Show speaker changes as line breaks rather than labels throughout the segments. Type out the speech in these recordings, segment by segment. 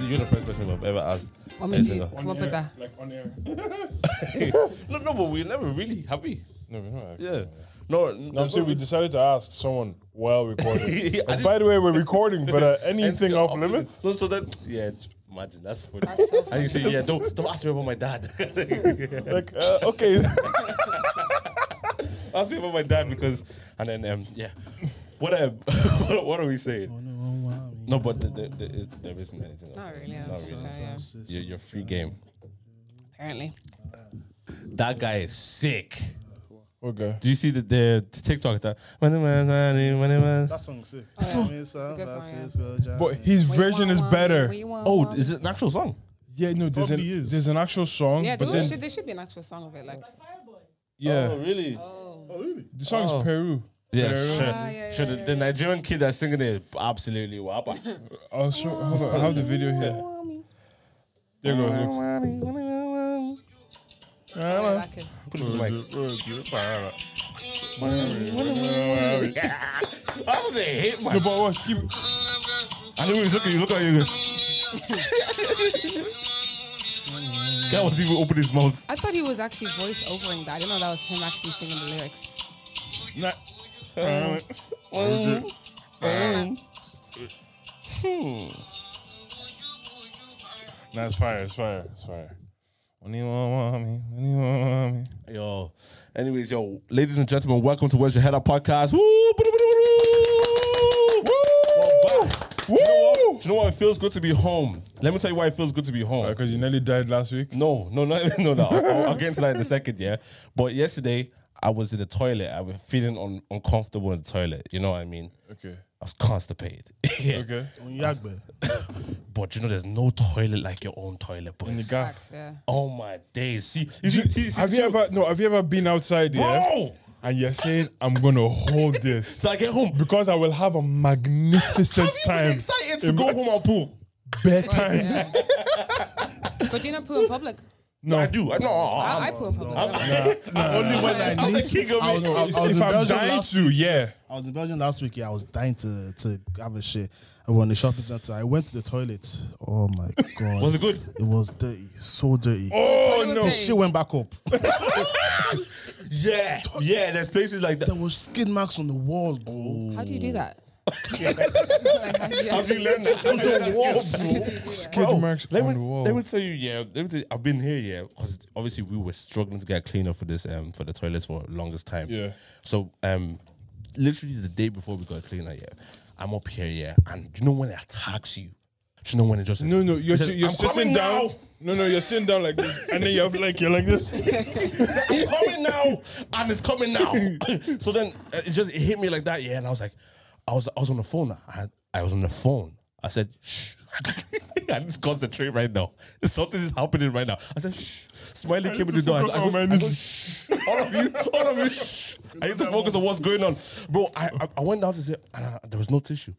you're the first person I've ever asked.
What
a
made you
singer.
come up with that?
Like on air.
no, no, but we never really have we.
No, we not actually.
Yeah. No,
No, I'm saying we decided to ask someone while recording.
Yeah, I
and
did-
by the way, we're recording, but uh, anything off limits?
So, so that yeah, j- imagine that's funny.
That's so
And you say, yeah, don't don't ask me about my dad.
Like, uh, okay.
ask me about my dad because, and then um, yeah, what um, what, what are we saying? No, but the, the, the, is, there isn't anything.
Not really. I'm
Not
so
really.
sorry. yeah.
You're, you're free game.
Apparently.
That guy is sick.
okay.
Do you see the the, the TikTok that? When it was, when it was-
That song's sick.
yeah.
Me,
It's a
son,
good song,
that's
yeah.
his, uh,
But
Johnny.
his
What you
version
want,
is
mommy?
better.
What you want,
Oh,
mommy?
is it an actual song?
Yeah, no, there's an,
Probably is.
there's an actual song,
Yeah,
but
there,
then
should, there should be an actual song of it. Like,
yeah,
Oh, really?
the song
Oh.
is Peru.
Yeah,
Peru.
sure.
Ah, yeah,
sure.
yeah,
the, the Nigerian kid that's singing it is absolutely wapa.
I'll show, Oh, hold on, I have the video here. There you go. Look.
Oh, yeah, that could-
Put it to the mic. That was a hit,
No,
man.
but what? Oh, Keep,
I knew he was looking. You look at you. Guy was even open his mouth.
I thought he was actually voice overing that. I didn't know that was him actually singing the lyrics.
not, nah, it's fire. It's fire. It's fire. When you want me, when you want me.
Yo. Anyways, yo, ladies and gentlemen, welcome to Where's Your Head Up podcast. Woo! Woo! Woo! Woo! Do you know what? It feels good to be home. Let me tell you why it feels good to be home.
Because Uh, you nearly died last week.
No, no, no, no, no. I'll, I'll get into that in a second, yeah. But yesterday, I was in the toilet. I was feeling un- uncomfortable in the toilet. You know what I mean?
Okay.
I was constipated. yeah.
Okay.
When you Yagbe.
But you know, there's no toilet like your own toilet, boys.
In the gaff.
Facts, yeah.
oh my days. See, you see, see, see
Have you ever no? Have you ever been outside yeah,
bro.
and you're saying I'm gonna hold this
So I get home.
because I will have a magnificent
I'm even
time,
excited to go home and poop.
bad
Right,
times.
yeah. but do you not poo in public?
No,
I do. I know.
I, I
I'm,
poo in public.
I'm, only when I
I was-
need to go.
I was- I
If
was
I'm
in Belgium
dying
last-
to, yeah.
I was in Belgium last week. Yeah, I was dying to to have a shit. I was in the shopping center. I went to the toilet. Oh my god!
Was it good?
It was dirty, so dirty.
Oh
Toilet
no!
was
Shit went back up.
Yeah, yeah. There's places like that.
There was skin marks on the walls,
Oh.
bro.
How do you do that? like, how do you,
How do you learn that?
That's
Whoa,
good.
bro.
Skid marks
Oh, let
on
me,
the wall.
Let me tell you, yeah, let me tell you, I've been here, yeah, because obviously we were struggling to get cleaner for this, um, for the toilets for the longest time.
Yeah.
So, um, literally the day before we got cleaner, yeah, I'm up here, yeah, and do you know when it attacks you? Do you know when it just
No, no, you're,
It says,
you're
"I'm coming
sitting down.
now."
No, no, you're sitting down like this, and then you have like you're like this.
it's coming now, and it's coming now. so then uh, it just it hit me like that, yeah, and I was like, I was I was on the phone. I I was on the phone. I said, shh. I just concentrate right now. Something is happening right now. I said, shh. Smiley came in the door. I,
focus
I
on
goes,
my
I
energy.
goes, shh. All of you, all of you, shh. I used to focus on what's going on, bro. I I, I went down to say, and I, there was no tissue.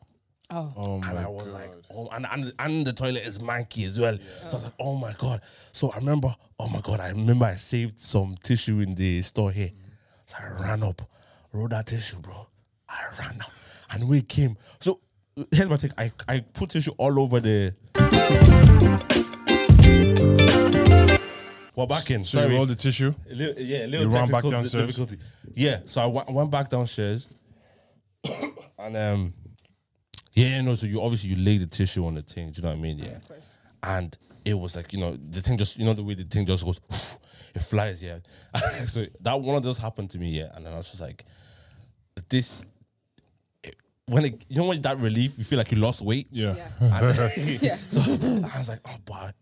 Oh,
Oh
And I was like, oh, and, and and the toilet is manky as well. So I was like, oh my god. So I remember, oh my god, I remember I saved some tissue in the store here. So I ran up, rolled that tissue, bro. I ran up, and we came. So here's my take. I I put tissue all over the. We're back in.
So
Sorry,
you roll the tissue.
a little, yeah, a
You
little
ran back
technical di-
downstairs?
difficulty. Yeah, so I wa- went back downstairs, and um, yeah, no. So you obviously you lay the tissue on the thing. Do you know what I mean? Yeah.
course.
And it was like you know the thing just you know the way the thing just goes, it flies. Yeah. so that one of those happened to me. Yeah, and then I was just like, this. it- When it, you know when that relief, you feel like you lost weight.
Yeah.
yeah.
And-
Yeah.
so I was like, oh, but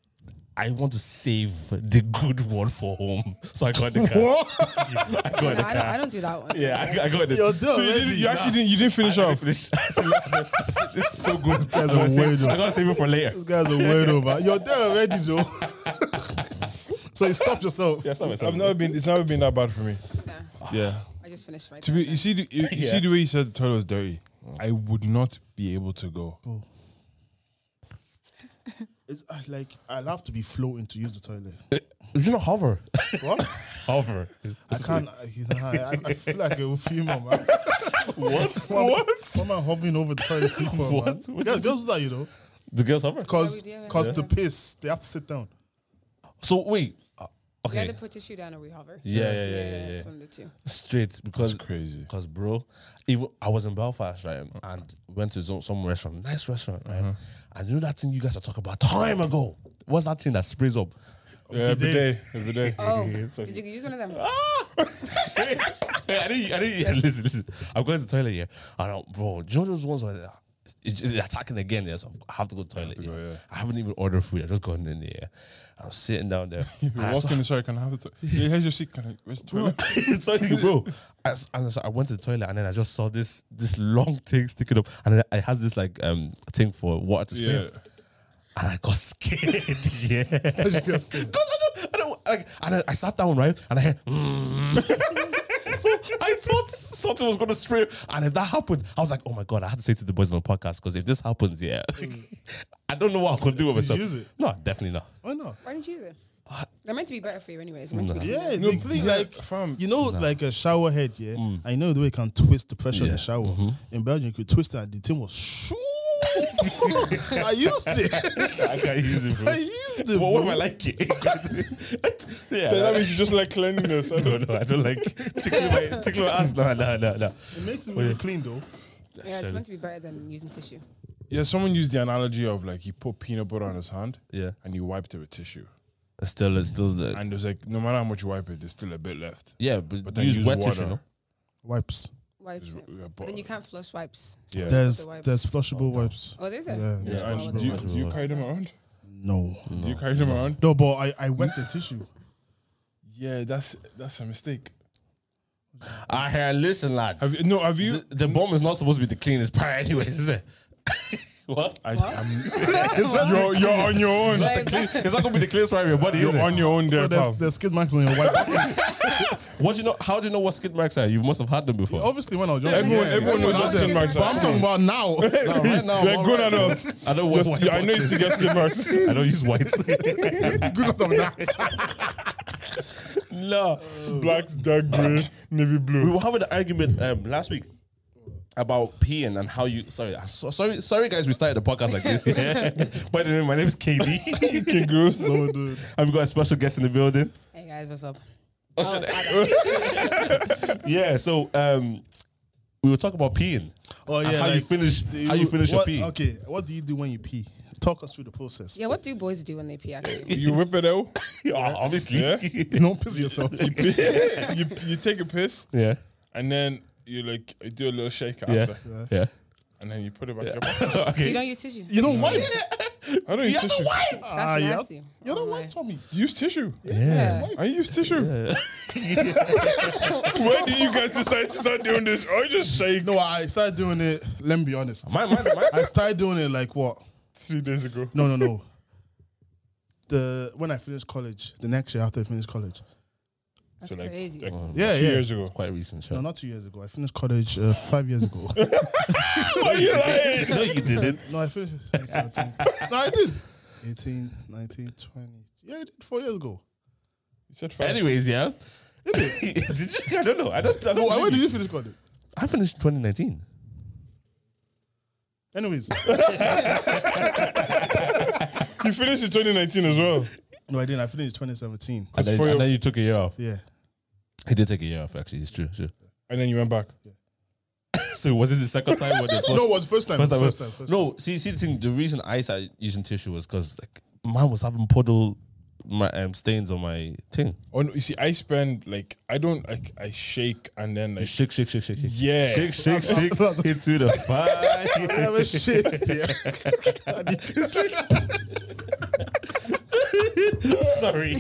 I want to save the good one for home. So I got the car. I got
No,
the
I, don't,
car.
I don't do that one.
yeah, I, I got the
You're
So you, didn't, you actually didn't. You didn't finish
I
off.
finished. I said, I said, this is so good. I
guys are
gotta, save,
weirdo.
I gotta save it for later.
This guy's a weird over. You're there already, though. so you stopped yourself.
Yeah, stop it, stop
I've
it.
never been. It's never been that bad for me.
Nah,
Yeah.
I just finished my
To be, you see, the, you, you
Yeah. Oh.
see the way you said the toilet was dirty. I would not be able to go.
It's uh, like I'll have to be floating to use the toilet.
You know, hover.
What?
Hover.
I can't. I, you know, I, I feel like a female, man. what? What? Someone hovering over the toilet seat, man.
What?
Girls, girls do that, you know.
The girls have it.
Cause,
Yeah, we do,
cause
yeah.
to piss, they have to sit down.
So wait, uh,
You
okay,
either put tissue down or we hover.
Yeah, yeah, yeah, yeah, yeah.
It's one of the two.
straight because
crazy.
Because bro, even I was in Belfast right, and went to some, some restaurant, nice restaurant, right. And you know that thing you guys are talking about time ago. What's that thing that sprays up?
Yeah, every day, every day.
Oh, did you use one of them?
Hey, I didn't, I didn't, yeah, listen, listen. I'm going to the toilet here. And I'm, bro, do you know those ones where they're- it's just attacking again? Yes, I have to go to the toilet.
to go,
yeah.
yeah.
I haven't even ordered food. I just got in there. I'm sitting down there.
You walk in the shower, can I have it? Yeah, here's your seat. Can I? Where's the toilet?
it's only bro. I, s- and so I went to the toilet and then I just saw this this long thing sticking up, and it- it has this like um thing for water to spray.
Yeah.
And I got scared. yeah. Because I don't, I don't like, and I, I sat down right, and I heard. "Mm." so I thought something was gonna spray, and if that happened, I was like, oh my god, I had to say to the boys on the podcast because if this happens, yeah. I don't know what I could do with
Mm. Did you
myself.
use it?
No, definitely not.
Why not?
Why didn't you use it? They're meant to be better for you anyway. It's meant to be
Yeah,
No,
they clean
yeah,
like
fam.
you know, like a shower head. Yeah, I know the way you can twist the pressure in
Yeah.
the shower. In Belgium, you could twist it, and the thing was. shoo. I used it.
I can't use it,
I used it.
Well, what if
bro.
I like it? yeah,
Then that means you just like cleanliness. I
no,
don't know.
no, I don't like tickling my tickling my ass. No, no, no, no.
It makes me really clean though.
Yeah, it's meant to be better than using tissue.
Yeah, someone used the analogy of like he put peanut butter on his hand
Yeah,
and he wiped it with tissue.
it's still, it's still. The,
And it was like, no matter how much you wipe it, there's still a bit left.
yeah, but, you
But then
use,
use
wet
water.
tissue. No?
Wipes.
Wipes.
There's-
it.
yeah,
But then you
but-
can't flush wipes.
Yeah.
There's
The wipes.
there's flushable wipes.
Oh, there's
Yeah.
it.
Yeah, and
Oh,
do, you,
that's
do you
what-
carry them around?
No.
do you carry them around?
No, but I I wet the tissue.
Yeah, that's that's a mistake.
I hear. Listen, lads.
Have you, no, have you?
the, the bomb is not supposed to be the cleanest part, anyways, is it? what?
I, I'm, you're, you're on your own.
Like,
It's not gonna be the cleanest part of your body, is
You're
it?
on your own
So
there,
there's
pal.
there's skid marks on your wipe.
What do you know? How do you know what skid marks are? You must have had them before.
Obviously, when I was young,
Everyone,
yeah.
everyone knows
Yeah.
what skin
Yeah.
marks
But I'm talking
are.
about now.
No, right now,
Like
I'm
good
alright.
adults.
I don't wear
Just,
white
yeah, I know you
boxes.
still get skin marks.
I don't use white.
Good of that.
no.
Blacks, dark grey, navy
we
blue.
were having an argument um, last week about peeing and how you. Sorry, I'm so, sorry, sorry, guys. We started the podcast like this. Yeah. By the way, my name is KD,
Kangaroos.
and we got a special guest in the building.
hey guys, what's up?
Oh, shit. yeah. So um, we were talking about peeing.
Oh yeah,
And how you
like,
finish?
do
how you finish
what,
your pee?
Okay, what do you do when you pee? Talk us through the process.
Yeah, what do boys do when they pee? Actually,
You whip it out.
Yeah, obviously.
Yeah.
You don't piss yourself.
you, you take a piss
Yeah.
and then you like you do a little shake
Yeah.
after
Yeah.
and then you put it back in your pocket.
so you don't use tissue.
You don't wipe.
I don't use tissue.
That's
Ah, you
nasty.
have- You
Oh,
don't wipe,
my.
Tommy.
Use tissue.
Yeah.
I use tissue. Why did you guys decide to start doing this? I just shake
No, I started doing it. Let me be honest.
My, my, my.
I started doing it like what?
three days ago.
No, no, no. The when I finished college, the next year after I finished college.
That's
So, like,
crazy.
like
Yeah,
two
yeah.
years ago.
Quite recent.
No,
Sure.
not two years ago. I finished college uh, five years ago.
Are you lying?
No, you didn't.
no, I finished in 17. No, I did. 18, 19, 20. Yeah, I did four years ago.
You said five.
Anyways, yeah. Did you? I don't know. I don't. I, don't
No, when
believe
did
you.
you finish college?
I finished 2019.
Anyways.
You finished in 2019 as well.
No, I didn't. I finished 2017.
And then,
for
and
your-
then you took a year off.
Yeah.
He did take a year off, actually. It's true. It's true.
And then you went back.
So was it the second time or the first?
No, it was the first time.
first
First
time.
time. First time, first
no. See, see the thing. The reason I started using tissue was because like mine was having puddle, my um, stains on my thing.
Oh, no, you see, I spend like I don't like I shake and then like
Shake, shake, shake, shake, shake.
Yeah.
Shake, shake, shake into the fire.
time. shit. Yeah.
Sorry.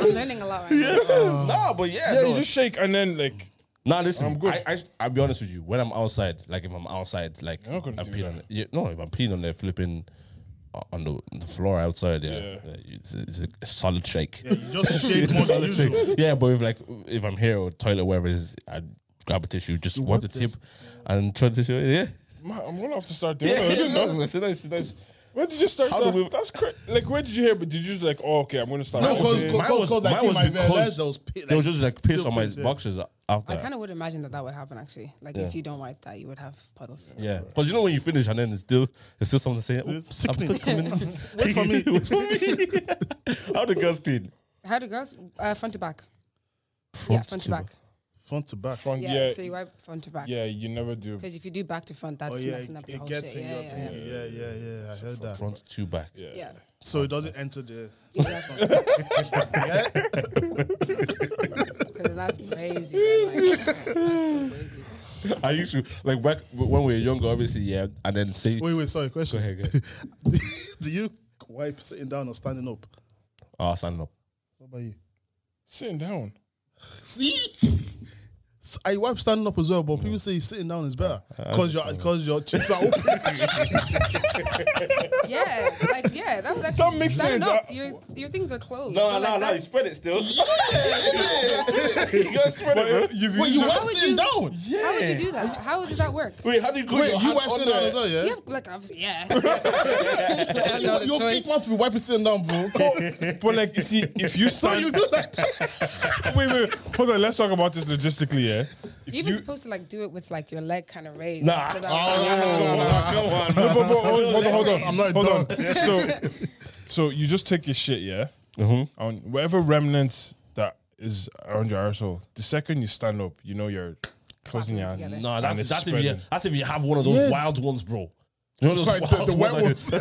I'm learning a lot right now.
nah, but yeah.
yeah,
no,
you just shake and then like
nah, listen. I'm
good.
I, I, I'll be honest with you. When I'm outside, like if I'm outside, like
You're not gonna
I'm
do
peeing on
that.
it. Yeah, no, if I'm peeing on there, flipping uh, on the, on the floor outside, yeah,
Yeah.
yeah, it's, a, it's a solid shake.
You just shake more than
Honestly.
usual.
yeah, but if like if I'm here or toilet wherever it is, I grab a tissue, just wipe the tip, and try the tissue. Yeah,
man, I'm gonna have to start doing
yeah,
that. I didn't know.
It's nice, it's nice.
When did you start
How do
that?
we-
That's cra- like where did you hear? But did you just like oh okay, I'm gonna start.
No,
that
cause,
way?
Mine was-
cause, cause,
mine
like,
was
I
because
realized there was, pi-
There was just like piss
still
on my
piss, yeah.
boxes. after.
I kind of would imagine that that would happen actually. Like
Yeah.
if you don't wipe that, you would have puddles.
yeah, but you know when you finish and then it's still it's still something saying,
It's
"Oops, I'm still
sickening.
coming." Wait for me. Wait for me. How the girls clean?
How do girls? Uh, front to back. yeah,
Front
front to,
to
back.
Front to back.
Front,
Yeah,
yeah, yeah,
So you wipe front to back.
you never do.
Because if you do back to front, that's
Oh yeah, it,
messing up the
it
whole
gets
shit.
in
yeah,
your
yeah,
thing. Yeah, yeah, yeah. I heard that.
Front two back.
Yeah.
yeah.
So it doesn't enter the.
Because that's crazy. man, Like, that's so crazy.
I used to like back w- when we were younger, obviously, yeah, and then say,
Wait, wait. Sorry, question.
ahead, go
Do you wipe sitting down or standing up?
"Ah, stand up."
What about you?
Sitting down.
See, S- I wipe standing up as well, but people say sitting down is better because your because your cheeks are open.
Yeah, like yeah, that was actually
That makes
stand
sense. Uh,
Up.
I-
your your things are closed.
No,
so
no,
like
no, you
that's-
spread it still. you gotta spread it,
But uh,
bro.
you
Wait, you wipe
How would
sitting
you-
down?
How would you do that? How does that work?
Wait, how do you go?
Wait, you wipe sitting down as well, yeah?
You have like obviously- yeah. I have no other
your
choice.
feet want to be wiping sitting down, bro.
But like, you see, if you
so
stand,
you do that.
wait, wait, hold on. Let's talk about this logistically, yeah. If
You're even
you-
supposed to like do it with like your leg kind of raised.
Nah.
So that,
Come on,
No, but- but hold hold on, hold on.
I'm not
hold on. So, so you just take your shit, yeah,
Mm-hmm.
on whatever remnants that is around your arsehole. The second you stand up, you know you're closing your
together.
eyes.
No,
And
that's
it's
that's if you
spreading.
that's if you have one of those
Yeah.
wild ones, bro. You know those
Like the-
wild
the wet
ones.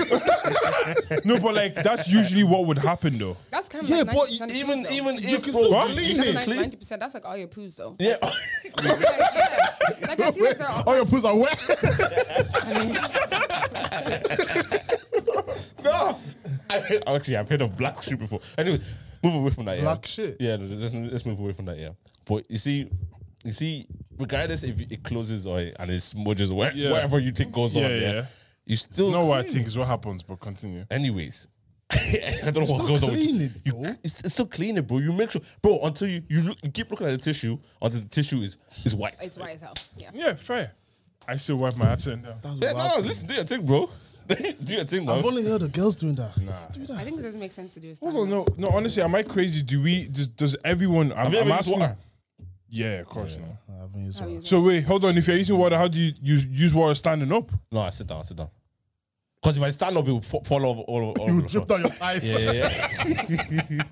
like-
No, but like that's usually what would happen though.
that's kind of
Yeah,
like
but
90%
even
of poos,
even if bro,
can still
you
clean
can
it.
though.
clean-
ninety percent. That's like all your poos though.
Yeah,
Like, yeah. like I feel like they're all.
All your poos are wet.
I mean,
no. I, actually, I've heard of black shit before. Anyway, move away from that. Yeah.
Black shit?
Yeah, let's, let's move away from that. Yeah, but you see, you see, regardless if it closes or it- and it smudges, where,
Yeah.
whatever you think goes
Yeah,
on, yeah,
yeah.
you still.
No, what I think is what happens, but continue.
Anyways, I don't know what goes on. With
clean
you.
it,
You, it's, it's still clean it, bro. You make sure, bro, until you you, look, you keep looking at the tissue until the tissue is is white.
it's white as hell. Yeah.
Yeah, fair. I still wipe my ass in down.
Yeah, no, no, listen, do your thing, bro. do your thing, man.
I've only heard of girls doing that. Nah. Do
I
that.
think it doesn't make sense to do a
Hold on,
stand-up.
no, no. Honestly, am I crazy? Do we? Does, does everyone? I'm,
Have you
I'm
ever used
asking.
water?
Yeah, of course not.
I haven't used
How
one.
you-
So wait, hold on. If you're using water, how do you use use water standing up?
No, I sit down. I sit down. Because if I stand up, it will fa- fall over all over. All over the
Drip
shop.
down your thighs.
Yeah, yeah, yeah.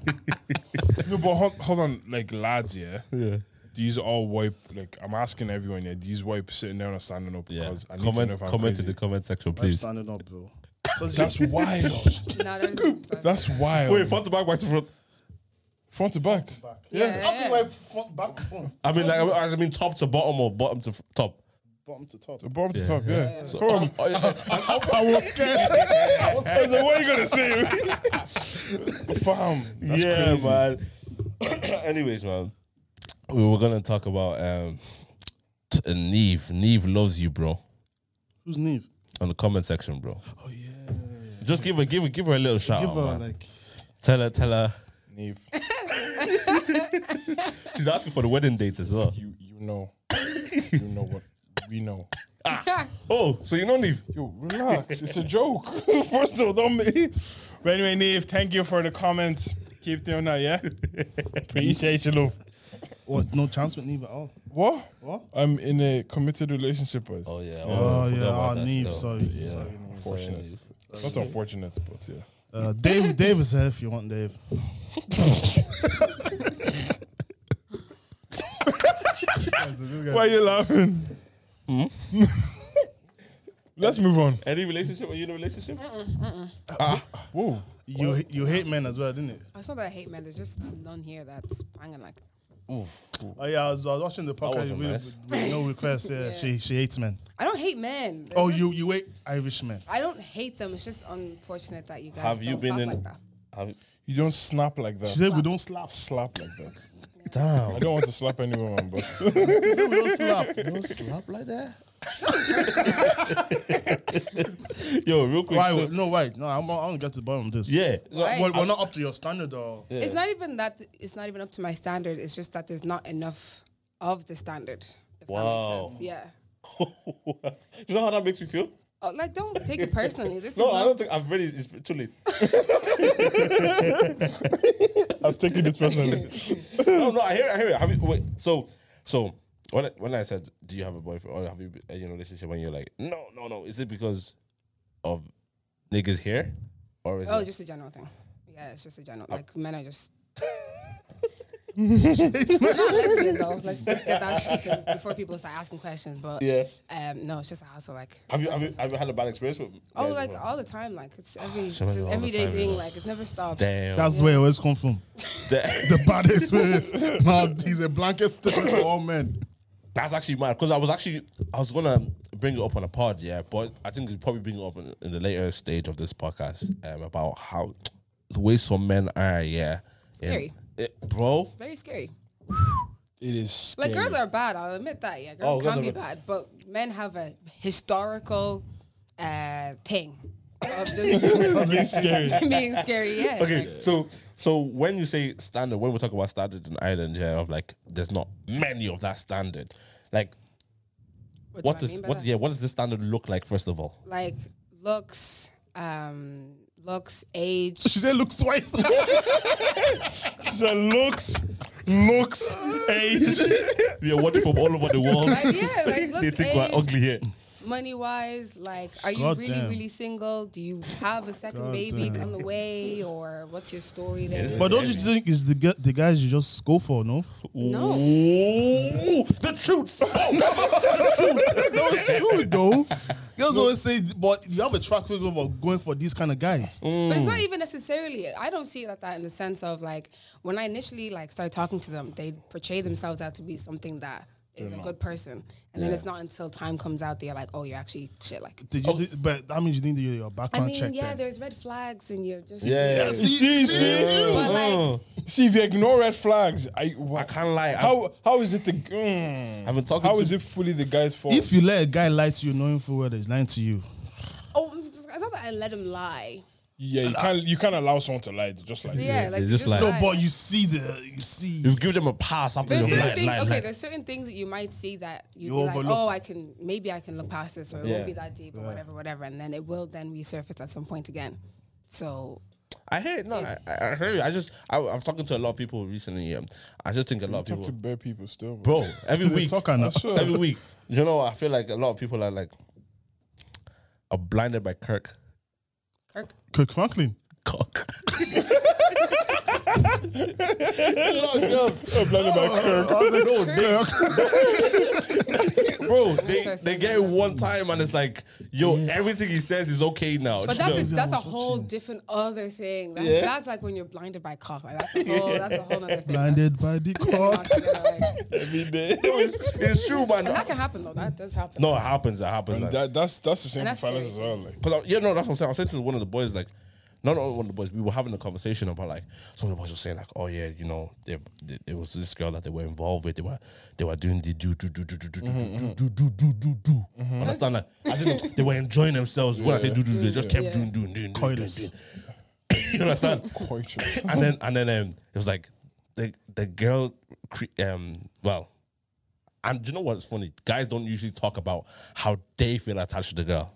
No, but hold, hold on, like lads, yeah. Yeah. These all wipe. Like I'm asking everyone, yeah. These wipe sitting down and standing up
yeah.
because I need to know
Comment,
if I'm
comment in
crazy.
the comment section, please.
Standing up, bro.
That's wild.
No, that is-
That's wild.
Wait, front to back, back to front.
front to back.
yeah.
How do you wipe front, back to front,
I mean, like, I mean, top to bottom or bottom to f- top.
bottom to top?
The bottom to top, yeah.
So-
Come on.
Oh, yeah.
I was scared. I was scared. Like, what are you gonna say? Fam, that's
yeah,
crazy.
man. Anyways, man, we were gonna talk about um, t- uh, Neve. Neve loves you, bro.
Who's Neve?
On the comment section, bro.
Oh yeah.
Just give her, give her, give her a little shout
Give
out,
her
Oh, man.
like.
Tell her, tell her.
Neve,
She's asking for the wedding dates as well.
you you know, you know what we know.
Oh, so you know Neve?
Yo, relax. It's a joke. First of all, don't make. But anyway, Neve, thank you for the comments. Keep doing that, yeah. Appreciate you, love.
What? No chance with Neve at all.
What?
What?
I'm in a committed relationship with.
Oh yeah.
Oh,
I forgot
yeah,
about
oh,
that
Neve,
still.
sorry,
Yeah.
sorry,
Unfortunate.
Not unfortunate, but yeah.
Uh, Dave, Dave is here if you want Dave.
Why are you laughing? Hmm? Let's move on.
Any relationship? Are you in a relationship?
Whoa.
You you hate men as well, didn't it?
It's not that I hate men. There's just none here that's banging like.
Oh yeah, I was, I was watching the podcast
wasn't
with,
nice.
with- with no request. Yeah,
Yeah.
she she hates men.
I don't hate men. They're
Oh,
just-
you you hate Irish men.
I don't hate them. It's just unfortunate that you guys
Have you
don't
been
stop
in?
like that.
have,
You don't snap like that.
She said we don't slap.
slap like that. I
damn.
don't want to slap any woman, but
we don't slap. We don't slap.
Slap like that. Yo, real quick.
Why?
so-
No, why? No, I'm I want to get to the bottom of this.
yeah.
Why?
we're, we're not up to your standard or.
It's not even that. It's not even up to my standard. It's just that there's not enough of the standard. If that
Wow.
makes sense. Yeah.
you know how that makes me feel?
Oh, like don't take it personally. This
No,
is
I
not,
don't think I've ready. It's too late.
I've taken this personally.
no, no, I hear, it, I hear it. Have you, wait, so So when I, when I said, "Do you have a boyfriend or have you been in a relationship?" When you're like, "No, no, no," is it because of niggas here, or is
Oh,
it?
just a general thing. Yeah, it's just a
Oh.
general. Like men are just. no, let's be it though. Let's just get that straight 'cause before people start asking questions. But
Yeah.
um, no, it's just also like
have you have you, have you had a bad experience with?
oh,
guys
like
before?
all the time. Like it's
Ah,
every it's
Shaming all
an
the
everyday
time,
thing.
you know.
Like it never stops.
damn.
That's where it always come from.
Damn.
The bad experience. now he's a blanket statement for all men.
That's actually mad because I was actually I was gonna bring it up on a pod, yeah, but I think we'll probably bring it up in, in the later stage of this podcast um, about how the way some men are, yeah, And
Scary.
it- bro.
Very scary.
It is
Like girls are bad. I'll admit that. Yeah,
Oh,
girls
girls
can
are
be
bad.
bad, but men have a historical uh, thing of just
really scary.
being scary. Yeah.
Okay, so so when you say standard, when we talk about standard in Ireland, yeah, of like there's not many of that standard. Like
Like,
what
do I
does
mean by
what
that?
yeah, what does the standard look like first of all?
like looks, um, looks,
She
age.
said, looks twice.
So looks, looks, age.
Yeah, what if from all over the world?
Like, yeah, like
they
looks,
think we're
age,
ugly here.
money wise. Like, are you
God
really,
damn.
really single? Do you have a second
God
baby
damn.
on the way, or what's your story there?
this is
but don't you think it's the gu- the guys you just go for? No,
no,
Ooh, the truth.
that's true though. Girls always say, but you have a track record of going for these kind of guys.
But it's
Mm.
not even necessarily. I don't see it like that in the sense of like when I initially like started talking to them, they portray themselves out to be something that is a good person, and then it's not until time comes out they're like, oh, you're actually shit. Like,
Did you? do- but that means you didn't do your
I
background
mean,
check.
yeah,
then.
there's red flags, and you're just
Yeah.
See,
See,
see,
see?
But like,
Mm.
See, if you ignore red flags, I,
I can't lie. I-
How how is it the? Mm,
I've been talking
how
to
is it fully the guy's fault?
If you let a guy lie to you, knowing full well that he's lying to you,
oh, it's not that I let him lie.
yeah, you can't you can't allow someone to lie just like
Yeah, like
it's
you
just
just
like-
no,
lie.
but you see the you see.
you give them a pass after
There's
you're
certain
like,
things.
like,
okay,
like-
there's certain things that you might see that you'd
You
be like,
overlook.
oh, I can maybe I can look past this, or it
Yeah.
won't be that deep, or whatever, whatever, and then it will then resurface at some point again. So
I hear it. No, I, I I hear you. I just I, I was talking to a lot of people recently. Um, I just think a lot of
talk to
people,
bare people still,
bro, every week,
talk on
Sure.
every week. You know, I feel like a lot of people are like are blinded by Kirk.
Kirk,
Kirk Franklin.
Cock. a lot of girls,
Blinded by Kirk.
I was like, oh, Kirk.
bro. They,
Sorry,
they get it one time and it's like, yo, everything he says is okay now.
but
You
that's a,
know?
that's a whole different other thing. That's, that's like when you're blinded by cock. Like that's a whole that's a whole other thing.
Blinded by the
That's-
cock.
that's altogether, like-
every day.
it's, it's true, man.
that can happen though. That does happen.
No, it happens. It happens. like-
That, that's that's the same
And that's
for fellas as
scary.
well. Like
Because yeah, no, that's what I'm saying. I said to one of the boys, like, not not one of the boys. We were having a conversation about like some of the boys were saying like, oh yeah, you know, they've, they, it was this girl that they were involved with. They were they were doing the do do do do do do do do do do do do. Understand that? I think they were enjoying themselves. When I say do do, do, they just kept doing doing doing doing. doing,
Coitus.
doing. You understand?
quite true.
and then and then um, it was like the the girl cre- um well and do you know what's funny guys don't usually talk about how they feel attached to the girl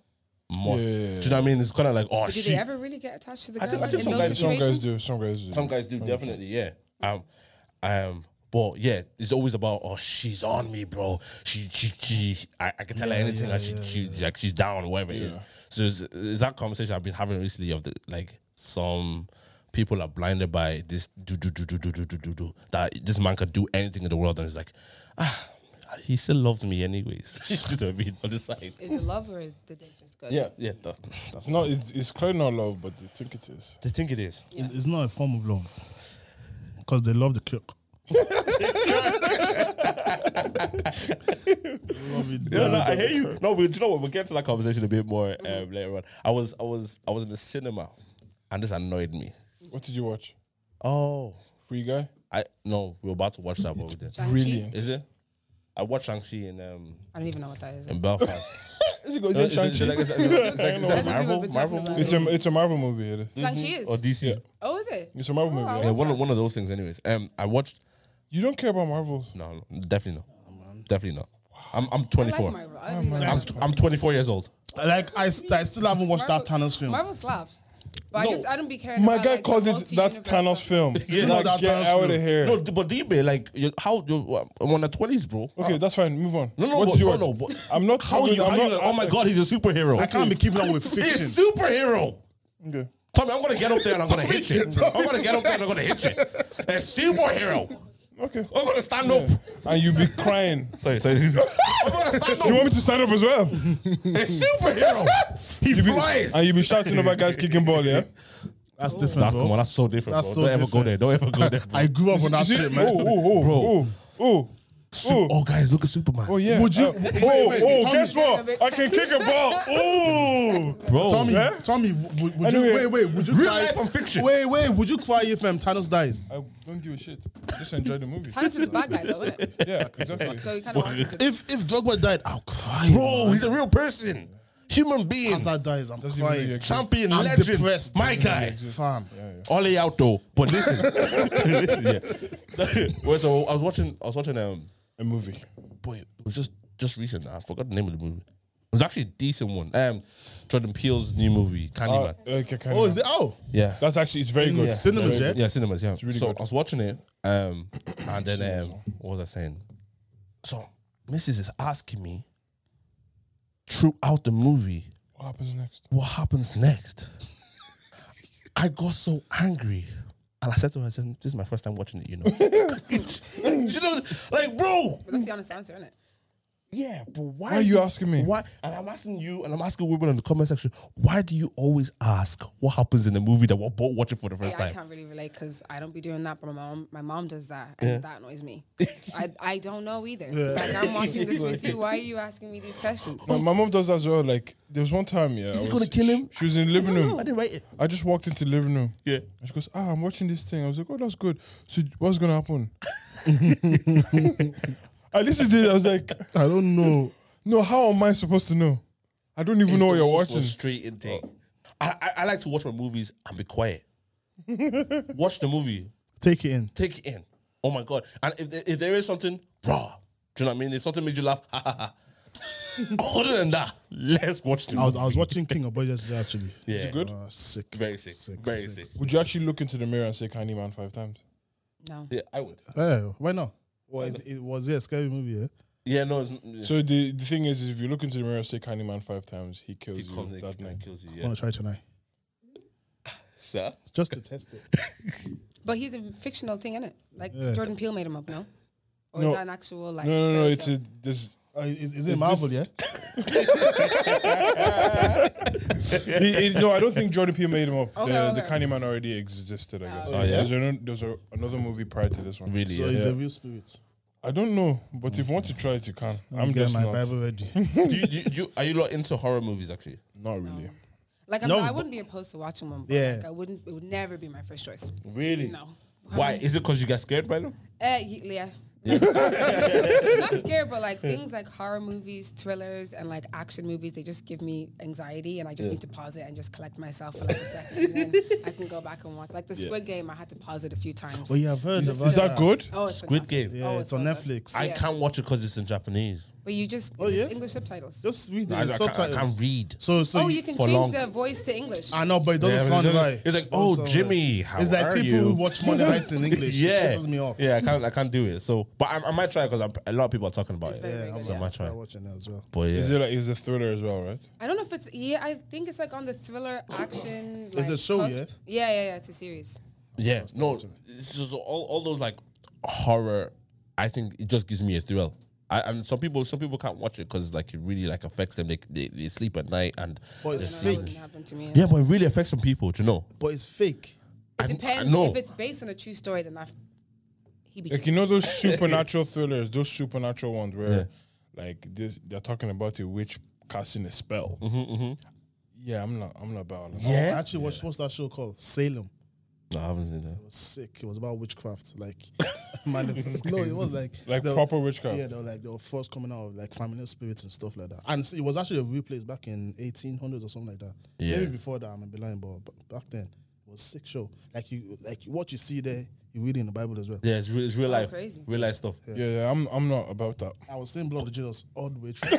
more do you know what I mean it's kind of like oh
But do
shit
they ever really get attached to the girl
think- I think
in
some
those
guys-
some
situations?
guys do. Some guys do.
some guys do definitely yeah um um but yeah it's always about oh she's on me bro she she, she I, I can tell her anything and she, she like she's down whatever it is so it's, it's that conversation I've been having recently of the like some people are blinded by this do do do do do do do do do that this man could do anything in the world and it's like ah he still loves me anyways you know what I mean on the side
Is it love or is- did they just go?
yeah yeah that's, that's
It's not. It's, it's clearly not love, but they think it is.
they think it is
It's, it's not a form of love because they love the Kirk. love it.
No, no, I hear you. No, we, do you know what? We'll get to that conversation a bit more um, later on. I was, I was, I was in the cinema, and this annoyed me.
What did you watch?
Oh,
Free guy.
I no, we were about to watch that, but we didn't.
Shang-Chi?
Brilliant.
Is it? I watched Shang Chi in um
I don't even know what that is.
in Belfast.
Is
No, Uh, is it- is it like- is it- is it- is it- is
That's
it
what
Marvel?
we've been
Marvel movie?
talking about.
It's a it's a Marvel movie. It is.
Shang-Chi is.
or DC? Yeah,
oh, is it?
It's a Marvel
Oh, I
movie.
watched
one
that.
of one of those things. Anyways, um, I watched.
You don't care about Marvels.
No, no, definitely not. Definitely not. I'm I'm 24.
Oh, I like
Oh,
Marvel. I really like
I'm I'm 24 years old.
Like I, st- I still haven't watched
Marvel-
that Thanos film.
Marvel slaps. But
No.
I just I don't be caring.
My
about,
guy
like, the
called it. That's
multi-universe
Thanos
stuff.
film.
Yeah.
Like,
That's
get
Thanos
out of
film.
here.
No, d- but DB, like, you, how, you, I'm on the 20s, bro.
Okay, that's fine. Move on.
No, no,
What's
but,
yours?
no, no, but-
I'm not.
How are
talking-
you?
I'm
how you
not-
like, oh my God, he's a superhero.
I can't be keeping up with fiction.
He's a superhero.
Okay.
Tommy, I'm gonna get up there and I'm gonna hit you.
Tommy,
I'm gonna get up there and I'm gonna hit you. A superhero.
Okay.
I'm gonna stand up.
And you be crying.
Sorry, sorry. I'm gonna stand up.
You want me to stand up as well?
A superhero. He
You be-
flies.
and you be shouting about guys kicking ball, yeah?
That's different,
that's,
bro.
come on, that's so different.
That's
bro.
so
Don't ever go
different.
there. Don't ever go there. Bro.
I grew up on that shit, man.
Oh, oh, oh,
Bro.
oh, oh,
Su- oh, guys, look at Superman.
oh, yeah.
Would you-
Uh,
wait,
oh,
wait, wait.
oh, guess
Tommy-
what? I can kick a ball. Oh,
bro.
Tommy,
Yeah?
Tommy, would, would
Anyway,
you wait? Wait, would you
Eh? real
cry?
life and fiction.
Wait, wait, would you cry if um, Thanos dies?
I don't give a shit. Just enjoy the movie.
Thanos is a bad guy though, isn't it?
Yeah, exactly.
So you kind of want him to.
If if Drogba died, I'll cry.
bro, he's a real person, human being,
Hazard dies, I'm
Doesn't even really
crying.
exist.
champion,
I'm
legend,
depressed.
my guy.
Fam,
Ollie out though, but listen, listen, yeah. Well, so I was watching, I was watching, um,
A movie.
boy, it was just just recent. I forgot the name of the movie. It was actually a decent one. Um, Jordan Peele's new movie, Candyman.
Uh, Okay, kind
oh, is it? Oh,
yeah,
That's actually, it's very good.
yeah. cinemas, yeah.
yeah, cinemas. Yeah,
really
so
good.
I was watching it, um, and then um, what was I saying? So Mrs. is asking me throughout the movie
What happens next?
what happens next? I got so angry. And I said to her, I said, this is my first time watching it, you know. you know, like, bro,
But that's the honest answer, isn't it?
yeah, but why,
Why are you asking me?
Why? And I'm asking you, and I'm asking women in the comment section, why do you always ask what happens in the movie that we're both watching for the first
Yeah, I
time?
can't really relate because I don't be doing that, but my mom, my mom does that, and that annoys me. I, I don't know either. Like I'm watching this with you. Why are you asking me these questions?
My, my mom does as well. Like, there was one time, yeah. Is
he gonna kill him?
She, was in the living room.
I didn't write it.
I just walked into the living room.
Yeah.
And she goes, Ah, I'm watching this thing. I was like, Oh, that's good. So what's gonna happen? I listened to it, I was like,
I don't know.
No, how am I supposed to know? I don't even know what you're watching.
Frustrating thing. I, I, I like to watch my movies and be quiet. watch the movie,
Take it in.
take it in. Oh my god! And if there, if there is something raw, do you know what I mean? If something makes you laugh, ha ha ha. Other than that, let's watch the
I was,
movie.
I was watching King of Budgets today, actually.
yeah,
good?
Uh, sick.
very sick, very sick.
Would you actually look into the mirror and say Candyman five times?
No.
Yeah, I would.
Hey, Eh, why not? Well, is- it was it a scary movie? Yeah?
Yeah, no, it's, yeah.
So the, the thing is, is if you look into the mirror and say Candyman five times, he kills
he
you
comes
that
and
night.
kills you.
I
Yeah,
want to try tonight
sir.
just to test it.
But he's a fictional thing, isn't it? Like
Yeah.
Jordan Peele made him up, no? Or
No.
is that an actual like?
No, no, no.
fairy
It's
tale?
a this.
Uh, is, is it Marvel? Yeah.
it- it- no, I don't think Jordan Peele made him up.
Okay,
the, the
okay.
Candyman already existed. I guess.
Oh, yeah?
There's, ano- there's a, another movie prior to this one.
Really?
So
yeah.
it's a real spirit.
I don't know, but if you want to try it, you can. I'm
Get
just
my
not.
Bible ready.
do, you, do, you, do you- are you lot into horror movies actually?
Not really.
Like I'm
No,
not, I
but-
wouldn't be opposed to watching one. But
Yeah.
Like, I wouldn't. It would never be my first choice.
Really?
No.
Why? Is it because you get scared by them?
Uh, y- yeah. not scared, but like things like horror movies, thrillers, and like action movies, they just give me anxiety, and I just need to pause it and just collect myself for like a second, and then I can go back and watch. Like the Squid Game, I had to pause it a few times.
Oh yeah, I've heard about
Is that good?
Oh, it's
Squid
fantastic.
Game.
Yeah,
Oh, it's
it's, on
so
Netflix.
I
Yeah.
can't watch it because it's in Japanese.
But you just
Oh,
it's
yeah?
English subtitles.
just read the
I, I can't, I
subtitles.
can't read.
So so
oh,
you-
you can
for
change
long.
the voice to English.
I know, but it doesn't
Yeah, but it
sound
doesn't-
right.
It's like,
It doesn't
oh,
sound
Jimmy,
right.
how
It's like
are
people
you?
who watch Money Heist in English.
Yeah,
it pisses me off.
Yeah, I can't, I can't do it. So, but I, I might try because a lot of people are talking about it.
very, very
yeah,
good,
so I
yeah.
might
I
try.
watching that as well.
But yeah,
Is it like is a thriller as well, right?
I don't know if it's yeah. I think it's like on the thriller action.
It's
like,
a show,
cusp.
yeah?
Yeah, yeah, yeah. It's a series.
yeah, no, it's just all, all those like horror. I think it just gives me a thrill. I, and some people, some people can't watch it because like it really like affects them. They, they, they sleep at night and
But
No,
it's
that wouldn't
fake.
happen to me.
yeah, but it really affects some people. Do you know?
But it's fake.
I- I
It depends.
know.
If it's based on a true story, then I've he be
Like you know those supernatural thrillers, those supernatural ones where, like this, they're talking about a witch casting a spell. Yeah, I'm not. I'm not about all of that.
I
Yeah.
actually watched what's that show called? Salem.
No, I haven't seen that.
It was sick. It was about witchcraft. Like man, it was- no, it was like
Like
they were-
proper witchcraft.
Yeah, they were like they were first coming out of like familiar spirits and stuff like that. And it was actually a real place back in eighteen hundreds or something like that.
Yeah.
Maybe before that, I might be lying, but b- back then it was sick show. Like you, like what you see there, you read in the Bible as well.
Yeah, it's real, it's real life,
Oh, crazy.
real life stuff.
Yeah, yeah, I'm I'm not about that.
I was saying blood of Jesus all the way through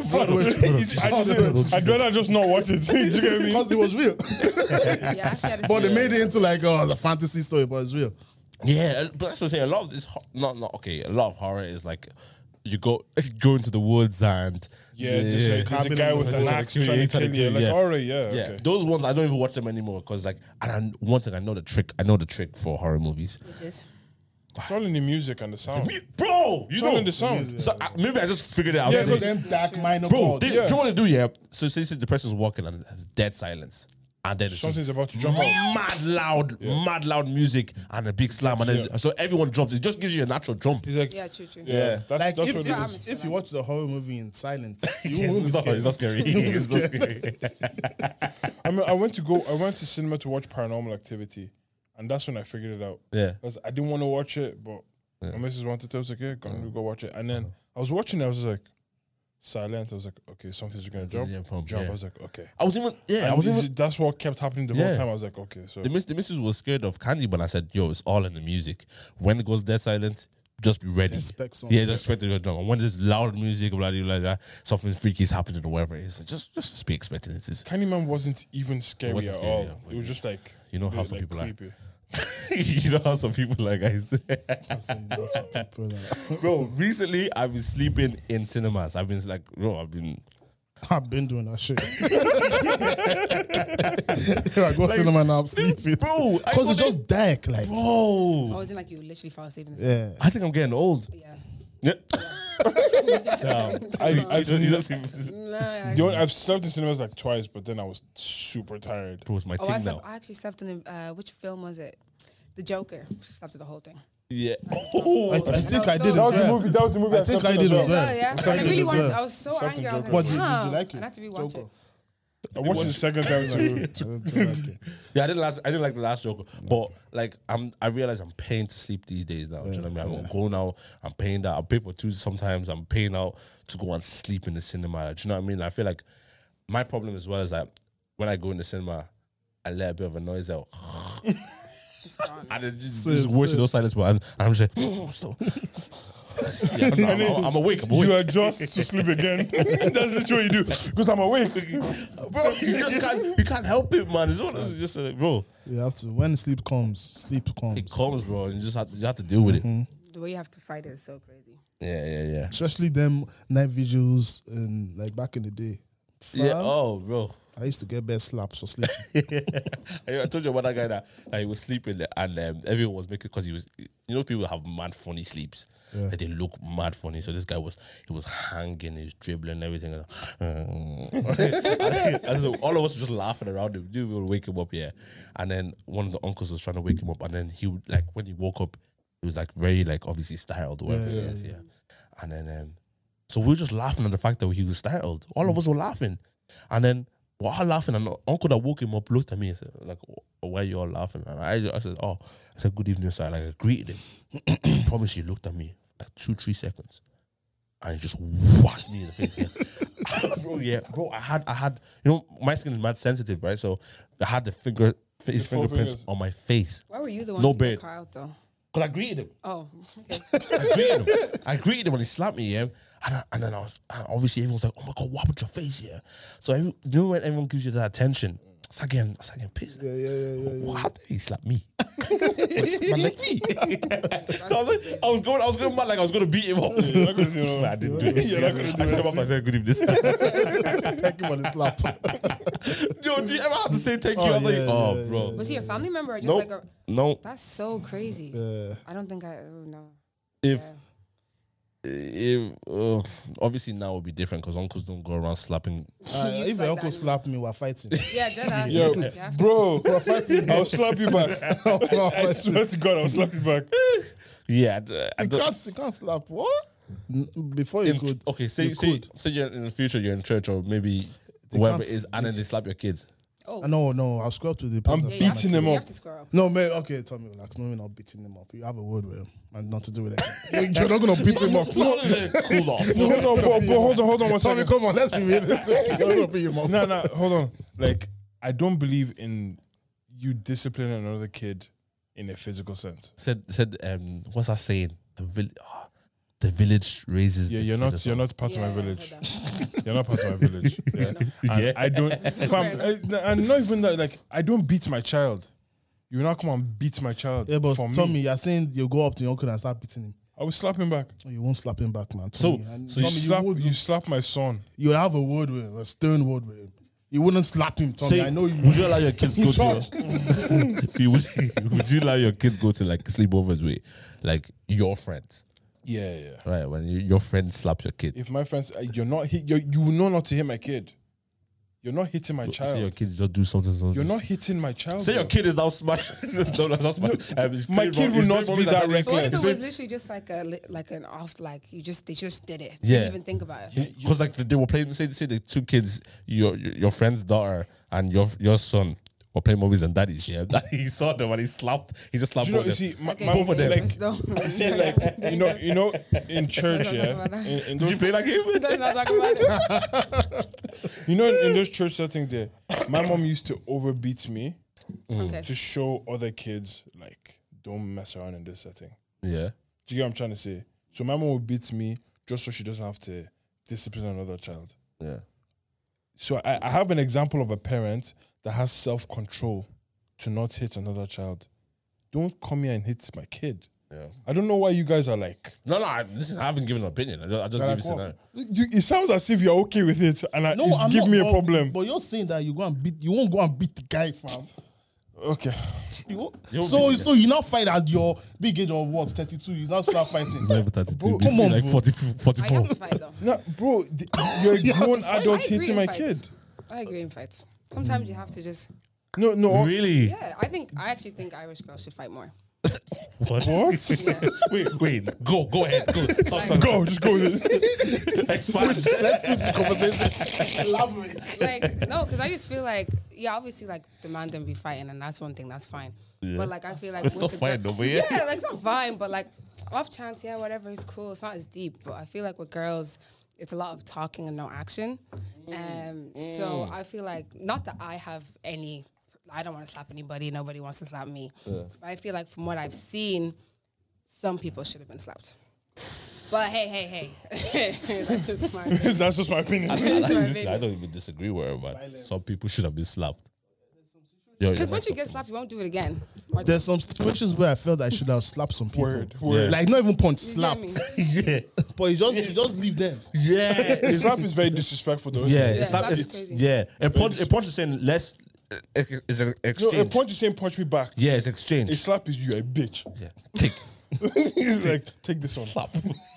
It's- I just- I'd rather just not watch it. Do you get me?
because it was real.
Yeah, I actually had to
but
see
they made it into like oh the fantasy story, but it's real.
Yeah, uh, but that's what I'm saying. A lot of this, ho- not not okay. A lot of horror is like you go go into the woods and
Yeah, just like there's a guy with an axe trying to kill you. Like,
yeah.
alright, yeah,
yeah.
okay.
Those ones I don't even watch them anymore because like and I, one thing I know the trick. I know the trick for horror movies,
images.
It's all in the music and the sound.
Me- bro. You
It's
know
all in the sound.
So I, maybe I just figured it out.
Yeah,
today.
'cause-
Them dark minor
bro,
chords.
this, do you want to do? Yeah. So since the person's walking and there's dead silence, and then it's just
Something's about to jump out.
mad loud, mad loud music and a big slam, and then so everyone jumps. It just gives you a natural jump.
He's like,
Yeah, true, true.
yeah, that's
Like
that's
if,
what
if,
it
I'm-
is.
if you watch the horror movie in silence, you
Yes,
won't be
it's, not,
scared.
it's not scary. It's not scary.
I mean, I went to go. I went to cinema to watch Paranormal Activity, and that's when I figured it out.
Yeah.
'Cause I didn't want to watch it, but my missus wanted to. I was like, yeah, go, go watch it. And then
Uh-huh.
I was watching. it, I was like, silent. I was like, okay, something's gonna jump,
yeah, pump,
jump.
yeah.
I was like, okay.
I was even yeah. I
And
was
this-
even
that's what kept happening the
Yeah.
whole time. I was like, okay, so
the miss the missus was scared of candy, but I said, yo, it's all in the music. When it goes dead silent, just be ready.
Expect something.
yeah, just expect to jump. And when there's loud music, blah, blah, blah, blah, something freaky is happening or whatever it is, just just be expecting it. It's,
Candyman wasn't even scary
wasn't
at
scary,
all.
yeah, but
it was just like
you know how
like
some people are.
creepy.
you know how some people like guys.
That's what people are-
Bro, recently I've been sleeping in cinemas. I've been like, bro, I've been
I've been doing that shit. I go to cinema now, I'm sleeping.
Bro, I
because
go
it's
there-
just dark. Like,
Oh
I was in like you literally fell asleep in this.
yeah,
I think I'm getting old.
Yeah.
Yeah.
I, I,
You don't- you don't see-
Nah, I,
the only, I've slept in cinemas like twice, but then I was super tired.
Bro, it's my
oh, I,
thing
slept,
now.
I actually slept in the, uh, which film was it? The Joker. Slept through the whole thing.
Yeah. Oh,
I, I think
No,
I
so-
did
That
as
was the
well.
movie. That was the movie.
I think
slept
I
in
did
as
as
well.
well.
Oh, yeah.
Something
I really
as
wanted.
well.
I was so
Something
angry. I was
Joker.
like,
What did, did
damn,
you like it?
I had to rewatch
Joker.
it.
I watched it the second time to,
I don't like it.
Yeah, I didn't last. I didn't like the last Joker, but like I'm, I realize I'm paying to sleep these days now. Do you know what I mean? I'm going out. I'm paying that. I pay for two sometimes. I'm paying out to go and sleep in the cinema. Do you know what I mean? I feel like my problem as well is that when I go in the cinema, I let a bit of a noise out.
It's gone.
And then just,
Same,
just watching
same.
those silence, but I'm, I'm just like, "Mm, stop. yeah, I'm, I'm- I'm- I'm awake. I'm awake.
you adjust to sleep again. That's literally what you do. Because I'm awake.
bro, you just can't. You can't help it, man. It's, all, it's just like, bro.
You have to. When sleep comes, sleep
It
comes.
comes, bro. And you just have, you have to deal with it.
The way you have to fight it is so crazy.
Yeah, yeah, yeah.
Especially them night vigils and like back in the day.
Yeah.
Fam,
Oh, bro.
I used to get bed slaps for sleeping.
I I told you about that guy that, that he was sleeping and um, everyone was making because he was you know people have mad funny sleeps like they look mad funny so this guy was he was hanging he was dribbling and everything and, um, and- and so all of us were just laughing around him dude we would wake him up yeah and then one of the uncles was trying to wake him up and then he would like when he woke up he was like very like obviously startled or whatever it is yeah and then um so we were just laughing at the fact that he was startled. All of us were laughing. And then we're all laughing. And the uncle that woke him up looked at me and said, like, "Wh- why are you all laughing? And I, I said, oh, I said, good evening, sir. Like, I greeted him. Promise you, he looked at me for like two, three seconds. And he just whacked me in the face. Yeah. bro, yeah. Bro, I had, I had, you know, my skin is mad sensitive, right? So I had the finger, his
four
fingerprints
fingers.
on my face.
Why were you the one
No
to get
bed.
car out though?
Because I greeted him.
Oh, okay.
I greeted him. I greeted him when he slapped me, yeah. And, I, and then I was and obviously everyone was like, "Oh my god, what happened to your face?" Yeah. So every, you know when everyone gives you that attention, it's like getting, it's like getting pissed. Yeah, yeah, yeah. How did he slap me? Man, like me. 'Cause I was like, I was going, I was going mad like I was going to beat him up.
You're not gonna do it.
I didn't do it.
You're not gonna do
I took him off. I said, "Good evening."
Thank you for the slap. Uh,
Yo, do you ever have to say thank you?
Oh,
I was like,
yeah,
"Oh,
yeah,
bro."
was he a family member or just
Nope.
like a?
No,
That's so crazy.
Yeah.
I don't think I oh, no.
if
Yeah.
if uh, obviously now would be different because uncles don't go around slapping
Uh,
You
if
said
your uncle
that.
slapped me, we're fighting.
Yeah, dead ass.
Yo,
Yeah.
bro, I'll slap you back. I swear to God, I'll slap you back.
Yeah, I d- I
you
don't-
can't, you can't slap. What? N- Before you
in-
could.
okay, say
you
say say you're in the future you're in church or maybe whoever it
can't-
is, and then they slap your kids.
Oh,
Uh, No, no, I'll scrub to the. person
I'm
that
you have
slapped
beating
to-
him
You
up.
have to square up.
me. No, man. Okay, Tommy, relax. No, we're not beating him up. You have a word with him, and not to do with it. You're not gonna beat him up.
No, cool off.
No, hold on, but, but hold on, hold on one
Tommy,
second.
come on. Let's be realistic. You're not gonna beat him up.
No, no, hold on. Like, I don't believe in you discipline another kid in a physical sense.
Said said um what's that saying? The village ah the village raises
Yeah,
the
you're
kid or
not you're
something.
not part
Yeah,
of
yeah,
my
I heard
village.
that.
You're not part of my village. Yeah. And
Yeah.
I don't fam,
fair
I, and not even that like I don't beat my child. You now come and beat my child.
Yeah, but
for
Tommy,
me.
you're saying you go up to your uncle and start beating him.
I will slap him back.
You won't slap him back, man.
So-
Tommy, and
so
You
you
Tommy,
slap
would-
you slap my son.
You'll have a word with him, a stern word with him. You wouldn't slap him, Tommy. I know you.
Would you allow your kids go to?
George.
your- If you would, would you allow your kids go to like sleepovers with like your friends?
Yeah, yeah.
Right when you, your friend slaps your kid,
If my friends, uh, you're not hit, you're, you know not to hit my kid. You're not hitting my
So your
child.
kids just do something. something.
You're not hitting my child.
Say your
bro.
kid is now smash. no, no, not smash. Um, he's
my
playing
kid
rub-
will
he's
not
playing rubbies
be that
and-
So what if it
reckless.
was literally just like a li- like an off like you just they just did it.
Yeah.
Didn't even think about it.
Because like they were playing, say, say the two kids, your your your friend's daughter and your your son were playing movies and daddies. Yeah, he saw them and he slapped. He just slapped
Do you know?
both of
You
them.
see, my,
Okay,
my,
Both of them.
like,
dangerous though.
I see, like, you know, you know, in church,
Don't talk
yeah,
about that.
in, in
Did you
those,
play that game?
Let's not talk about it.
you know, in those church settings, there, my mom used to overbeat me
Okay.
to show other kids, like, don't mess around in this setting.
yeah.
Do you get what I'm trying to say? So my mom would beat me just so she doesn't have to discipline another child.
Yeah.
So I, I have an example of a parent that has self control to not hit another child. Don't come here and hit my kid.
Yeah.
I don't know why you guys are like.
No, no. I, listen, I haven't given an opinion. I just, I just
Like
give you
what?
scenario.
You, it sounds as if you're okay with it, and I,
No,
it's
I'm
give
not,
me a
but-
problem.
But you're saying that you go and beat. You won't go and beat the guy, fam.
okay,
You won't-
You won't
so
beat the
so you now fight at your big age of what thirty two. You now start fighting.
Level 32.
Bro,
you
come
feel
on,
like
bro.
40,
I
44.
have to fight though.
no, bro, th- you're a grown
I
adult
agree
hitting
in
my
fights.
kid.
I agree in fights. Sometimes you have to just
No, no,
Really?
yeah. I think I actually think Irish girls should fight more.
What? wait, wait. Go, go ahead. Go. Talk, talk,
go, just go with it.
talk. Expand.
Let's switch the conversation. Elaborate.
like no, because I just feel like yeah, obviously like the man don't be fighting, and that's one thing that's fine. But like I feel like
It's
with
not
the
fine
girl-
over here.
Yeah, like it's not fine, but like off chance, yeah, whatever, it's cool. It's not as deep, but I feel like with girls, it's a lot of talking and no action. Um,
Mm.
so I feel like not that I have any. I don't want to slap anybody. Nobody wants to slap me. But I feel like from what I've seen, some people should have been slapped. But hey, hey, hey. That's just my opinion.
That's just my
I
opinion.
don't, I,
Right,
don't even,
maybe.
I don't even disagree with her, man. Some people should have been slapped.
Because once you get slapped, you won't do it again. Or-
There's some situations where I felt I should have slapped some people.
Word, word.
Like not even punch,
You get me?
slapped.
yeah,
But you just you just leave them.
yeah,
Slap is very disrespectful, though. isn't
yeah.
it?
Yeah,
It's not,
slap is
it's,
crazy.
yeah. A punch, a punch is saying less. It's an
No,
exchange.
a point you saying punch me back.
yeah, it's
A
exchange.
slap is you a bitch.
yeah, take
He's like, take this one.
slap.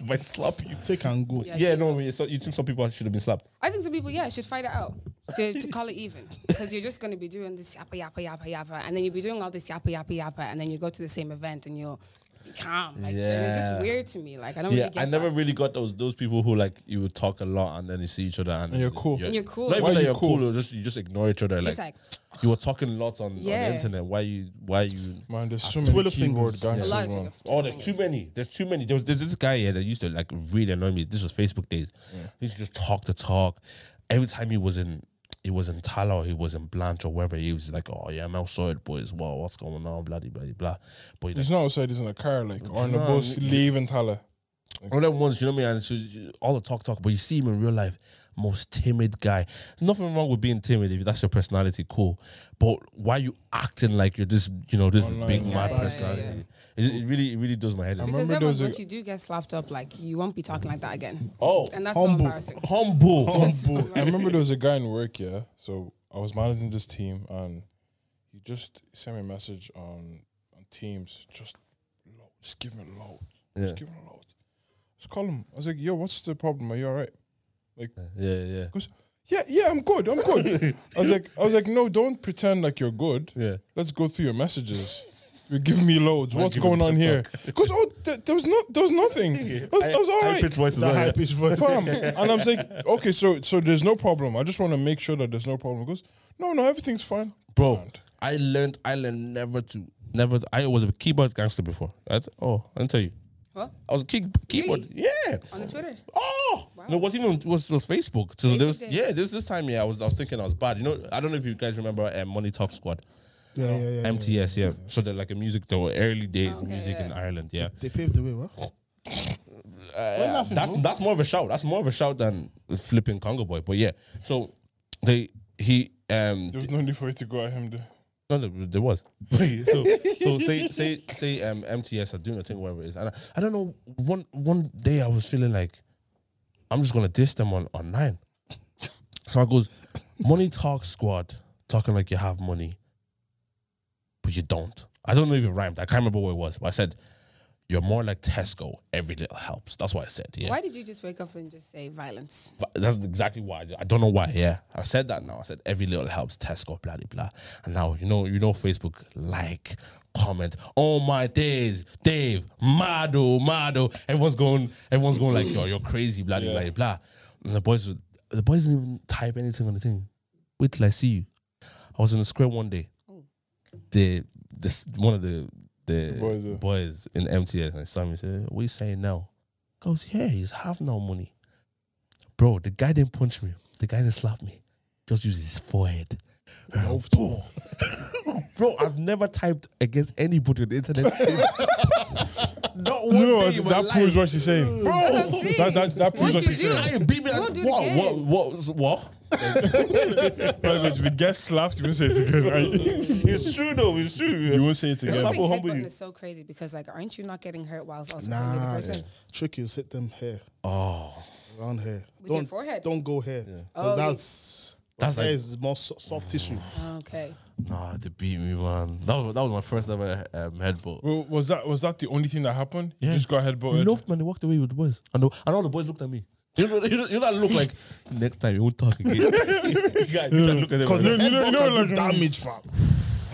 By slap you.
Take and go.
Yeah.
Yeah, no. I mean, so you think some people should have been slapped?
I think some people, yeah, should fight it out to, to call it even. Because you're just going to be doing this yappa, yappa, yappa, yappa. And then you'll be doing all this yappa, yappa, yappa. And then you go to the same event and you'll be calm. Like, it was just
Yeah.
weird to me. Like, I don't
Yeah,
really get
I never
that.
really got those those people who like you would talk a lot and then you see each other and,
you're cool.
And you're cool.
Not even
Why
that
you
you're
cool?
cool. or just you just ignore each other. Like,
Just like,
you were talking lots on, on
Yeah.
the internet. Why you? Why you?
Man, there's so
Twiddle
many keyboard
fingers.
a
gangsters,
lot of
man.
finger-
Oh, there's too many. There's too many. There was, there's this guy here that used to like really annoy me. This was Facebook days. He used to just talk to talk. Every time he was in, he was in Tala or he was in Blanche or wherever. He was like, "Oh yeah, I'm outside, boys. Wow, what's going on? Blah blah blah." blah. But he, like,
He's not outside, he's in a car, like, or on a
No,
bus,
you-
leaving Tala.
all them ones, you know what I mean? And so, you- all the talk talk, but you see him in real life, most timid guy. Nothing wrong with being timid if that's your personality, cool. But why you acting like you're this, you know, this
Online,
big
yeah.
mad
Yeah, yeah,
personality? It, it really, it really does my head in.
because
remember
then
there was
once
a-
you do get slapped up, like, you won't be talking like that again.
Oh,
And that's Oh, so
humble.
embarrassing.
humble.
Humble. I remember there was a guy in work, yeah. So I was managing this team, and he just sent me a message on on Teams, just loud, just give me a loud,
Yeah.
just give me a loud. Just call him. I was like, yo, what's the problem? Are you all right?
Yeah, yeah,
He goes, yeah, yeah, I'm good, I'm good. I was like, I was like, no, don't pretend like you're good.
yeah.
Let's go through your messages. You're giving me loads. What's
give him
going on
pep
here? Because oh, th- there was not, there was nothing. That was, that was all right.
High pitched voice as
That
well.
high
Yeah.
pitched voice.
Fam. And I'm like, okay, so so there's no problem. I just want to make sure that there's no problem. He goes, no, no, everything's fine.
Bro, I learned, I learned never to, never. I was a keyboard gangster before. Right? Oh, I'll tell you.
What?
I was a key, keyboard. Yeah.
On the Twitter?
Oh no, it wasn't even it was it was Facebook. So there was
Facebook days.
yeah, this this time yeah, I was I was thinking I was bad. You know, I don't know if you guys remember um, Money Talk Squad.
Yeah, yeah, yeah. yeah.
MTS, yeah. So they're like a music, they were early days
Okay,
music
yeah.
in Ireland, yeah.
They paved the way, what?
Yeah, that's that's more of a shout. That's more of a shout than flipping Congo boy. But yeah, so they he um
There was no need for you to go at him there.
no there, there was so so say say say um MTS are doing a thing whatever it is and I, I don't know one one day I was feeling like I'm just gonna diss them on online. So I goes money talk squad talking like you have money, but you don't. I don't know if it rhymed. I can't remember what it was, but I said. You're more like Tesco. Every little helps. That's what I said. Yeah.
Why did you just wake up and just say violence?
But That's exactly why. I did- I don't know why. Yeah, I said that now. I said every little helps. Tesco, blah blah blah. And now you know, you know, Facebook like, comment. Oh my days, Dave, Mado, Mado. Everyone's going, everyone's going like, yo, you're crazy, blah blah blah blah. And the boys, would- the boys didn't even type anything on the thing. Wait till I see you. I was in the square one day. The this one of the the
Boys, yeah.
boys in MTS and saw me and said, "What you saying now?" Goes, yeah, he's have no money. Bro, the guy didn't punch me. The guy didn't slap me. Just used his forehead. Boom. Bro, I've never typed against anybody on the internet. since. Not one
You know
day in
what?
my
That
life.
proves what she's saying.
Bro,
That's what I'm saying.
That- that- that proves
Once
what
you
you
do
said.
I beat me
Don't
like,
do it
what,
again.
what, what, what?
But if it gets slapped, you won't say it again, right?
It's true though, it's true.
You won't say
I
it
It's
again.
not-
think
will humble
headbutting
you.
is so crazy because like, aren't you not getting hurt whilst also hurting the
Nah,
person?
trick is hit them here.
Oh,
Around here.
With
don't,
your forehead?
Don't go here.
Oh,
Because
you-
that's,
That's
that's
like-
more so- soft tissue.
Okay.
nah, they beat me, man. That was, that was my first ever um, headbutt.
Well, was that was that the only thing that happened? You
Yeah.
just got
He
headbutted.
laughed, man. He walked away with the boys. And, the, and all the boys looked at me. You know, you know, you know that look like, next time you won't talk again. you guys, you guys look at them
Because
like-
you
you know-
know,
you know, like-
damage, fam.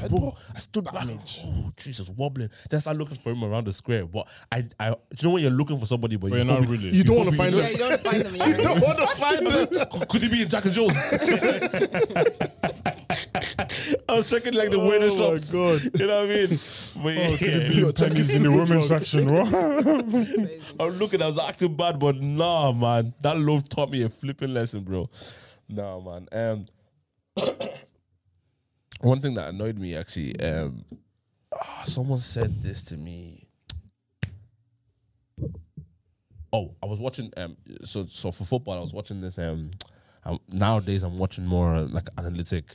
Bro, I stood back. Oh, Jesus, wobbling. Then I started looking for him around the square. But I, I, do you know when you're looking for somebody, but,
But
you
you're not
probably-
really.
You don't want to find
Yeah,
them.
you don't find them. in your-
don't want to find them.
Could- Could he be in Jack and Jones? I was checking like the weirdest
Oh my
shops.
God.
You know what I mean? But yeah,
Your
Pennies
Chinese
in the
food
women's
truck.
section. What?
I'm looking. I was acting bad, but nah, man. That love taught me a flipping lesson, bro. Nah, man. Um, one thing that annoyed me actually. Um, ah, someone said this to me. Oh, I was watching. Um, so so for football, I was watching this. Um, um, nowadays I'm watching more uh, like analytic.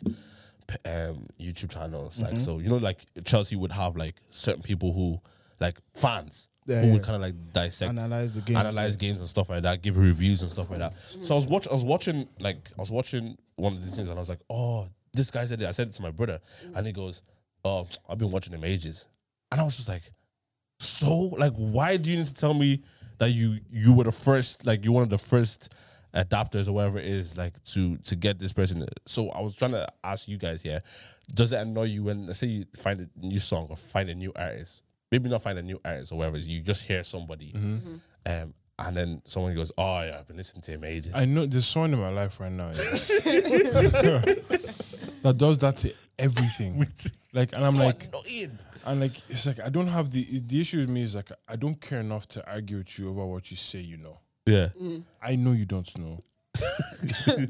p- Um, YouTube channels
Mm-hmm.
like so you know like Chelsea would have like certain people who like fans
Yeah,
who would
yeah.
kind of like dissect
Analyze the games,
analyze games and stuff like that, give reviews and stuff like that. So I was watch, I was watching, like I was watching one of these things, and I was like, oh, this guy said it. I said it to my brother, and he goes, oh, I've been watching him ages, and I was just like, so like, why do you need to tell me that you you were the first, like you one of the first adapters or whatever it is, like to to get this person. So I was trying to ask you guys here, does it annoy you when let's say you find a new song or find a new artist? Maybe not find a new artist or whatever. it is, You just hear somebody, um, and then someone goes, "Oh yeah, I've been listening to him ages."
I know there's someone in my life right now yeah. that does that to everything. Like, and I'm like,
annoying.
and like, it's like I don't have the the issue with me is like I don't care enough to argue with you over what you say. You know,
yeah,
I know you don't know.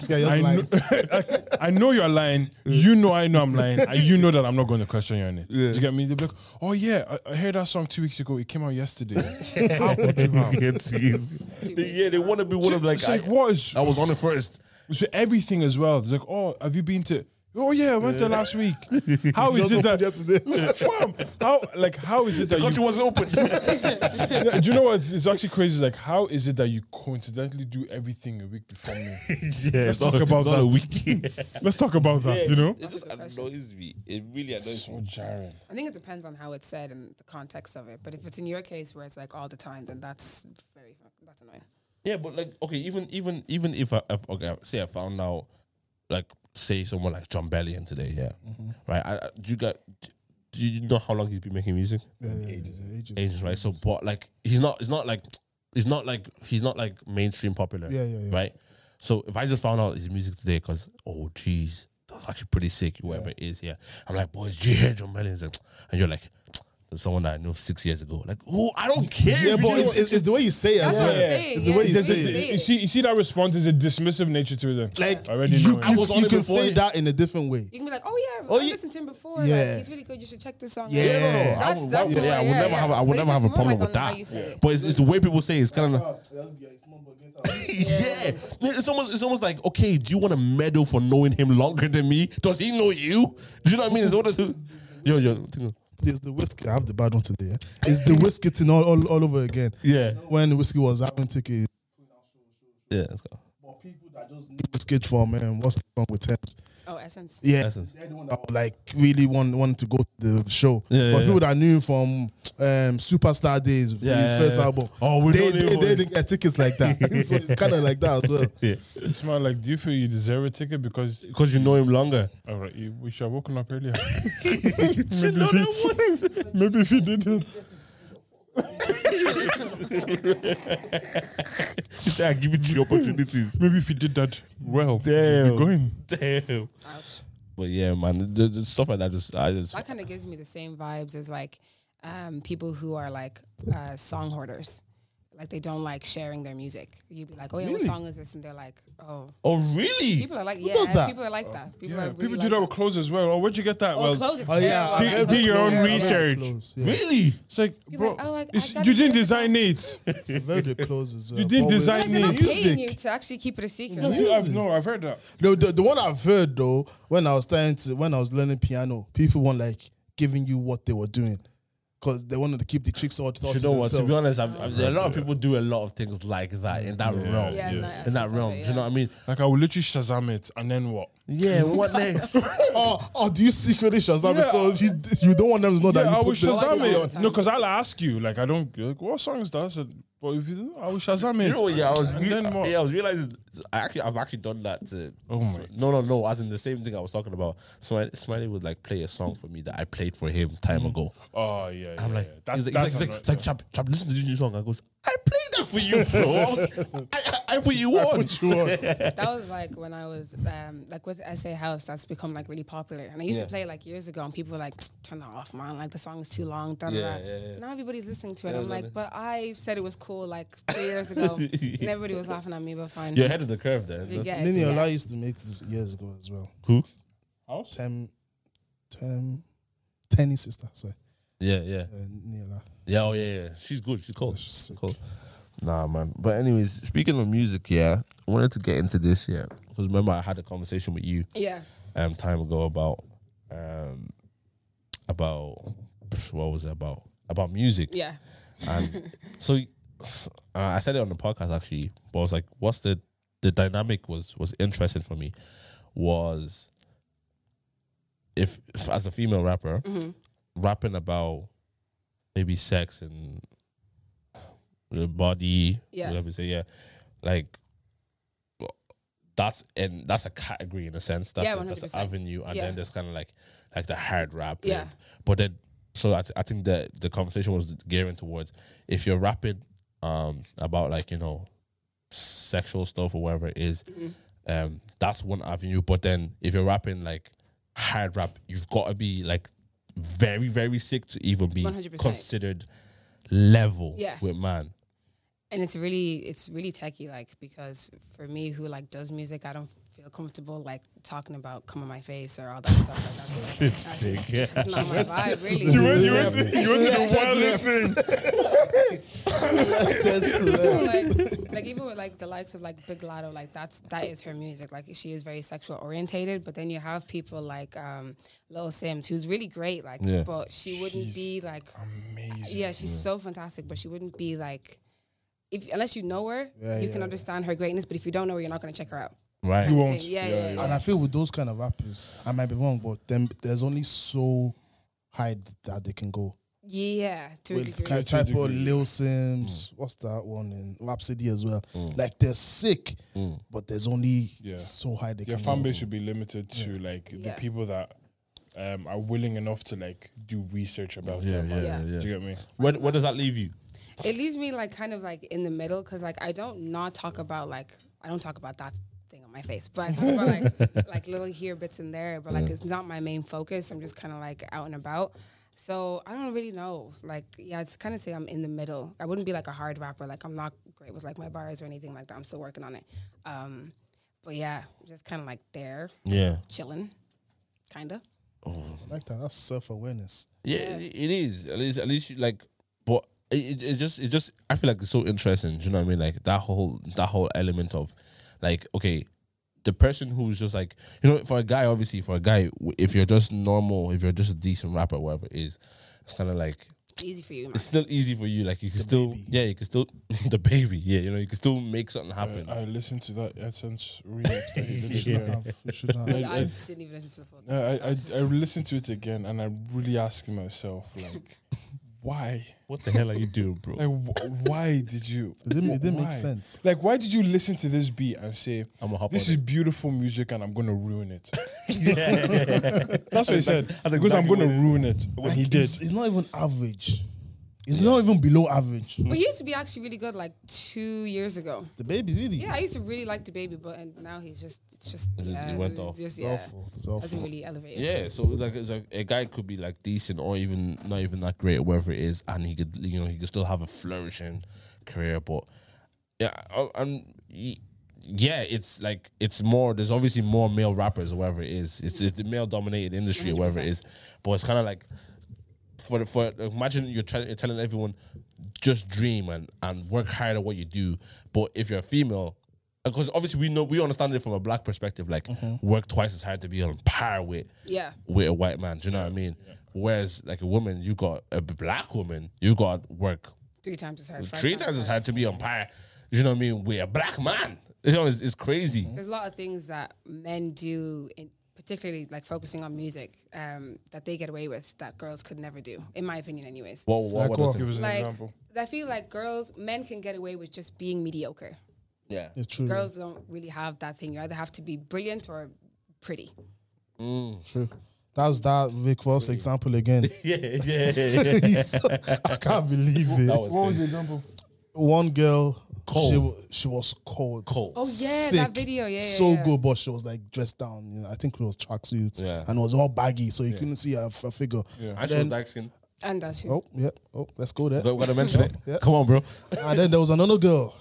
Yeah, you're
I know,
like,
I know you're lying. You know I know I'm lying. And you know that I'm not going to question you on it. Do you get me? They'll be like, oh yeah, I, I heard that song two weeks ago. It came out yesterday. How could you have?
yeah, they want to be one of like,
It's like,
I,
what is
I was on it first.
so everything as well? It's like, oh, have you been to? Oh yeah, I went there last week. How is it that? Fam, how like how is it that you?
Country wasn't open.
Do you know what? It's, it's actually crazy. Like how is it that you coincidentally do everything a week before me?
yeah,
Let's talk about that.
weekend.
Let's talk about that. You know.
it just annoys me. It really annoys me.
Jared.
I think it depends on how it's said and the context of it. But if it's in your case where it's like all the time, then that's very fuck- that's annoying.
Yeah, but like, okay, even even even if I if, okay, say I found out, like, say someone like John Bellion today, yeah,
mm-hmm.
right. I, I- do you got? Do you know how long he's been making music?
yeah, yeah, yeah, ages.
Asians, right? So, but like, he's not, he's not like, he's not like, he's not like mainstream popular,
Yeah, yeah, yeah.
right? So, if I just found out his music today, because oh, geez, that's actually pretty sick, whoever it is, yeah. I'm like, boys, do you hear John Mellon's? And you're like, than someone that I knew six years ago. Like, oh, I don't care.
Yeah,
if you
but
do
it's, it's, it's the way you say it
That's
as
what
well.
I'm saying,
It's the way
yeah,
you
it's
say
the way
it.
you
You see, you see that response is a dismissive nature to it. then.
Like
I already
you,
know.
you,
it.
was on
you
it
can
before
say
you.
that in a different way.
You can be like, oh yeah,
Oh,
I
yeah.
listened to him before.
Yeah.
Like, he's really good. You should check this song.
Yeah.
Like,
No, no, no.
I
That's,
would-
that's
yeah,
more,
I would
yeah,
never
yeah.
have. I would
But
never
if
have
it's
a
more
problem
like
with
on how
that.
you say it.
But it's, it's the way people say it. it's kind of like,
That's
yeah. It's almost it's almost like okay, do you want a medal for knowing him longer than me? Does he know you? Do you know what I mean? It's one of the yo yo. think-
It's the whiskey. I have the bad one today. yeah. It's the whiskey thing all, all, all over again.
Yeah,
When whiskey was having tickets,
yeah. Let's go.
but people that just need whiskey from um, what's the song with Thames?
Oh, essence.
Yeah,
Essence.
they're the one that like really want wanted to go to the show.
Yeah,
but
yeah,
people that knew him from um, Superstar days,
Yeah,
the
yeah,
first
yeah.
album.
Oh, we
they,
don't
they,
even-
they didn't get tickets like that. so it's kind of like that as well.
Yeah,
It's more like, do you feel you deserve a ticket because
because you know him longer.
all right, you, we should have woken up earlier? maybe, if you, maybe if you didn't.
You say I give you three opportunities.
Maybe if you did that well,
Damn.
you're going.
Damn.
Ouch.
But yeah, man, the, the stuff like that just I just
That kind of gives me the same vibes as like um, people who are like uh, song hoarders. Like they don't like sharing their music. You'd be like, oh yeah, what
Really?
song is this? And they're like, oh.
oh really?
People are like, yeah.
does that?
People are like that. People
Yeah,
are really
people
like
do that with clothes as well. Oh, where'd you get that?
Oh,
well,
clothes is
Oh yeah,
terrible.
Do- do your own
Yeah.
research.
Yeah.
Really?
it's like,
You're
bro,
like, oh, I- I
it's-
got
you
it.
didn't design it.
They're Very close as well.
You didn't
But with
design
Like, they're not paying you
music.
to actually keep it a secret.
No,
Like,
you- I've, no, I've heard that.
No, the, the one I've heard though, when I was starting to, when I was learning piano, people weren't like giving you what they were doing because they wanted to keep the chicks all, all
Do
to
you know what? To be
themselves.
honest, I've, I've, a lot of people do a lot of things like that in that realm.
Yeah, no,
in that
essence of
realm,
it,
do you know
yeah.
what I mean?
Like, I will literally Shazam it, and then what?
Yeah. What next?
Oh, oh, do you secretly Shazam?
Yeah.
So you, you don't want them to know that
Yeah,
you
I
put
will
the-
Shazam
all
it.
the time.
No, because I'll ask you. Like, I don't. Like, what song is that? I said, but if you don't, I will Shazam it.
You know, what, yeah, I was,
And then what?
yeah, I was realizing. I actually, I've actually done that. To,
Oh my-
No, no, no. As in the same thing I was talking about. Smiley, Smiley would like play a song for me that I played for him time ago.
Oh yeah, yeah.
I'm like,
yeah. That-
he's like,
that's
he's like, he's like,
annoying.
he's like Chap, Chap, listen to this new song. I goes, I played that for you, bro. I, I, I put you on.
put you on.
that was like when I was um, like with SA House. That's become like really popular, and I used
Yeah.
to play it, like years ago, and people were like, "Turn that off, man! Like the song is too long." Da, da,
Yeah,
da.
yeah, yeah.
Now everybody's listening to it. I'm like, but I said it was cool like three years ago, and everybody was laughing at me. But fine,
You're ahead of the curve there.
You get it,
Nini
yeah.
Ola used to make this years ago as well.
Who?
House?
Tem, Tem, Tenny sister. Sorry,
Yeah, yeah.
uh, Nini Ola.
Yeah, oh yeah, yeah. She's good. She's cool.
She's sick.
cool. Nah, man. But anyways, speaking of music, yeah, I wanted to get into this, yeah, because remember I had a conversation with you
yeah,
um time ago about um about what was it about about music
yeah.
and so s- uh, I said it on the podcast actually, but I was like, what's the the dynamic was was interesting for me was if, if as a female rapper
Mm-hmm.
rapping about maybe sex and the body,
Yeah.
whatever you say, yeah, like that's and that's a category in a sense. That's,
Yeah,
a, that's an
100%.
avenue, and
Yeah.
then there's kind of like like the hard rap. and-
Yeah.
but then, so I, th- I think that the conversation was gearing towards if you're rapping um about like you know sexual stuff or whatever it is,
Mm-hmm.
um that's one avenue. But then if you're rapping like hard rap, you've got to be like very very sick to even be
100%.
considered level
Yeah.
with man.
and it's really it's really techie like because for me who like does music i don't feel comfortable like talking about come on my face or all that stuff like that it's not my vibe really
You went, you went, to, you went to the wildest thing.
like, like even with like the likes of like Big Lotto, like that's that is her music. Like she is very sexual orientated, but then you have people like um Lil Sims, who's really great, like
Yeah.
but she wouldn't be like
Amazing.
yeah, she's so fantastic, but she wouldn't be like if unless you know her, you can understand her greatness. But if you don't know her, you're not gonna check her out.
Right.
You won't.
Yeah, yeah, yeah.
And I feel with those kind of rappers, I might be wrong, but them there's only so high that they can go.
Yeah, to a
With
degree. Mm.
kind of
To a
type of
degree.
Lil Sims, what's that one in Rhapsody as well? Like they're sick,
Mm.
but there's only
Yeah.
so high they
Your
can
fan
go.
base should be limited to like the
Yeah.
people that um, are willing enough to like do research about them.
yeah,
Yeah.
yeah.
Do you get me?
Where, where does that leave you?
it leaves me like kind of like in the middle because like I don't not talk about like I don't talk about that thing on my face, but I talk about like like little here bits and there, but like it's not my main focus. I'm just kind of like out and about. So I don't really know. Like, yeah, I'd kind of say I'm in the middle. I wouldn't be like a hard rapper. Like, I'm not great with like my bars or anything like that. I'm still working on it. Um, but yeah, just kind of like there,
Yeah.
chilling, kind of.
I like that. That's self awareness.
Yeah, it it is. At least, at least, you, like, but it, it, it just, it just. I feel like it's so interesting. Do you know what I mean? Like that whole, that whole element of, like, okay, the person who's just like, you know, for a guy, obviously, for a guy, w- if you're just normal, if you're just a decent rapper, whatever it is, it's kind of like
It's easy for you, man.
it's still easy for you. Like you can still,
baby.
yeah, you can still, the baby, yeah, you know, you can still make something happen.
I, I listened to that EdSense remix. that he
You
did.
should have. You should have.
Like, I didn't even listen to the full.
No, I, I I listened to it again, and I'm really asking myself like, why?
what the hell are you doing, bro?
Like, wh- why did you?
It didn't, it didn't
why?
make sense.
Like, why did you listen to this beat and say,
I'm a hop
"This
on
is beautiful music, and I'm gonna ruin it"?
it.
That's what he said. because I'm
exactly
gonna
what
ruin it, and he
Like,
did.
It's, it's not even average. It's not even below average.
But he used to be actually really good like two years ago.
The baby really.
Yeah, I used to really like the baby, but and now he's just it's just
It- it
yeah,
went
it's
off.
Just,
It's
yeah,
awful. It's awful.
hasn't really elevated.
Yeah, so it's like it's like a guy could be like decent or even not even that great, wherever it is, and he could you know he could still have a flourishing career. But yeah, I- I'm y- yeah, it's like it's more. There's obviously more male rappers, or whatever it is. It's it's a male dominated industry, or whatever it is. But it's kind of like for for imagine you're trying you're telling everyone just dream and and work hard at what you do. But if you're a female, because obviously we know we understand it from a black perspective, like work twice as hard to be on par with
Yeah.
with a white man. Do you know what I mean? Whereas like a woman, you got a b- black woman, you got work
three times as hard. five
three times as
hard.
hard to be on par. You know what I mean? With a black man, you know it's, it's crazy.
There's a lot of things that men do, in particularly like focusing on music, um, that they get away with that girls could never do, in my opinion, anyways.
What what,
Like
what
what?
does
Give
the,
us an
like
example.
I feel like girls, men can get away with just being mediocre.
yeah
It's true.
Girls
Mm.
don't really have that thing. You either have to be brilliant or pretty.
True. That was that Rick Ross example again.
yeah yeah yeah. yeah.
I can't believe it.
That was
What was the example?
One girl,
Cold.
she wa- she was cold.
cold.
Oh yeah,
Sick.
that video, yeah, yeah,
so
yeah.
good, but she was like dressed down. You know, I think it was tracksuit,
Yeah.
and it was all baggy, so you couldn't see her, her figure.
And she was dark skinned.
And that too.
Oh yeah, oh let's go there.
Got, got to mention it.
Yeah.
Come on, bro.
and then there was another girl,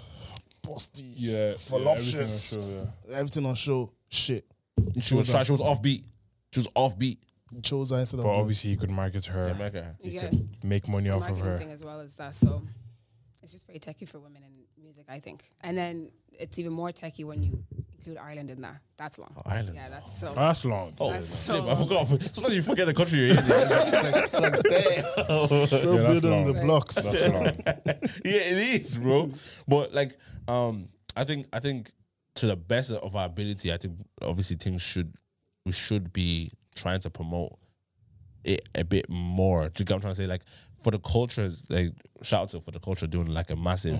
busty,
Yeah,
voluptuous,
Yeah, everything on show,
everything on show. Shit, he
She was
chose her.
try, she was offbeat. She was offbeat.
He chose her instead of
But
the-
obviously, he could market her,
America.
he
Yeah.
could make money off of
marketing
her.
thing as well as that. So it's just very techie for women in music, I think. And then it's even more techie when you include Ireland in that. That's long.
Ireland.
Yeah, that's so.
Oh, that's long.
Oh,
That's so
flip, I forgot. Sometimes you forget the country you're in. It's like, it's like, damn.
Still
Yeah, that's
building the
long.
blocks.
That's long.
yeah, it is, bro. but like, um, I think I think to the best of our ability, I think obviously things should we should be trying to promote it a bit more. Do you get what I'm trying to say? Like for the cultures, like shout out to for the culture doing like a massive,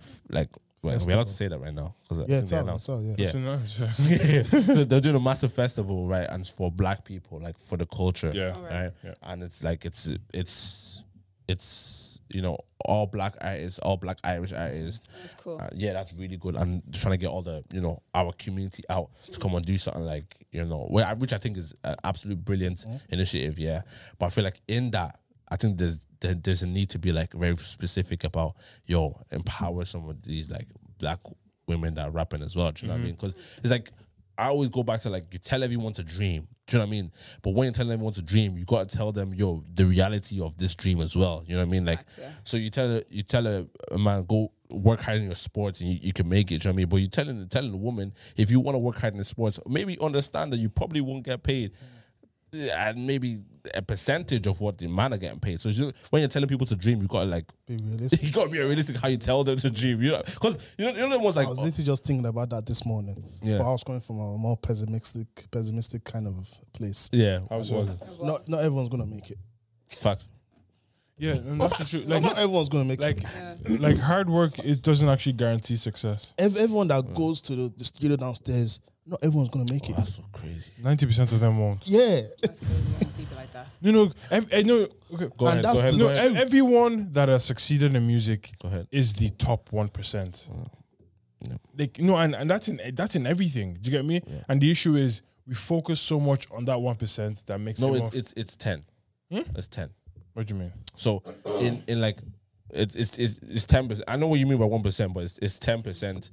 f- like well, we're allowed to say that right now because
Yeah,
I think
it's
they
all,
announced.
it's all, yeah.
Yeah.
So now it's just-
so they're doing a massive festival, right? And it's for black people, like for the culture.
Yeah.
Alright.
Right.
Yeah.
And it's like it's it's it's you know, all black artists, all black Irish artists.
That's cool.
Uh, yeah, that's really good. And trying to get all the, you know, our community out to come and do something like, you know, where- which I think is an absolute brilliant initiative. Yeah. But I feel like in that, I think there's there, there's a need to be like very specific about, yo, empower some of these like black women that are rapping as well. Do you know what I mean? Because it's like, I always go back to like, you tell everyone to dream. Do you know what I mean? But when you're telling everyone to dream, you got to tell them, yo, the reality of this dream as well. You know what I mean? Like,
Facts, yeah.
so you tell a- you tell a, a man go work hard in your sports and you, you can make it. do You know what I mean? But you telling telling a woman if you want to work hard in sports, maybe understand that you probably won't get paid, uh, and maybe a percentage of what the man are getting paid. So it's just- when you're telling people to dream, you gotta like
Be realistic.
you gotta be realistic how you tell them to dream. You know, because you know you know the ones like
I was
oh,
literally just thinking about that this morning.
Yeah.
But I was coming from a more pessimistic, pessimistic kind of place.
yeah,
How
what
so?
was it?
Not, not everyone's gonna make it.
Fact.
Yeah, and that's the truth. Like,
not everyone's gonna make
like,
it.
like hard work it doesn't actually guarantee success.
Ev- everyone that goes to the, the studio downstairs, not everyone's gonna make it.
That's so crazy.
Ninety percent of them won't.
Yeah,
That's crazy. when you Deep it like that.
No, no, ev- eh, no. Okay,
Go ahead.
And that's
go ahead.
the-
go
no.
ahead.
ev- everyone that has succeeded in music
Go ahead.
is the top one percent.
Oh, Yeah.
Like no, and, and that's in eh, that's in everything. Do you get me? And the issue is we focus so much on that one percent that makes
No,
it
it's
more-
Hmm?
it's it's ten. It's ten.
What do you mean?
So in in like it's it's it's it's ten percent. I know what you mean by one percent, but it's it's ten percent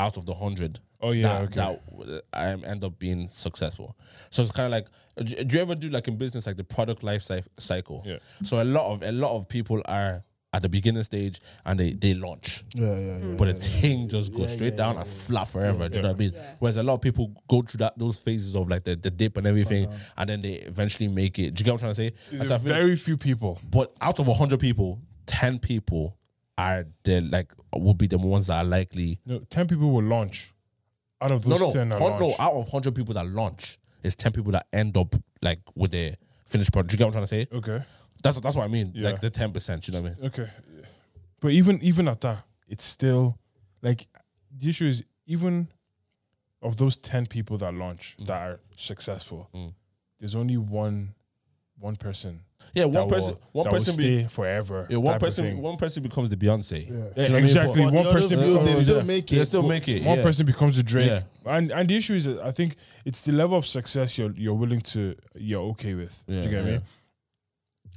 out of the hundred.
Oh, yeah,
that, that I am- end up being successful. So it's kind of like, uh, do- do you ever do like in business like the product life cy- cycle?
Yeah.
So a lot of a lot of people are at the beginning stage and they they launch.
Yeah, yeah, yeah.
But the thing just goes straight down and flat forever. Do you know what I mean? Whereas a lot of people go through that those phases of like the, the dip and everything,
Uh-huh.
and then they eventually make it. Do you get what I'm trying to say? And so I feel like-
Very few people.
but out of 100 people, 10 people are the like would be the ones that are likely.
No, ten people will launch. Out of
No,
those
no,
ten, that
hun- no.
launch.
Out of 100 people that launch, it's 10 people that end up like with their finished product. Do you get what I'm trying to say?
okay,
That's that's what I mean.
Yeah.
Like the 10. percent You know what I mean?
okay. But even even at that, it's still like the issue is even of those ten people that launch that are successful,
Mm.
there's only one one person
Yeah,
that
one person. one
will, that
person.
will
Be,
stay forever.
yeah, one
type of
person.
thing.
One person becomes the Beyonce. Do
Yeah,
yeah.
you know what I mean?
exactly.
But-
But
one
the
person
others,
becomes-
they still
Yeah.
make
They
it.
still make it.
one
yeah.
person becomes a Drake.
Yeah.
And and the issue is, that I think it's the level of success you're you're willing to you're okay with. Do
Yeah,
you get
yeah.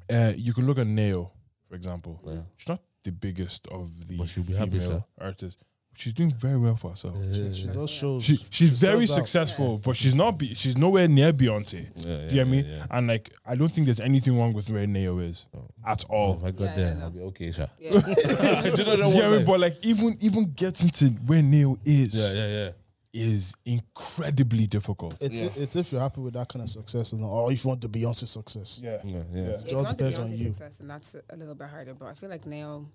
me? Uh, you can look at Neo, for example.
Yeah.
She's not the biggest of the
But she'll be
female
happy, sir.
artists. She's doing very well for herself.
She does shows.
She she's
sells
very
out.
successful, but she's not be, she's nowhere near Beyonce.
Yeah, yeah,
Do you get me?
yeah, yeah.
And like I don't think there's anything wrong with where Neo is at all.
Oh, If I got
Yeah,
there,
yeah,
I'll be okay, sir.
Yeah.
Do you know
Oh. Do you get me?
that one?
But like even even getting to where Neo
Yeah,
is
yeah, yeah.
is incredibly difficult.
It's it's if you're happy with that kind of success or not, or if you want the Beyonce success.
Yeah.
Yeah, yeah.
If
It all
you want the
depends on
Beyonce
you.
success, and that's a little bit harder. But I feel like Nail.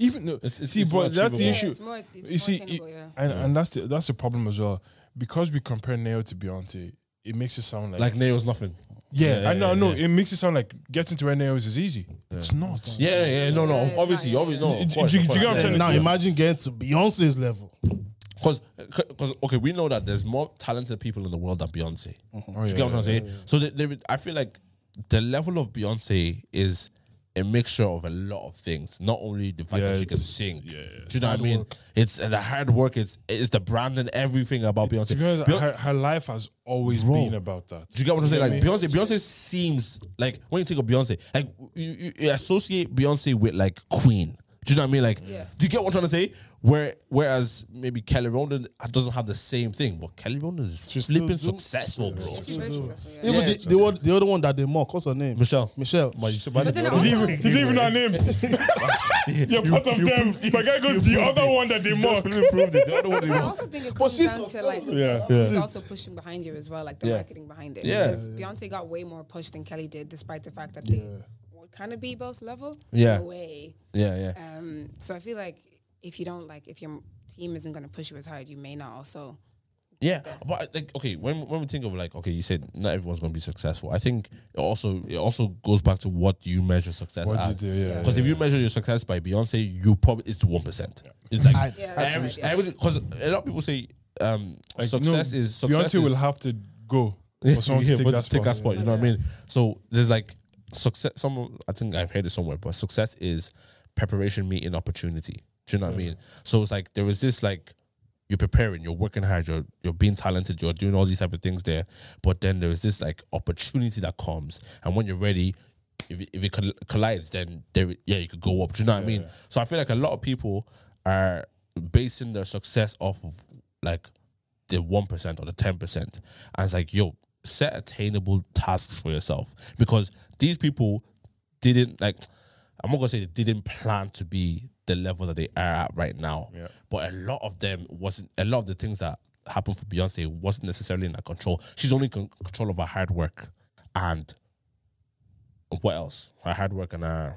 Even no,
It's- it's-
see,
it's more
but that's the
achievable.
Yeah,
issue.
it's more. It's
you
more
see,
attainable,
it-
yeah.
and, and that's the that's the problem as well because we compare Neo to Beyonce. It makes it sound like,
Like Neo's nothing.
yeah,
yeah,
I know,
yeah,
I know.
yeah.
It makes it sound like getting to where Neo is is easy. It's not.
Yeah, yeah, no, no.
Yeah, it's not,
obviously,
yeah,
obviously,
yeah.
no.
Do- do you- do you get what I'm
And
trying
now
Yeah.
imagine getting to Beyonce's level.
Because, because okay, we know that there's more talented people in the world than Beyonce.
Oh,
Do you
yeah,
get what I'm
yeah,
saying? So they, they, would- I feel like the level of Beyonce is a mixture of a lot of things. Not only the fact
Yeah,
that she can
it's-
sing.
yeah, yeah.
Do you know what I mean? It's uh, the hard work. It's it's the brand and everything about
To
Beyonce.
be honest,
Beyonce
her, her life has always been about that.
do you get what I'm saying?
Yeah,
Like
I mean-
Beyonce, Beyonce seems like when you think of Beyonce, like you, you, you associate Beyonce with like Queen. Do you know what I mean? Like,
Yeah.
do you get what I'm trying to say? Where whereas maybe Kelly Rowland doesn't have the same thing, but Kelly Rowland is
She's still
flipping
doing-
successful, bro.
She's very successful. Yeah.
Even
Yeah.
the, the, one- the other one that they mock, what's her name?
Michelle.
Michelle.
But you should buy
But
the
then
other
He
also-
one.
even- he didn't even know her name. You're part of them. My guy goes the other one that they mock.
The other one
But
is-
I also think it comes
she's
down to like
Yeah.
who's also pushing behind you as well, like the
Yeah.
marketing behind it.
Yeah.
Because Beyonce got way more push than Kelly did, despite the fact that they would kind of be both level.
Yeah.
In a way.
Yeah, yeah.
Um, so I feel like if you don't like, if your team isn't going to push you as hard, you may not also.
Yeah, but like okay, when when we think of like okay, you said not everyone's gonna be successful. I think it also it also goes back to what you measure success
What
as.
do you do? Yeah,
Because if you measure your success by Beyonce, you probably it's one percent. It's like
Tight.
Yeah, that's
every-
right, yeah.
everything because a lot of people say um,
Like, no,
success is success
Beyonce
is,
will have to go for someone
Yeah,
to
but
take that
to take
spot.
You know what I mean? So there's like success. Some I think I've heard it somewhere, but success is preparation meeting opportunity. Do you know what I mean? So it's like there is this like you're preparing, you're working hard, you're you're being talented, you're doing all these type of things there. But then there is this like opportunity that comes, and when you're ready, if it, if it coll- collides, then there yeah you could go up. Do you know what I mean? So I feel like a lot of people are basing their success off of like the one percent or the ten percent, and it's like yo set attainable tasks for yourself because these people didn't like I'm not gonna say they didn't plan to be the level that they are at right now,
Yeah.
but a lot of them wasn't a lot of the things that happened for Beyonce wasn't necessarily in her control. She's only con- control of her hard work and what else? Her hard work and her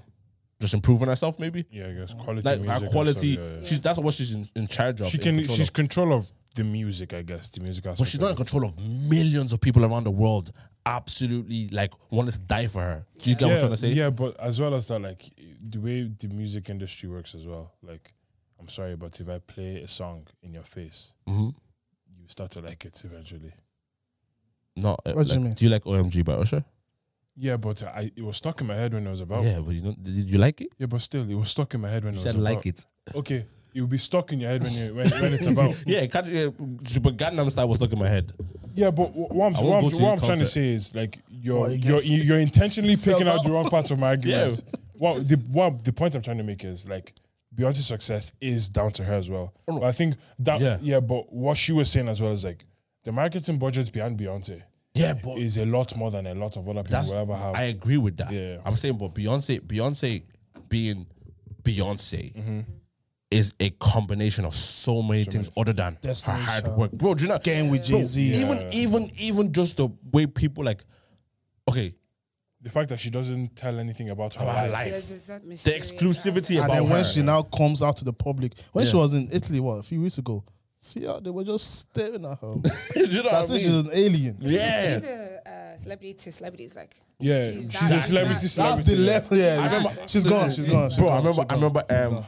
just improving herself, maybe.
Yeah, I guess quality.
Like
music
her
and
quality,
stuff, yeah, yeah.
she's that's what she's in, in charge of.
She
in
can.
control
She's
of.
control of the music, I guess. The music aspect.
but she's
of
not in
it.
control of millions of people around the world. Absolutely, like wanted to die for her. Do you get what I'm
yeah,
trying to say?
yeah, but as well as that, like the way the music industry works as well. Like, I'm sorry, but if I play a song in your face,
Mhm.
you start to like it eventually.
No, uh,
What
like,
do you mean?
do you like OMG by Usher?
Yeah, but I it was stuck in my head when I was about. Yeah,
Yeah, but you don't. Did you like it?
but still, it was stuck in my head when
You
I was
said
about.
like it.
Okay, it will be stuck in your head when you when, when it's about.
Yeah, catch, yeah, but Gangnam Style was stuck in my head.
Yeah, but wh- what I'm,
I
what
won't go
I'm,
to his
what I'm trying to
concert.
say is like you're
Well, it
you're,
gets-
you're intentionally
sells
picking out
out.
the wrong part of my argument. Well, the what the point I'm trying to make is like Beyonce's success is down to her as well. But I think that
Oh, Yeah.
yeah. but what she was saying as well is like the marketing budget behind Beyonce
Yeah, but
is a lot more than a lot of other people
that's
will ever have.
I agree with that.
Yeah.
I'm saying, but Beyonce, Beyonce being Beyonce
Mm-hmm.
is a combination of so many things other than her
Destiny's
hard
Child.
work, bro. Do you know?
Game with
Bro,
Jay-Z.
Even even even just the way people like, okay,
the fact that she doesn't tell anything about her
About her
life.
life.
There's- there's that
the
mysterious um,
exclusivity
and
about
then when
her.
she now comes out to the public, when she
Yeah.
was in Italy, what a few weeks ago, see how they were just staring at her.
Do you know what I
That's if she's
mean?
an alien.
Yeah.
element. She's a uh, celebrity to celebrities. Like,
Yeah,
She's
she's,
that-
a celebrity.
that's
celebrity
That's the
yeah.
level. Yeah, she's gone. She's gone. She's
bro. I
gone,
remember.
she's
I
gone.
remember. Um,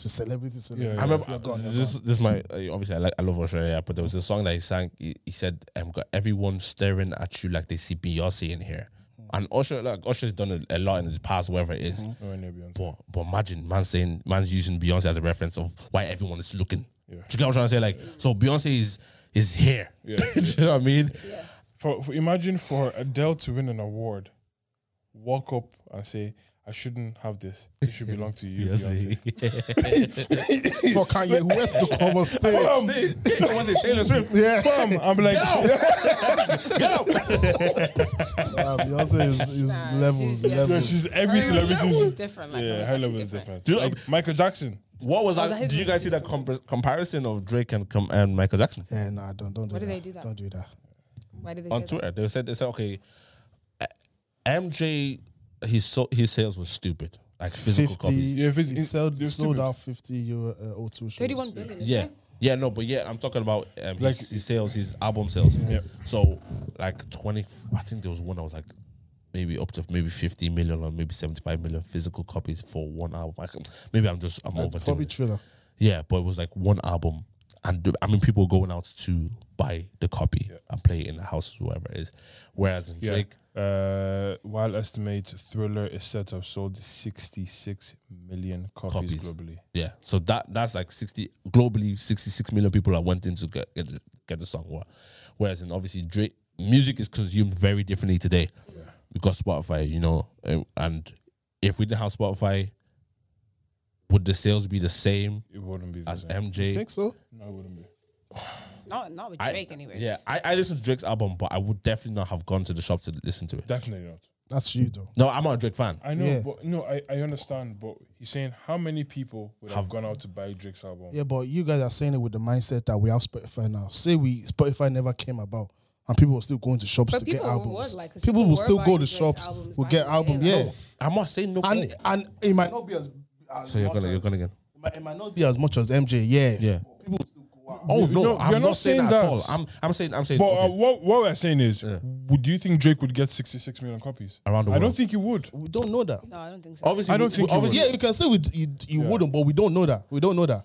She's celebrity. celebrity.
I remember.
You're gone, you're
this this my uh, obviously I like I love Australia, but there was a song that he sang. He, he said, um, "Got everyone staring at you like they see Beyonce in here."
Mm-hmm.
And Usher, like Usher's done a, a lot in his past, whatever it is.
Oh, no, Beyonce.
But but imagine man saying man's using Beyonce as a reference of why everyone is looking. Do you get what I'm trying to say? Like, so Beyonce is is here. Do you know what I mean?
For, for imagine for Adele to win an award, walk up and say, "I shouldn't have this. This should belong to you, Beyonce."
gone. for Kanye West to come on stage.
Bam,
was it Taylor Swift?
Yeah,
bam. I'm like,
nah, Beyonce is, is
Nah,
levels,
she's- yeah.
yeah,
levels.
she's every
Her level is
celebrity.
different. Like,
Yeah,
her
her level
actually
is different.
Do you know-
Like Michael Jackson.
What was
that
that?
is
Did you guys see that compar- comparison of Drake and com- and Michael Jackson?
Yeah, nah, don't don't do
Why
that.
do they do that?
Don't do that.
Why did they
on
say that?
Twitter. They said they said okay, uh, MJ his so, his sales was stupid, like physical copies.
Fifty.
Yeah, if it-
he
it-
sold,
they're
sold
stupid.
out fifty euro uh, or two shows.
31 billion. isn't
Yeah,
it?
yeah, no, but yeah, I'm talking about um,
Like-
his, his sales, his album sales.
Yep.
So like twenty, I think there was one that was like maybe up to maybe 50 million or maybe 75 million physical copies for one album. I can, maybe I'm just I'm
That's probably
overthinking. it.
thriller.
Yeah, but it was like one album, and th- I mean people going out to buy the copy and play it in the house, whoever it is. Whereas in
Yeah.
Drake,
Uh, while estimates Thriller is said to have sold 66 million copies,
Copies.
globally.
Yeah, so that that's like sixty globally, sixty six million people that went in to get get, the- get the song. Wha- Whereas, and obviously, Drake music is consumed very differently today. We've got Spotify, you know, um, and if we didn't have Spotify, would the sales be the same
It wouldn't be the
as
same.
MJ?
Think so?
no, it wouldn't be.
Not, not with
I-
Drake, anyways.
Yeah, I, I listened to Drake's album, but I would definitely not have gone to the shop to listen to it.
Definitely not.
That's you though.
No, I'm not a Drake fan.
I know,
Yeah.
but no, I, I understand. But he's saying how many people would have, gone out to buy Drake's album?
Yeah, but you guys are saying it with the mindset that we have Spotify now. Say we Spotify never came about, and people were still going to shops
But
to get
people
albums.
would, like, 'cause
people
people
will
were
still
buying
go to
Drake's
shops,
albums
will
back
get
in the
album.
day,
Yeah,
like-
I must say no.
and and it might not be as. as
so you're
much
gonna you're
as-
gonna get
It might, it might not be as much as MJ. Yeah,
yeah.
People will still go out.
Oh
You-
no,
no,
I'm
you're
not
not
saying,
saying
that, at
that.
all. I'm I'm saying I'm saying
But
okay.
uh, what what we're saying is, would do you think Drake would get 66 million copies
Around the
I don't
world.
think he would.
We don't know that.
No, I don't think so.
obviously
I don't
we-
think
we-
he
obviously
Yeah, you can say we, you, you wouldn't, but we don't know that. We don't know that.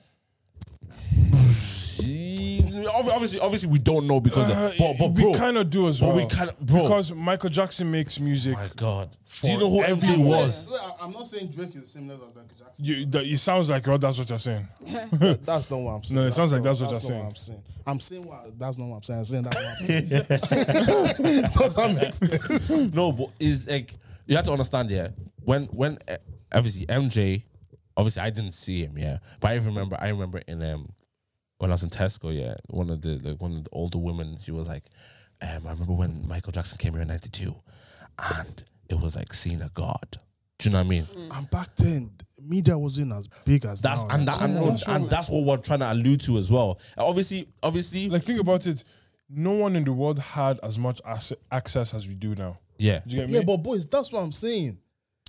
Obvi- Obviously, obviously, we don't know because,
Uh,
of, but but
we
bro,
kind of do as
but
well.
we kinda- bro.
because Michael Jackson makes music.
my God, do you know who MJ
everyone.
was?
I'm not saying Drake is the same level as Michael Jackson.
You, that, it sounds like oh, that's what you're saying.
That's not what I'm saying.
No, it sounds like
not-
that's what you're
not I'm saying. I'm saying what that's not what I'm saying. I'm saying that's what I'm saying. Does that make sense?
No, but is like you have to understand. Yeah, when when uh, obviously MJ, obviously I didn't see him. Yeah, but I remember I remember in um when I was in Tesco. Yeah, one of the like one of the older women. She was like, um, I remember when Michael Jackson came here in '92, and it was like seeing a god. Do you know what I mean?
Mm.
And back then, media wasn't as big as
Mm. That's
now.
and that, and, no, and that's what we're trying to allude to as well. And Obviously, obviously,
Like think about it. No one in the world had as much ass- access as we do now.
yeah.
Do you get me?
yeah, but boys, that's what I'm saying.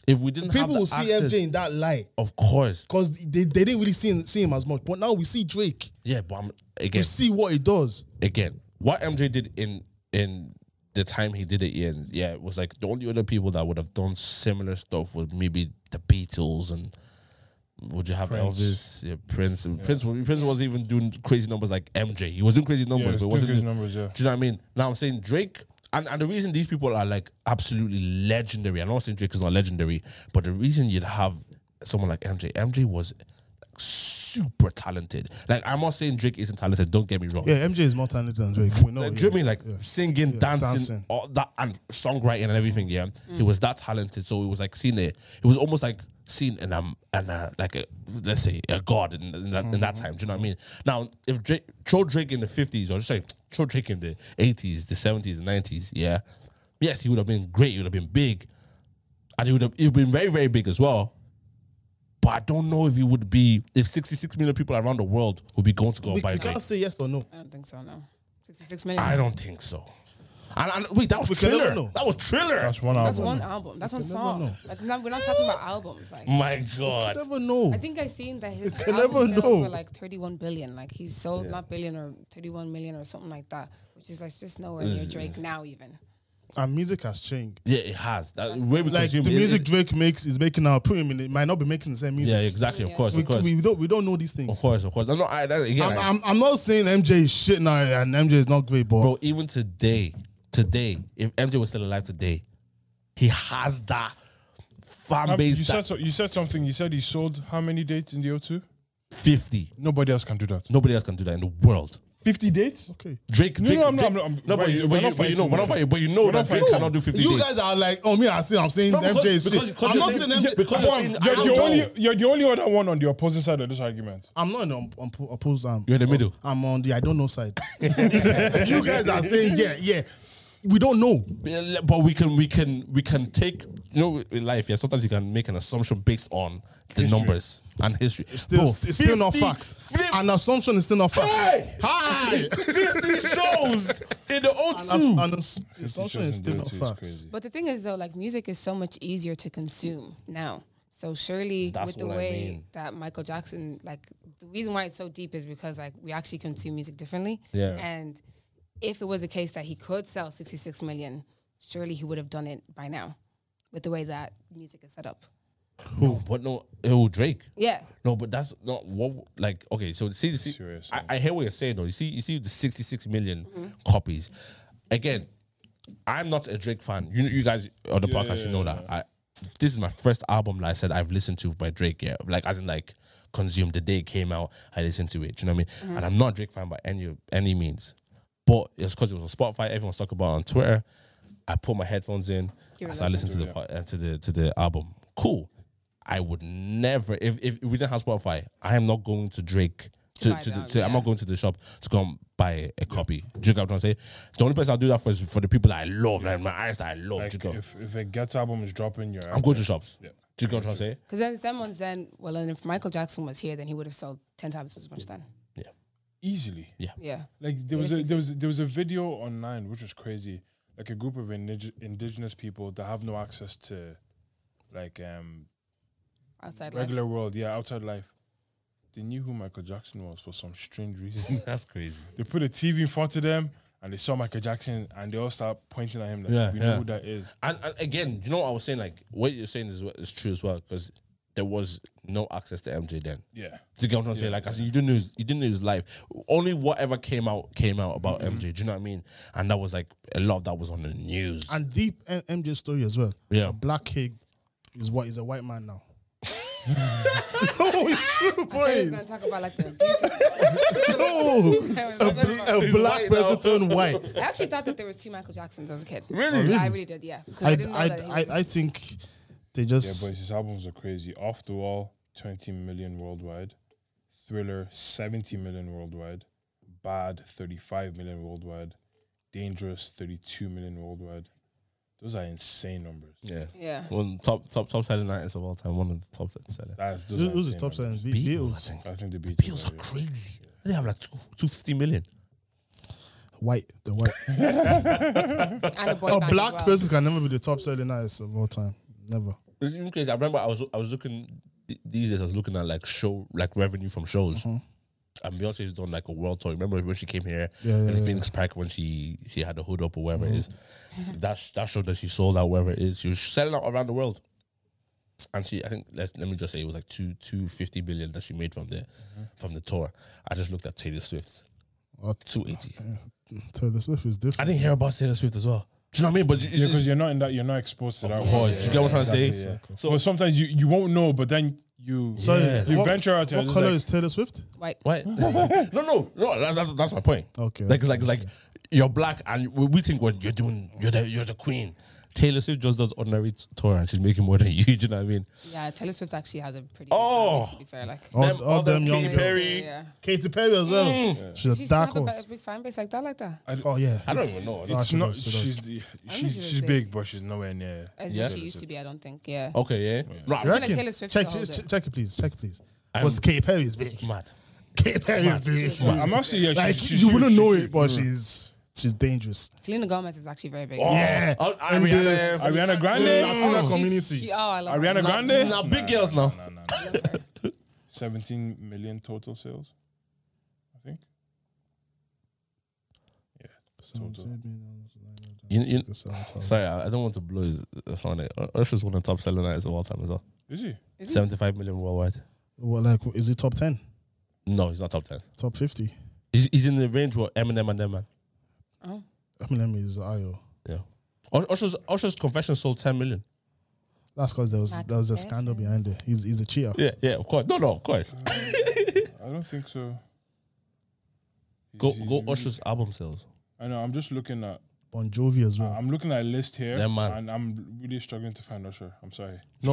If we didn't have
People
the
will see
access-
MJ in that light
Of course.
because they, they didn't really see, see him as much. But now we see Drake.
Yeah, but I'm,
We
again,
see what he does.
again, what MJ did in in the time he did it in, yeah, it was like the only other people that would have done similar stuff would maybe the Beatles and would you have
Prince.
Elvis, yeah, Prince, and Prince, Prince wasn't even doing crazy numbers like MJ. He was doing crazy numbers,
he
but
was
wasn't
doing
doing-
crazy numbers, yeah.
Do you know what I mean? Now I'm saying Drake, and, and the reason these people are like absolutely legendary, I'm not saying Drake is not legendary, but the reason you'd have someone like MJ, MJ was like, super talented. Like I'm not saying Drake isn't talented. Don't get me wrong.
Yeah, MJ is more talented than Drake. We know.
Like,
yeah.
do you know what I mean? Like singing, dancing,
dancing.
all that, and songwriting and everything. Yeah, he was that talented. So it was like seeing it. It was almost like seeing an um and uh, like a let's say a god in, in, that, in
Mm.
that time. Do you know what I mean? Now, if Drake, throw Drake in the fifties, or just like throw Drake in the eighties, the seventies, the nineties, yeah, yes, he would have been great. He would have been big, and he would have he would been very very big as well. But I don't know if he would be if sixty six million people around the world would be going to go
We,
and buy
we
Drake.
can't say yes or no.
I don't think so. No, sixty-six million.
I don't think so. And, and wait, that was
can never
Triller.
know.
That was Triller.
That's one
That's
album.
one album. That's one
never
song.
know.
Like, no, we're not talking about albums. Like,
My
You
God.
never know.
I think I seen that his
can
album
never
sales
know.
were like 31 billion. Like he sold not billion or 31 million or something like that, which is like just nowhere near Drake now even.
And music has changed.
Yeah, it has. That way we
Like
consume
the
it-
music
it-
Drake makes is making now. Put him in. It might not be making the same
yeah,
music.
exactly. Of course,
we,
of course,
we don't we don't know these
of
things.
course, of course. No, no, I, that, again,
I'm,
like,
I'm, I'm not saying MJ is shit now and MJ is not great, but
bro. Even today, today, if MJ was still alive today, he has that fan
Um, you
base.
said
That
so, you said something. You said he sold how many dates in the O2?
Fifty.
Nobody else can do that.
Nobody else can do that in the world.
Fifty dates?
okay.
Drake.
No,
Drake,
no, I'm not-
Drake-
I'm not- I'm-
no, but
right,
you,
we're
but you,
not
but you know,
fighting
we're not
here.
fighting. But you know
We're
that
not
Drake
fighting.
cannot do fifty.
You
days.
guys are like, oh me, I see, I'm saying
No, because-
MJ is shit.
because- because
I'm not
you're
saying
saying-
MJ.
because
I'm,
you're
Juan,
saying- I
you're,
don't
the
know.
only, you're the only other one on the opposing side of this argument.
I'm not in the um, um, opposed. Um,
You're in the middle.
I'm on the I don't know side. you guys are saying yeah, yeah. We don't know.
but we can we can we can take you know in life yeah sometimes you can make an assumption based on the numbers and history
Still,
Bro,
it's still not
50
facts.
flip-
An assumption is still not facts.
Hey!
Hi.
50 shows in the
An
O2
ass- an assumption is still not facts.
But the thing is though, like music is so much easier to consume now. So surely
That's
with the
what I
way
mean.
that Michael Jackson, like the reason why it's so deep is because like we actually consume music differently.
Yeah.
And if it was a case that he could sell 66 million, surely he would have done it by now with the way that music is set up.
no, but no oh Drake
Yeah.
no but that's not what like okay so see, see
Serious,
I, I hear what you're saying though you see you see the 66 million copies again I'm not a Drake fan you you guys on the podcast you know that I this is my first album that I said I've listened to by Drake yeah like as in like consumed the day it came out I listened to it do you know what I mean and I'm not a Drake fan by any any means but it's because it was on Spotify everyone's talking about it on Twitter I put my headphones in
Give it
as
a
I listened to the po- uh, to the to the album cool I would never if if we didn't have Spotify I am not going to Drake to,
buy
to, the,
that,
to I'm
yeah.
not going to the shop to go and buy a copy. Do you get what I'm trying to say? The only place I'll do that for is for the people that I love, like my artists that I love.
Like,
do you get?
if, if a Gets album is dropping, you're
I'm going to shops.
Yeah.
Do you get what I'm trying to say?
Because then someone's then, well, and if Michael Jackson was here, then he would have sold 10 times as much then.
easily.
Yeah.
Like there was
Yeah,
a, there was there was a video online which was crazy. Like a group of indig- indigenous people that have no access to, like um
Outside life.
regular world, yeah, outside life. They knew who Michael Jackson was for some strange reason.
That's crazy.
they put a TV in front of them and they saw Michael Jackson and they all start pointing at him like
Yeah,
we
yeah.
know who that is.
And, and again, you know what I was saying? Like what you're saying is is true as well because there was no access to MJ then.
Yeah.
Do you get what I'm trying to say? Like I said, you didn't know his, you didn't know his life. Only whatever came out came out about MJ. Do you know what I mean? And that was like a lot of that was on the news.
And deep M- MJ story as well.
Yeah.
A black kid is what is a white man now. no, it's true,
He's
boys.
going to talk about like the abuse.
No,
Parents,
a,
I don't
bl-
know.
a black person turned white.
I actually thought that there was two Michael Jacksons as a kid.
Really?
I really did, yeah. Because I,
I,
didn't know
I,
that he
I,
was
I think they
Yeah,
just
but his albums are crazy. Off the wall, 20 million worldwide. Thriller, 70 million worldwide. Bad, 35 million worldwide. Dangerous, 32 million worldwide. Those are insane numbers.
yeah.
yeah.
One top top top selling artists of all time. One of the top selling.
That's those
who-
are
who's the
insane
top
numbers.
selling Be- Beatles?
I think.
I think the Beatles.
Bills are crazy. They have like two, 250 million.
White, the white.
And a boy
a
band as
black
well.
person can never be the top selling artist of all time. Never.
It's even crazy. I remember I was I was looking th- these days. I was looking at like show like revenue from shows.
Mm-hmm.
And Beyonce's done like a world tour. Remember when she came here
Yeah, yeah,
in the
yeah. Mm-hmm.
Phoenix Park when she she had the hood up or wherever it is. That sh- that show that she sold out wherever it is, she was selling out around the world. And she, I think, let's let me just say it was like two two fifty billion that she made from the from the tour. I just looked at Taylor Swift,
Mm-hmm. What?
two eighty.
Taylor Swift is
I
different.
didn't hear about Taylor Swift as well. Do you know what I mean? But it's-
Yeah,
it's-
because you're not in that. You're not exposed to that.
course. You get what I'm trying to say?
So sometimes you, you won't know, but then you
Sorry,
you
what-
venture out. here,
What
just
color
like,
is Taylor Swift?
White.
What? no, no, no. That, that, that's my point.
Okay,
Like, it's like, it's like you're black, and we, we think what you're doing, you're the you're the queen. Taylor Swift just does ordinary t- tour, and she's making more than you. Do you know what I mean?
Yeah, Taylor Swift actually has a pretty.
Oh.
to be fair, like.
All, all, them, young
Katy
girls.
Perry.
Yeah.
Katy Perry as well. She's
She
a
used to
dark
have a,
horse.
ba- a big fan base like that, like that.
Oh yeah.
I don't even know.
It's
she
not.
does, she does.
she's
she
the- she's
does
she's
it.
big, but she's nowhere near.
As
Yeah. Oh.
she used to be, I don't think. Yeah.
okay, yeah. No, I'm
You
not
like
reckon?
Taylor Swift
check,
sold
check,
it.
check it, please. Check it, please.
I'm-
Was Katy Perry's big?
mad.
Katy Perry's big.
But I'm actually yeah.
Like
she's, she's
you wouldn't
huge,
know
she's
it, but
huge.
she's she's dangerous.
Selena Gomez is actually very big.
Oh,
Yeah.
oh,
And the-
Ariana.
Ariana
The
Grande.
Latina
She's-
community.
She, oh, I love
Ariana
her.
Nah,
Grande.
nah, big girls now.
Nah, nah, nah. 17 million total sales, I think. Yeah, it's total.
You, you, sorry, I, I don't want to blow his his on it. Uh, Usher's one of the top selling artists of all time as well.
Is he?
Is it?
Seventy-five million worldwide.
Well, like, is it top ten?
No, he's not top ten.
Top fifty?
He's, he's in the range where Eminem and them man.
Oh.
Eminem is Io.
Yeah. Us- Usher's, Usher's confession sold 10 million.
That's because there was there was a scandal behind it. He's he's a cheater.
Yeah, yeah, of course. No, no, of course.
I don't think so. He's-
Go,
he's
go
really-
Usher's album sales.
I know. I'm just looking at.
Bon Jovi as well.
I'm looking at a list here,
Them man.
and I'm really struggling to find Usher. I'm sorry.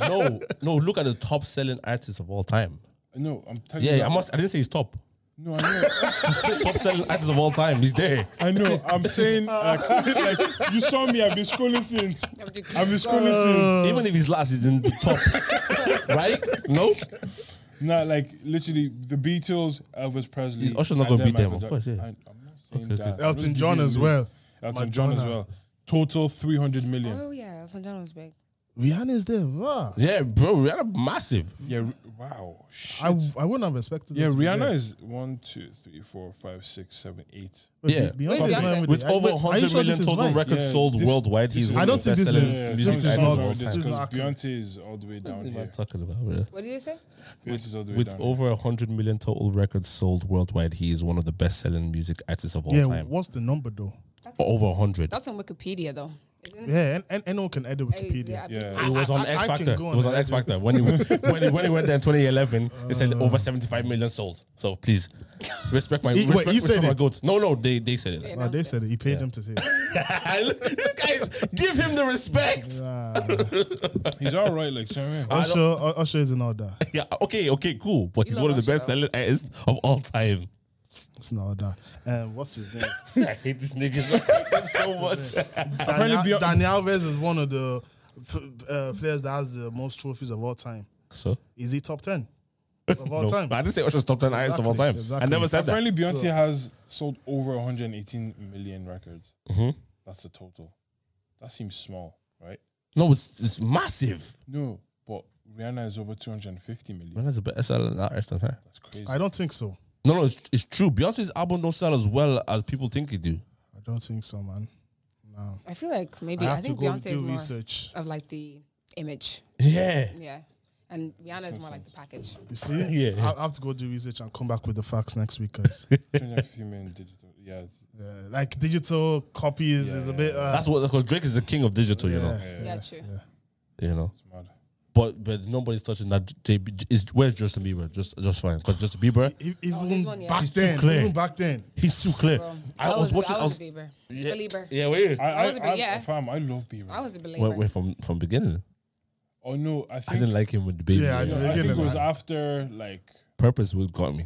No, no, no. Look at the top selling artists of all time.
No, I'm telling
Yeah,
you.
I must. I didn't say he's top.
No, I know.
top selling artist of all time. He's there.
I know. I'm saying like, like, you saw me. I've been scrolling since. I've been
Uh.
Uh.
scrolling
Even if he's last, he's in the top. right? No,
since. Nah, like literally the Beatles, Elvis Presley.
Usher's not
and
gonna
then
beat them,
Michael
of
Jack-
course, yeah.
I, I'm not saying that. I'm just
Elton
giving
John
you
as
the-
well.
Elton John as
Madonna.
well. Total 300 million.
Oh yeah, Elton John was big.
Rihanna is there. Wow.
yeah, bro. Rihanna massive.
Yeah. r- Wow. Shit.
I, I wouldn't have expected.
yeah,
her to be
Rihanna
there.
is one, two, three, four, five, six, seven, eight.
But
Yeah.
Be-
Where's
Beyonce is
Beyonce?
mine
With
it. Are-
over
are you
100
sure
million
this is
total
mine?
records
Yeah,
sold
this-
worldwide.
this
He's
is-
one
I
of
don't
the
think this
best-selling
is-
music
this is
artists
not-
of all
this
time.
is
What
Because
not accurate.
Beyonce is all the way down
am I
here.
talking about, bro?
What did you say?
Beyonce is all the way
With
down. here.
over 100 million total records sold worldwide, he is one of the best selling music artists of all
Yeah.
time.
What's the number though?
Over 100.
That's on Wikipedia though. Isn't it?
Yeah. And, and anyone can edit
Hey,
Wikipedia.
yeah, I think-
Yeah.
It was
I-
on
I- I
X
can
Factor. It
go on
was on
and
X Factor when he went- when he, when he went there in 2011. They said
Uh.
over 75 million sold. So please respect my
He- wait,
respect,
he said
respect my
it?
goat. No, no, they they said it.
Yeah.
Oh, they said it. He paid them to say. it.
this guy's give him the respect.
He's all right. Like, so, yeah.
Usher, U- Usher is in order.
Yeah, okay, okay, cool. But he's
love
one of the
Usher,
best selling artists of all time.
It's in order. Um, what's his name?
I hate this nigga so, so much.
Daniel,
Beyonce-
Dani Alves is one of the f- uh, players that has the most trophies of all time.
So
Is he top ten of all
no,
time?
I didn't say Usher's top ten artists of all
Exactly,
time. I
exactly.
never said that.
Apparently, Beyonce
So-
has sold over 118 million records.
Mhm.
That's the total. That seems small, right?
No, it's it's massive.
No, but Rihanna is over 250 million.
Rihanna's a better selling artist than her.
That's crazy.
I don't think so.
No, no, it's, it's true. Beyonce's album don't sell as well as people think it do.
I don't think so, man. No.
I feel like maybe
I
I,
have to
think
go
Beyonce
do
is more
research.
of like the image.
Yeah.
Yeah. And Rihanna is more like the package.
You see?
Yeah, yeah.
I have to go do research and come back with the facts next week, guys.
250 million digital. Yeah. it's-
Yeah, like digital copies is a bit. Uh,
That's what because Drake is the king of digital, you know.
Yeah, true.
You know.
It's mad.
But but nobody's touching that JB is where's Justin Bieber? Just just fine. Because Justin Bieber,
E-
Oh, this
even
one, yeah.
back
It's
too
then,
clear.
even back then,
he's too clear.
Bro,
I, was, watching
I
I
was
was
a Bieber.
yeah,
Belieber.
yeah, wait.
I, I,
I was a bit-
I,
yeah.
fam, I love Bieber.
I was a believer.
Wait, wait from from beginning.
oh, no, I
I
think,
didn't like him with the baby.
Yeah, I
you know.
didn't.
I think it
Beginning,
was
man.
after, like,
Purpose would got me.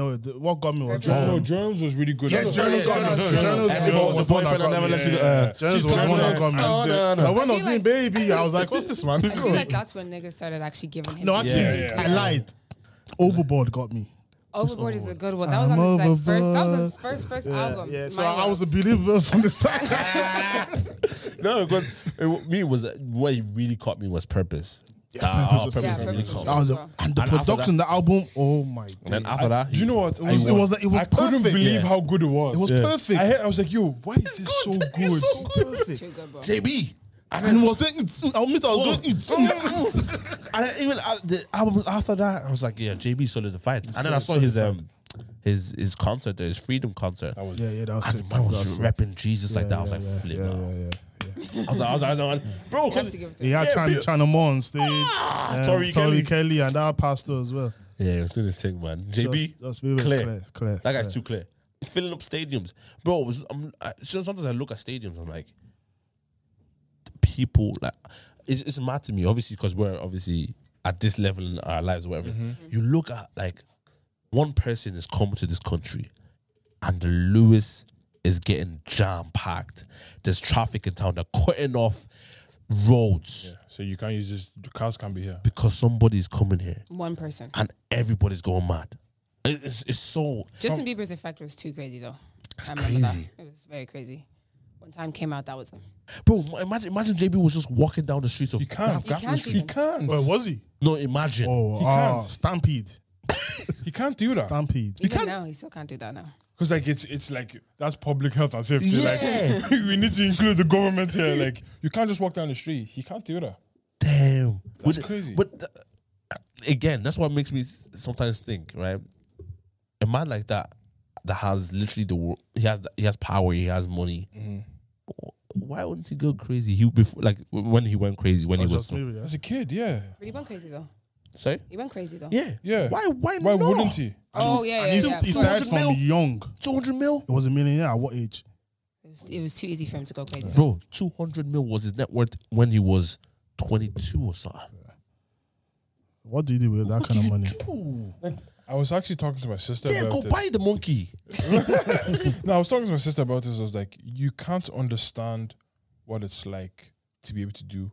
no, the, what got me was.
Journal-
um,
no, Journals was really good.
yeah,
I-
Journals
Yeah,
got me.
Journals,
Journals,
Journals. Everyone was
was
a
one that
boyfriend and
got me.
never let you-
Yeah.
uh,
Journals
she's
was one that
clever.
got me.
Oh, No, no, no.
Like, When
I
I was
feel
doing baby, I was like, "What's this man?"
I feel like that's when niggas started actually giving him.
No,
the
actually,
business.
yeah,
I lied. Overboard got me.
Overboard is a good one. That was
I'm
on his like, first. That was his
overboard.
first first album.
Uh, Yeah, so
Mine
I was a believer from the start.
No, because me was what he really caught me was purpose. Ah,
Purpose
oh,
was-
purpose
Yeah,
really
Purpose
caught
was-
me.
I was
Wow.
a, and the
And after
production, the album, oh my
And then
god,
after that,
Do you know what? It was,
it was it was
I couldn't
perfect.
believe
Yeah.
how good it was.
It was perfect.
I, heard, I was like, yo, why is this so good?
It's so perfect.
Too good, bro.
JB.
And then it was doing it's- I'll meet. I was doing it's-
and then even uh, the albums after that, I was like, yeah, JB solidified. And then I saw his um his his concert, there, his Freedom concert.
Yeah, yeah, that was
And the
sick.
man
That was
was
sick.
repping Jesus like that. I was like,
yeah,
flip
yeah,
now.
yeah, yeah, yeah.
I was like, I was like, I was like bro,
You have to give it to
He had
Yeah,
Chan,
but-
Channel Moore on stage.
Ah,
um,
Tori
Tori,
Kelly.
Kelly. and our pastor as well.
yeah, it was doing his thing, man. JB,
Just- just be with
clear.
Claire, Claire,
that guy's
Claire.
too clear. He's filling up stadiums, bro. It was, I'm, I, so- sometimes I look at stadiums, I'm like, the people like, it's, it's mad to me, obviously, because we're obviously at this level in our lives, or whatever. it is. You look at like one person is coming to this country, and the Lewis is getting jam packed. There's traffic in town. They're cutting off roads
So you can't use just the cars can't be here.
because somebody's coming here
One person.
and everybody's going mad. It- It's, it's so
Justin Bieber's effect was too crazy though. That's
crazy.
That. It was very crazy. One time came out, that was him.
bro. m- Imagine, imagine JB was just walking down the streets of
You can't.
You can't
He
even.
can't.
Where was he?
no. Imagine
Oh,
He
ah,
can't.
Stampede.
He can't do that.
Stampede.
Even now, he still can't do that now.
Because like it's it's like that's public health and safety.
Yeah.
Like we need to include the government here. Like you can't just walk down the street. He can't do that.
damn.
That's
but,
crazy.
But th- again, that's what makes me s- sometimes think. Right, a man like that that has literally the wor- he has he has power, he has money.
Mm-hmm.
Wh- Why wouldn't he go crazy? He before like w- when he went crazy when
Or
Oh,
he was
Oh, just maybe, yeah.
As a kid, yeah,
But he went crazy though.
sorry
He went crazy though.
yeah
yeah.
why why
Why
not?
wouldn't he?
Oh yeah, yeah,
He's-
yeah.
he
So
started
Hundred mil.
from young.
two hundred mil
It was a millionaire at what age?
It was, it was too easy for him to go crazy.
bro. Two hundred mil was his net worth when he was twenty two or something.
What do you do with that kind of money?
Ooh.
I was actually talking to my sister
Yeah,
about
go
it.
buy the monkey.
No, I was talking to my sister about this. I was like, you can't understand what it's like to be able to do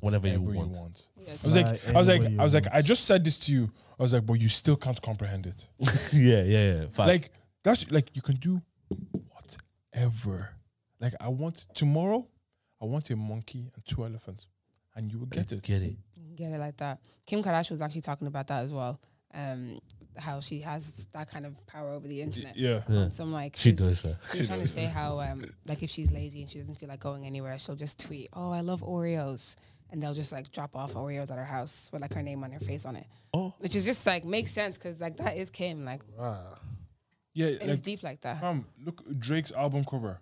Whatever you want.
Yes.
I was like, I was
Fly
like,
anywhere
I was
you
like, I
want.
just said this to you. I was like, but you still can't comprehend it.
yeah, yeah, yeah. Fact.
Like that's like you can do whatever. Like I want tomorrow, I want a monkey and two elephants, and you will get it.
Get it.
You can Get it like that. Kim Kardashian was actually talking about that as well. Um, how she has that kind of power over the
D-
internet.
Yeah,
Yeah.
So I'm like,
She
she's-
does that.
She was trying to say how, um, like, if she's lazy and she doesn't feel like going anywhere, she'll just tweet, "Oh, I love Oreos," and they'll just like drop off Oreos at her house with like her name on her face on it.
Oh.
which is just like makes sense because like that is Kim, like,
yeah.
and
like,
it's deep like that.
fam, look Drake's album cover.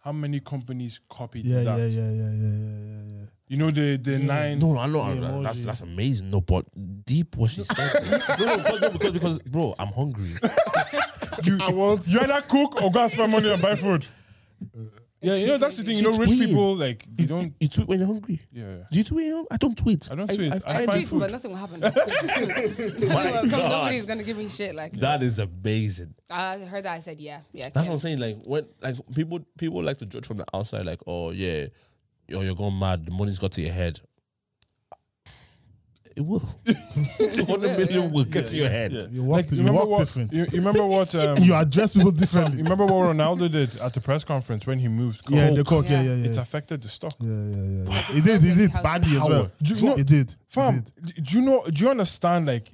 How many companies copied
Yeah, yeah,
that?
yeah, yeah, yeah, yeah, yeah.
You know the the nine.
No, I know. I know.
emoji.
That's that's amazing. No, but deep what she said. no, no, because, no, because because bro, I'm hungry.
You, you either cook or go and spend money and buy food. Yeah, you know that's the thing. You know, rich
Tweet.
people like you
You
don't.
You tweet when you're hungry.
Yeah,
Do you tweet? when you're hungry? I don't tweet.
I don't tweet. I
I
find
tweet,
food.
but nothing will happen. Come-
God.
Nobody's gonna give me shit. Like
that is amazing.
I heard that. I said, yeah, yeah.
That's
Kim.
what I'm saying. Like when like people people like to judge from the outside. Like oh yeah, yo you're going mad. The money's got to your head. It will. One million
yeah.
will get to your head.
You walk,
you
you
remember
walk
what?
different.
You,
You,
you remember what? Um,
address people
you
differently.
remember what Ronaldo did at the press conference when he moved?
yeah,
Coke?
the coke. Yeah,
Yeah.
yeah, yeah.
It affected the stock.
yeah, yeah, yeah. He did, he did badly as well.
Power. Do you know-
He did.
Fam, d- do you know? Do you understand? Like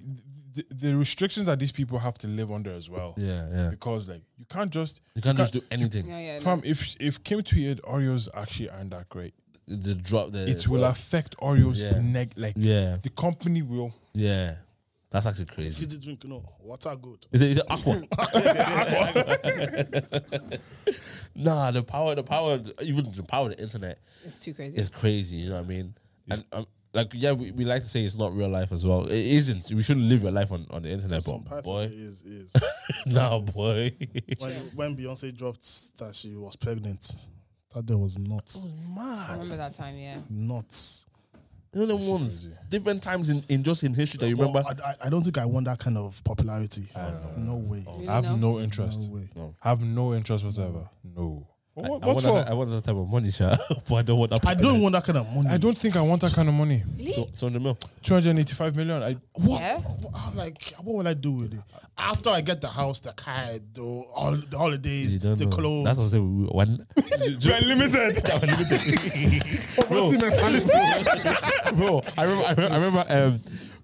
the, the restrictions that these people have to live under as well.
Yeah, yeah.
Because like you can't just,
You can't just do anything.
Yeah, yeah. no.
fam. If if Kim tweeted Oreos actually aren't that great,
The drop. The
it will affect Oreos.
Yeah.
Neg- like
Yeah,
the company will.
yeah. That's actually crazy.
Fizzy drink, no. Water good.
Is it, is it aqua? nah, the power, the power, even the power of the internet
It's too crazy.
is crazy. You know what I mean? And um, like, yeah, we, we like to say it's not real life as well. It isn't. We shouldn't live your life on, on the internet, but boy,
is is.
nah, boy.
when, when Beyonce dropped that she was pregnant, that day was nuts.
I
Mad.
remember that time. Yeah.
Nuts.
You know them ones, different times in, in just in history that you remember.
Well, I, I- I don't think I want that kind of popularity. no way.
Really,
I have
no?
no interest.
No way.
have no interest whatsoever. No.
I, I
What, what
want
for?
that, I want that type of money, sha, but I don't want that.
I don't want that kind of money.
I don't think I want that kind of money.
Really?
It's on the mill.
285 million. I
What?
Yeah?
what- I'm like, what will I do with it? After I get the house, the car, the, all the holidays,
You don't
the
know.
clothes.
That's what I'm saying. We, one,
We're limited.
Bro. bro, I remember, I remember, I remember um,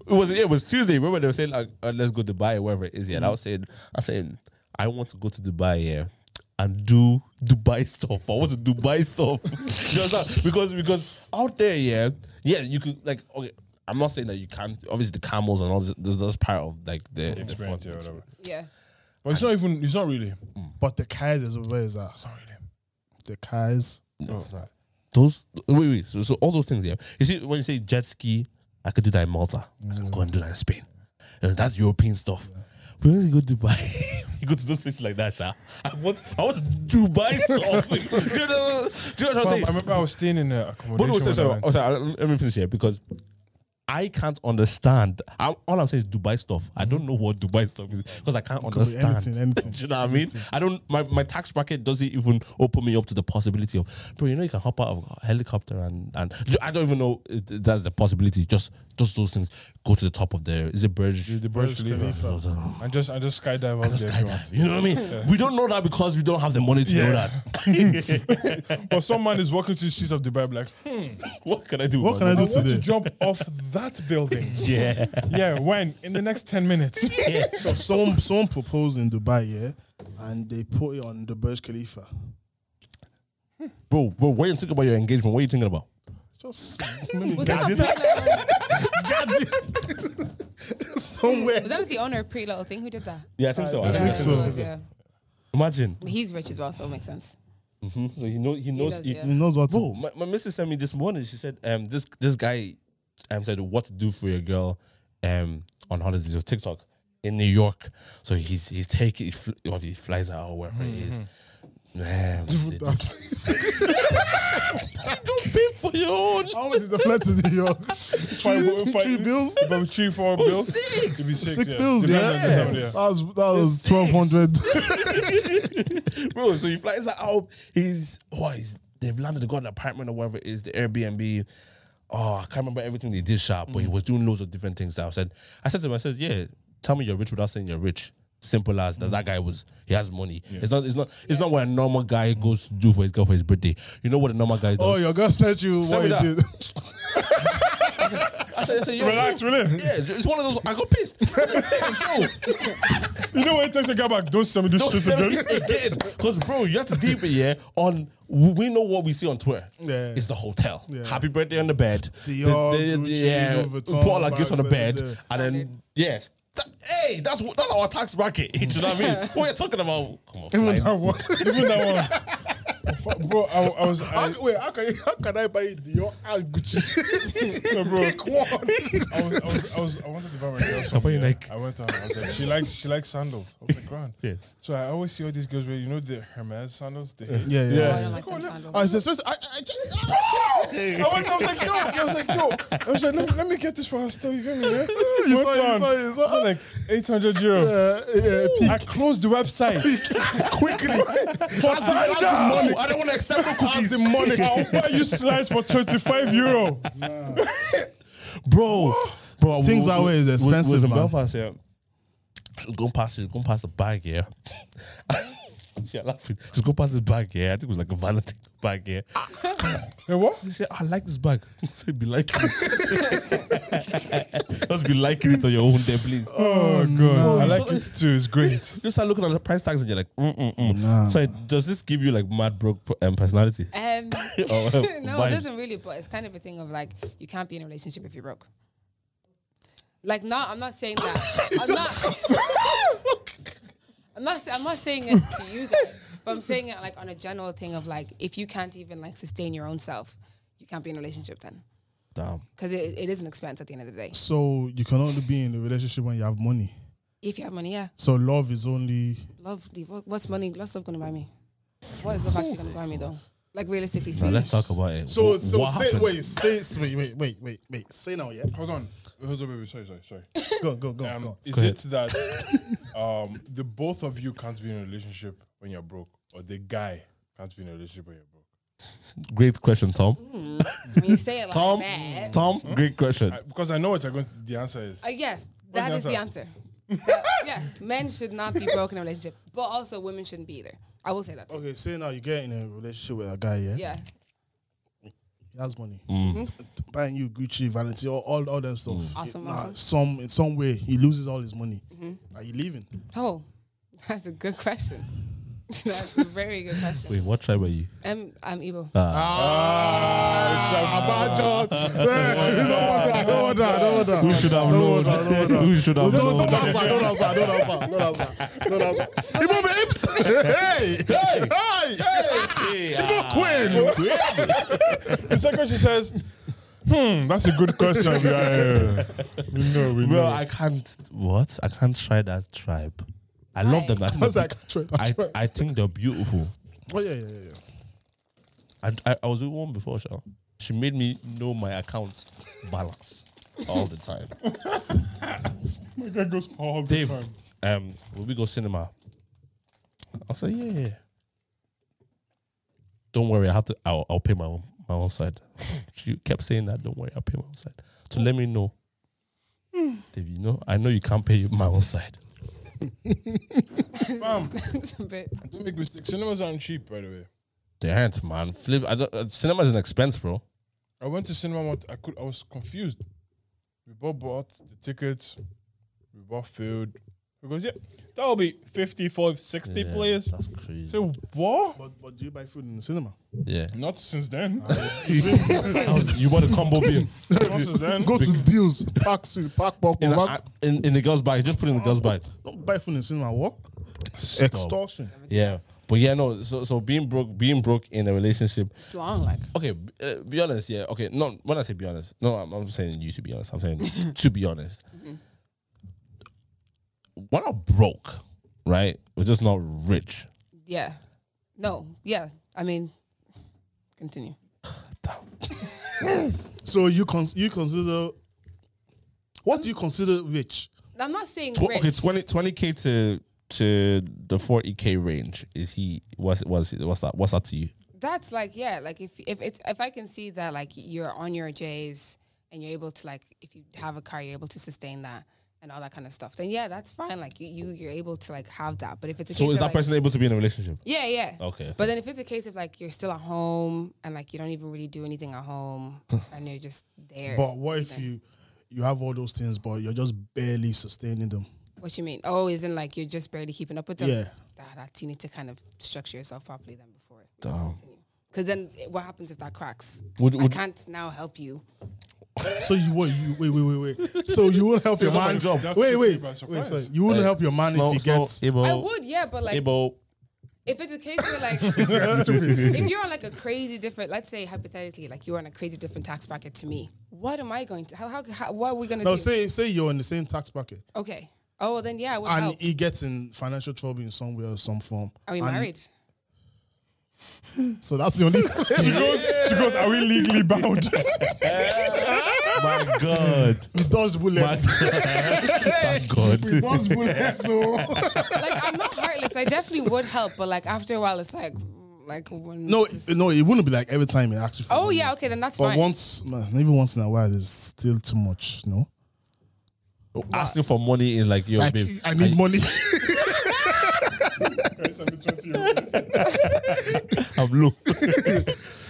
it was yeah, it was Tuesday. Remember they were saying like, uh, let's go to Dubai, wherever it is. Yeah, and I was saying, I was saying, I want to go to Dubai, yeah, and do Dubai stuff. I want to Dubai stuff You understand? because because out there, yeah, yeah, you could like okay. I'm not saying that you can't. Obviously, the camels and all this, this, that's part of like the, the fun.
Experience, yeah, whatever.
Yeah.
But it's not even. It's not really.
but the cars is where is that?
It's not really.
The cars.
No, it's not. those wait wait so, so all those things yeah you see when you say jet ski I could do that in Malta I can go and do that in Spain And that's European stuff but when you go to Dubai you go to those places like that Sha. I want I want Dubai stuff do you know, do you know what I'm
Fam,
saying
I remember I was staying in a
but no, sorry,
accommodation. when I
sorry,
went.
oh, sorry, let me finish here because I can't understand. I'm, all I'm saying is Dubai stuff. I don't know what Dubai stuff is because I can't
could be
understand.
anything, anything.
Do you know what I mean? I don't. My, my tax bracket doesn't even open me up to the possibility of, bro. You know, you can hop out of a helicopter and and I don't even know if that's a possibility. Just just those things. Go to the top of there. Is it Burj?
The Burj Khalifa. And just, I just skydive out
Just
there. if you want.
skydive. You know what I mean? We don't know that because we don't have the money to know that.
But some man is walking to the streets of Dubai be like, hmm,
what can I do?
What can I
I
do
want to
today?
jump off that building.
Yeah.
yeah, when? In the next 10 minutes.
So someone someone proposed in Dubai, yeah, and they put it on the Burj Khalifa.
Bro, bro, what are you thinking about your engagement? What are you thinking about?
It's Just maybe
Was that, a
gadget-
pre-little,
gadget. somewhere.
was that the owner of Pre Little Thing who did that?
Yeah, I think so.
I think
Yeah,
so.
it was, yeah.
Imagine.
But He's rich as well, so it makes sense.
So he knows. He knows.
does,
he-
yeah.
He knows what to
Bro, my, my missus sent me this morning. She said, "Um, this this guy, um, said what to do for your girl, um, on holidays of TikTok in New York. So he's he's taking he, fl- or he flies out or wherever he is. Man, they do- don't pay for your own.
How much is the flat in New York? three, three bills?
About three, four bills.
Oh, six. Oh,
It'd be six,
Six
yeah.
bills, yeah.
Depends on the time,
That was that was twelve hundred.
bro. So he flies out. He's oh, he's they've landed. They got an apartment or whatever it is, the Airbnb. Oh, I can't remember everything they did sharp, but he
Mm.
was doing loads of different things. That I said, I said to him, I said, yeah, tell me you're rich without saying you're rich. Simple as that.
Mm.
That guy was he has money. It's not it's not it's not what a normal guy goes to do for his girl for his birthday. You know what a normal guy does.
Oh, your girl sent you
Send me
what you
that.
did.
I said, I said, yo,
Oh, Relax,
yo.
relax.
Yeah, it's one of those. I got pissed. yo,
You know what it takes to get back? Don't send me this
Oh,
don't
shit
send me
again.
again. Because bro, you have to deep it, yeah. On we we know what we see on Twitter.
Yeah.
It's the hotel.
Yeah.
Happy birthday on the bed.
Dior,
the,
Gucci,
yeah,
Louis Vuitton
Paula gifts on the
bags
bed,
uh, every day.
and then yes. That- Hey, that's what- that's our tax bracket. Do you know what I mean? What you're talking about? Come on, fly.
Even that one.
Even that one. Fuck, Bro, I, I was. I,
Wait, how can how can I buy Dior and Gucci?
no, bro,
Pick one.
I was, I was, I was, I wanted to buy my girl something.
you
yeah.
like-
I went to her. I was like, she likes, she likes sandals. I was like, grand.
Yes.
So I always see all these girls wear, you know, the Hermes sandals. The hate.
Yeah, yeah.
Oh, I
yeah.
don't like them sandals.
Oh, it's expensive. I, I, I,
I went, I was like, yo, I was like, yo, I was like, let me, let me get this for her still. You get me? Yeah.
You
Went
saw it, you
on.
saw it, you saw
I was like 800 euros. I closed the website.
quickly.
for Sandra.
No, I don't want to accept no cookies.
I'll buy you slides for 25 euro.
bro. Bro,
Things
we-
that way
we- we-
is
we
expensive,
was in
man.
Belfast, yeah. She's going past, she's going past the bag, yeah. yeah, laughing. She's going past the bag, yeah. I think it was like a Valentine bag, yeah.
Ah.
It
She
was?
said, I like this bag. I said, be liking it. Just be liking it on your own day, please.
Oh, God. I like it too. It's great.
You start looking at the price tags and you're like, mm mm mm. So, does this give you like mad broke um, personality?
Um,
Oh, uh,
no,
vibes.
it doesn't really. But it's kind of a thing of like you can't be in a relationship if you're broke. Like, no, I'm not saying that. I'm not. I'm not. sa- I'm not saying it to you guys, but I'm saying it like on a general thing of like if you can't even like sustain your own self, you can't be in a relationship then
Damn.
because it, it is an expense at the end of the day.
So you can only be in a relationship when you have money.
If you have money, yeah,
So love is only
love. the- what- What's money? What's love gonna buy me? What is love actually gonna buy me though? Like realistically
Now,
speaking,
let's talk about it.
So
Wh-
so
what
say
happened?
wait say wait wait wait wait wait say now yeah
Hold on. Hold on, baby. Sorry, sorry, sorry.
go go go
Um,
go
is
Go
it that um, the both of you can't be in a relationship when you're broke, or the guy can't be in a relationship when you're broke?
Great question, Tom.
Hmm.
when you say it like
Tom,
that,
Tom, great question.
Hmm?
I, because I know what I'm going to, the answer is.
Uh, yeah, that
the
is the answer. That- yeah, men should not be broken in a relationship, but also women shouldn't be either. I will say that too.
okay say now you get in a relationship with a guy yeah,
Yeah,
he has money buying you Gucci Valentino all all, all them stuff
Awesome,
Nah,
awesome.
some in some way he loses all his money are you leaving
Oh, that's a good question. that's a very good question.
Wait, Uh. what tribe are you?
Um, I'm Igbo.
ah,
Ah,
bad job. Yeah, you don't want that, don't order, don't order.
Who should have
Don't
known?
order, don't order.
Who should have
Don't,
known?
don't answer, don't answer, don't answer, don't answer, don't answer. Ibo Babes! Hey! Hey! Hey! Hey! Ibo Quinn!
The second she says, "Hmm, that's a good question." yeah, yeah, yeah. We know, we
Well,
know.
I can't. What? I can't try that tribe. I love them. I think,
That's
they're
like,
beau-
true,
I,
true.
I think they're beautiful.
Oh, yeah, yeah, yeah, yeah.
I, I, I was with one before, Shah. She made me know my account balance all the time.
my guy goes all the
Dave,
time.
um, will we go cinema? I'll say, yeah, yeah. Don't worry, I have to. I'll, I'll pay my own my own side. she kept saying that. Don't worry, I'll pay my own side. So let me know,
Hmm.
Dave. You know, I know you can't pay my own side.
it's a bit.
Don't make mistakes. Cinemas aren't cheap, by the way.
They aren't, man. Flip. I don't, uh, cinema is an expense, bro.
I went to cinema. Once, I could. I was confused. We both bought the tickets. We both filled. He goes, "Yeah, that'll be 55, 60
Yeah,
players."
That's crazy.
Say what?
But, but do you buy food in the cinema?
yeah.
Not since then.
you want a combo beer?
Not since then.
Go to deals, pack, food, pack, pack,
In,
pack.
in, in the girl's bag. Just put it in the girl's bag.
Don't buy food in the cinema, what? Extortion.
Yeah. But yeah, no. So so being broke, being broke in a relationship.
It's long, like.
Okay, b- uh, be honest. Yeah. Okay. No. When I say be honest, no, I'm, I'm saying you to be honest. I'm saying to be honest. We're not broke, right? We're just not rich.
Yeah. No. Yeah. I mean, continue.
So you cons- you consider what do you consider rich?
I'm not saying
Tw-
rich.
okay, 20 k to to the forty k range. Is he? What's what's what's that? What's that to you?
That's like yeah, like if if it's if I can see that like you're on your J's and you're able to like if you have a car you're able to sustain that and all that kind of stuff. Then yeah, that's fine. Like you, you you're able to like have that. But if it's a
So is
case of,
that
like,
person able to be in a relationship?
yeah yeah
Okay.
But then if it's a case of like you're still at home and like you don't even really do anything at home and you're just there.
But what if you you have all those things, but you're just barely sustaining them?
what you mean? Oh, isn't like you're just barely keeping up with them?
Yeah.
Ah, that you need to kind of structure yourself properly then before.
Damn.
Because then what happens if that cracks?
Would-
I
would-
can't now help you.
So you what? You, wait, wait, wait, wait. So you won't help your man?
man job.
That
Wait,
took
wait,
me by
wait.
surprise.
Sorry. You wouldn't help your man if he gets.
I would, yeah, but like if it's a case where like if you're on like a crazy different let's say hypothetically like you're on a crazy different tax bracket to me what am i going to how, how, how what are we going to
No,
do
say say you're in the same tax bracket,
okay oh well, then yeah I would
and
help.
he gets in financial trouble in some way or some form.
are we
And-
married
So that's the only.
She goes. She goes. Are we legally bound?
My God.
we dodged
My
bullets.
God. Thank God.
we dodged bullets. oh. So.
like i'm not heartless i definitely would help but like after a while it's like mm, like when
No,
this
it-
is-
no, it wouldn't be like every time it actually.
oh yeah okay then that's
But
fine
once, man, maybe once in a while, is still too much. No,
Asking for money is like, yo,
like
babe.
I need money.
I'm low.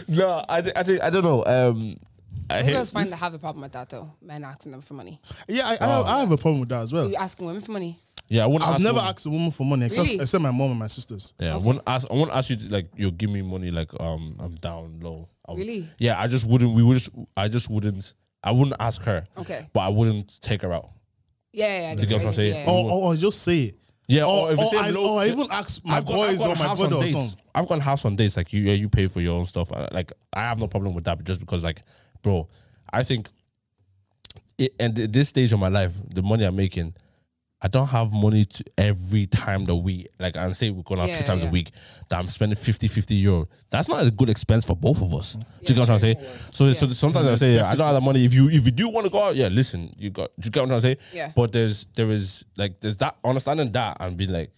no, I, thi- I think, I don't know. Um, I hate
girls find that have a problem with that though men asking them for money
yeah, I, I, have, I have a problem with that as well.
you asking women for money
yeah, I wouldn't
I've
ask
never
women-
asked a woman for money except
Really?
except my mom and my sisters.
Yeah, I won't ask. I won't ask you to, like you give me money. Like um, I'm down low. I would-
Really?
Yeah, I just wouldn't. We would just. I just wouldn't. I wouldn't ask her.
Okay,
But I wouldn't take her out.
yeah, yeah, yeah, I get
get
you,
what I'm
I get you,
saying?
yeah, yeah.
Or, or, or just say it.
Yeah, or,
Or,
Oh, if you
or
say
Oh, I,
low-
or I even ask my
I've gone- I've
boys
gone
or my
house on
brother or
dates.
something.
I've gone house on dates. Like you, yeah, you pay for your own stuff. I- Like I have no problem with that, but just because, like, bro, I think, it, and at this stage of my life, the money I'm making, I don't have money to every time that we like. I'm saying we're going out
Yeah,
three times
yeah.
a week. That I'm spending 50, 50 euro. That's not a good expense for both of us. do you get what I'm saying? So, so sometimes I say, yeah, I don't have the money. If you if you do want to go out, yeah, listen, you got. Do you get what I'm saying?
Yeah.
But there's there is like there's that understanding that and being like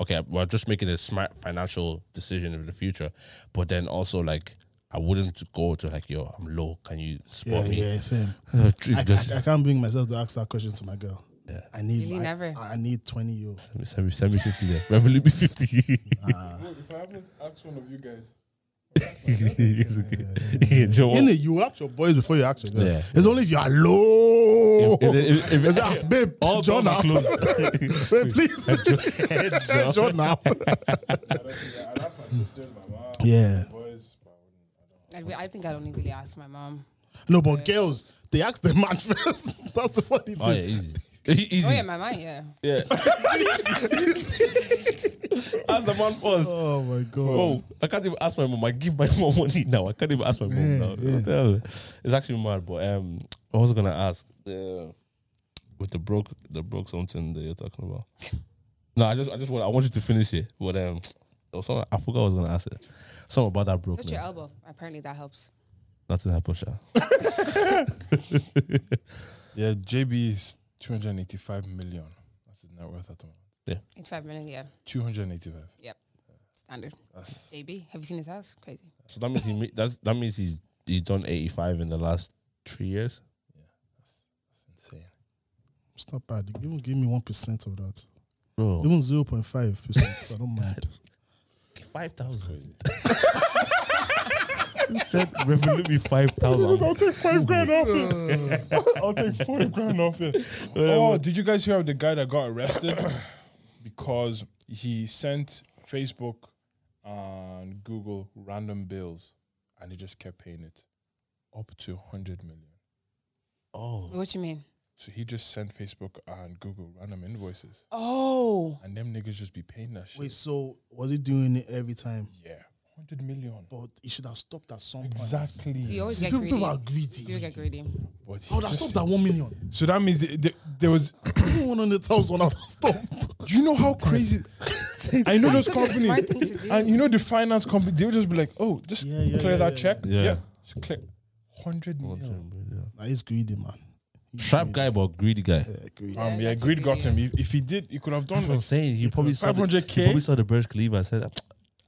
okay, we're just making a smart financial decision in the future, but then also like I wouldn't go to like yo, I'm low. Can you
Yeah,
support me?
yeah, same.
Uh,
I,
just-
I, I can't bring myself to ask that question to my girl.
Yeah.
I need,
Really
I,
never.
I need twenty euros.
Send me, send me, send me fifty there. Revenue be fifty.
if I haven't asked one of you guys,
It's okay. Yeah, do you know what?
In it, you ask your boys before you ask your girl.
Yeah.
It's only if you are low.
If- if- if- if-
It's like, babe,
All
John,
doors are
now.
closed.
Babe, please,
Heads up.
John now.
I'd ask my sister, my mom,
Yeah.
boys.
Oh.
I, re- I think I'd only really ask my mom.
No, but girls, They asked the man first. That's the funny
Oh yeah,
thing.
easy. easy.
Oh yeah, my mind, yeah.
Ask the man first.
Oh my god.
Bro, I can't even ask my mom. I give my mom money now. I can't even ask my mom now. What the hell? It's actually mad, but um, I was gonna ask the with the broke the broke something that you're talking about. No, I just I just want I want you to finish it, but um, there was something, I forgot I was gonna ask it. Something about that
Touch your
brokeness.
elbow. Apparently that helps.
Nothing happened, sha.
Yeah, JB is 285 million. That's his net worth at the moment.
It's five minutes, yeah.
285.
Standard.
That's
JB, have you seen his house? Crazy.
So that means he ma- that's that means he's he's done eighty five in the last three years.
insane.
It's not bad. Even give me one percent of that.
Bro,
Even zero point five percent. I don't mind.
five thousand. He said revolute me five thousand.
take five grand off it. I'll take five grand off it. Oh, did you guys hear of the guy that got arrested because he sent Facebook and Google random bills and he just kept paying it up to 100 million.
Oh.
What you mean?
So he just sent Facebook and Google random invoices
Oh.
and them niggas just be paying that shit.
Wait, so was he doing it every time?
Yeah, 100 million.
But he should have stopped at some point.
Exactly.
So you always
See, oh,
get
people
greedy.
are
You
greedy.
get greedy.
But he
I would have
just-
stopped at one million.
so that means the, the, there was.
One hundred thousand. I would have stopped.
Do you know how crazy? I know
That's
those
such a smart
companies,
thing to do.
and you know the finance company. They would just be like, "Oh, just
Yeah, yeah,
clear
yeah,
that
yeah.
check."
Yeah.
just clear hundred million.
Nah, he's greedy, man. He's
Sharp guy, but greedy guy.
greedy. Yeah, greedy.
Um,
Yeah,
yeah,
that's
greed
a
got
good
him. If, if he did, he could have done
That's what I'm
it.
saying. You probably saw the, you
500K?
probably saw the Burj Khalifa and said,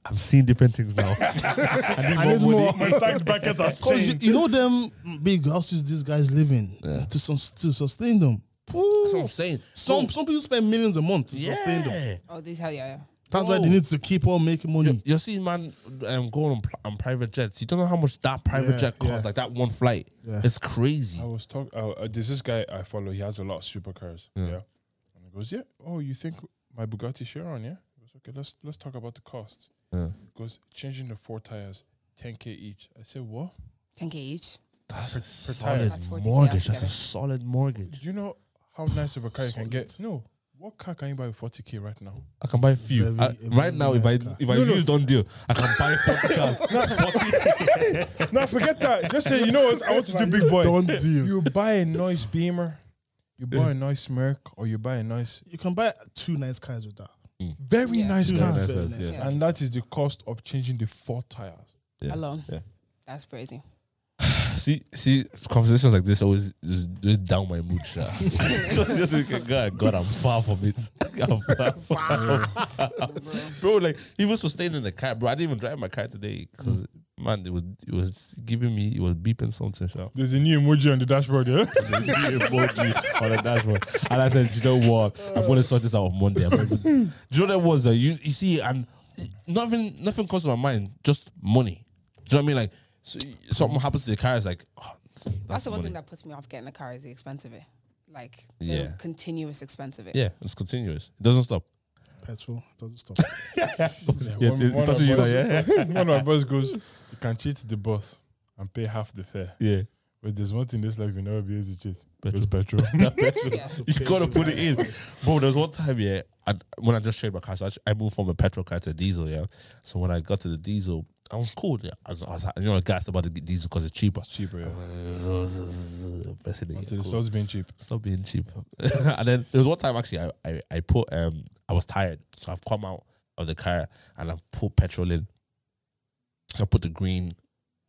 "I'm seeing different things now."
I need more. My tax bracket has
Cause you, you know them big houses these guys live in to, sus- to sustain them.
That's what I'm saying.
Some some people spend millions a month to sustain them.
Yeah.
Oh, this hell yeah. yeah.
That's why they
Whoa.
need to keep on making money.
You- You're seeing man um, going on, pl- on private jets. You don't know how much that private
Yeah,
jet costs,
yeah.
like that one flight.
Yeah. Oh,
It's crazy.
I was talking. Uh, uh, there's this guy I follow. He has a lot of supercars. Yeah. and he goes, "Yeah, oh, you think my Bugatti Chiron? Yeah." He goes, "Okay, let's let's talk about the cost."
Yeah.
He goes, "Changing the four tires, ten k each." I said, "What?"
10k each.
That's a
tire.
solid
That's 40K
mortgage. That's
altogether.
a solid mortgage.
Do you know how nice of a car you can get? No. What car can you buy with 40k right now?
I can buy a few
Very-
I-
a
right
very
now.
nice
if I
car.
if I use on deal, I can buy forty cars.
no, forget that. Just say, you know what? I want to do big boy.
Don't deal.
You buy a nice Beamer, you buy a nice Merc, or you buy a nice,
You can buy two nice cars with that.
very
Yeah.
nice
Two
car.
nice
that's
very
nice,
nice
yeah.
car.
And that is the cost of changing the four tires.
Yeah.
Alone.
Yeah.
That's crazy.
See, see, conversations like this always just, just down my mood, sha. just like, God, God, I'm far from it. I'm far from it. bro, like even sustaining the car, bro. I didn't even drive my car today because man, it was it was giving me it was beeping something, sha.
There's a new emoji on the dashboard, yeah?
emoji on the dashboard, and I said, you know what? I'm gonna sort this out on Monday. I'm gonna- do you know what that was? Uh, you you see, and nothing nothing comes to my mind, just money. Do you know what I mean? Like so, something happens to the car, it's like. Oh, that's,
That's the one
money.
thing that puts me off getting a car is the expense of it. Like the
Yeah.
continuous expense of it.
Yeah, it's continuous. It doesn't stop.
Petrol doesn't stop.
Yeah,
One-
it's
one of
touching you now,
us- One of us goes, you can cheat the boss and pay half the fare.
Yeah.
But there's one thing in this life you never be able to cheat.
Petrol.
It's petrol.
Yeah.
You gotta put it in. Bro, there's one time, yeah, I, when I just traded my car, so I, ch- I moved from a petrol car to a diesel, yeah. So when I got to the diesel, I was cool. Yeah. I was, I was you know, gassed about the diesel because it's cheaper.
Cheaper, yeah.
Pressing it,
Until
yeah,
it
cool.
starts being cheap.
Stop being cheap. and then there was one time actually I, I, I put um I was tired. So I've come out of the car and I've put petrol in. So I put the green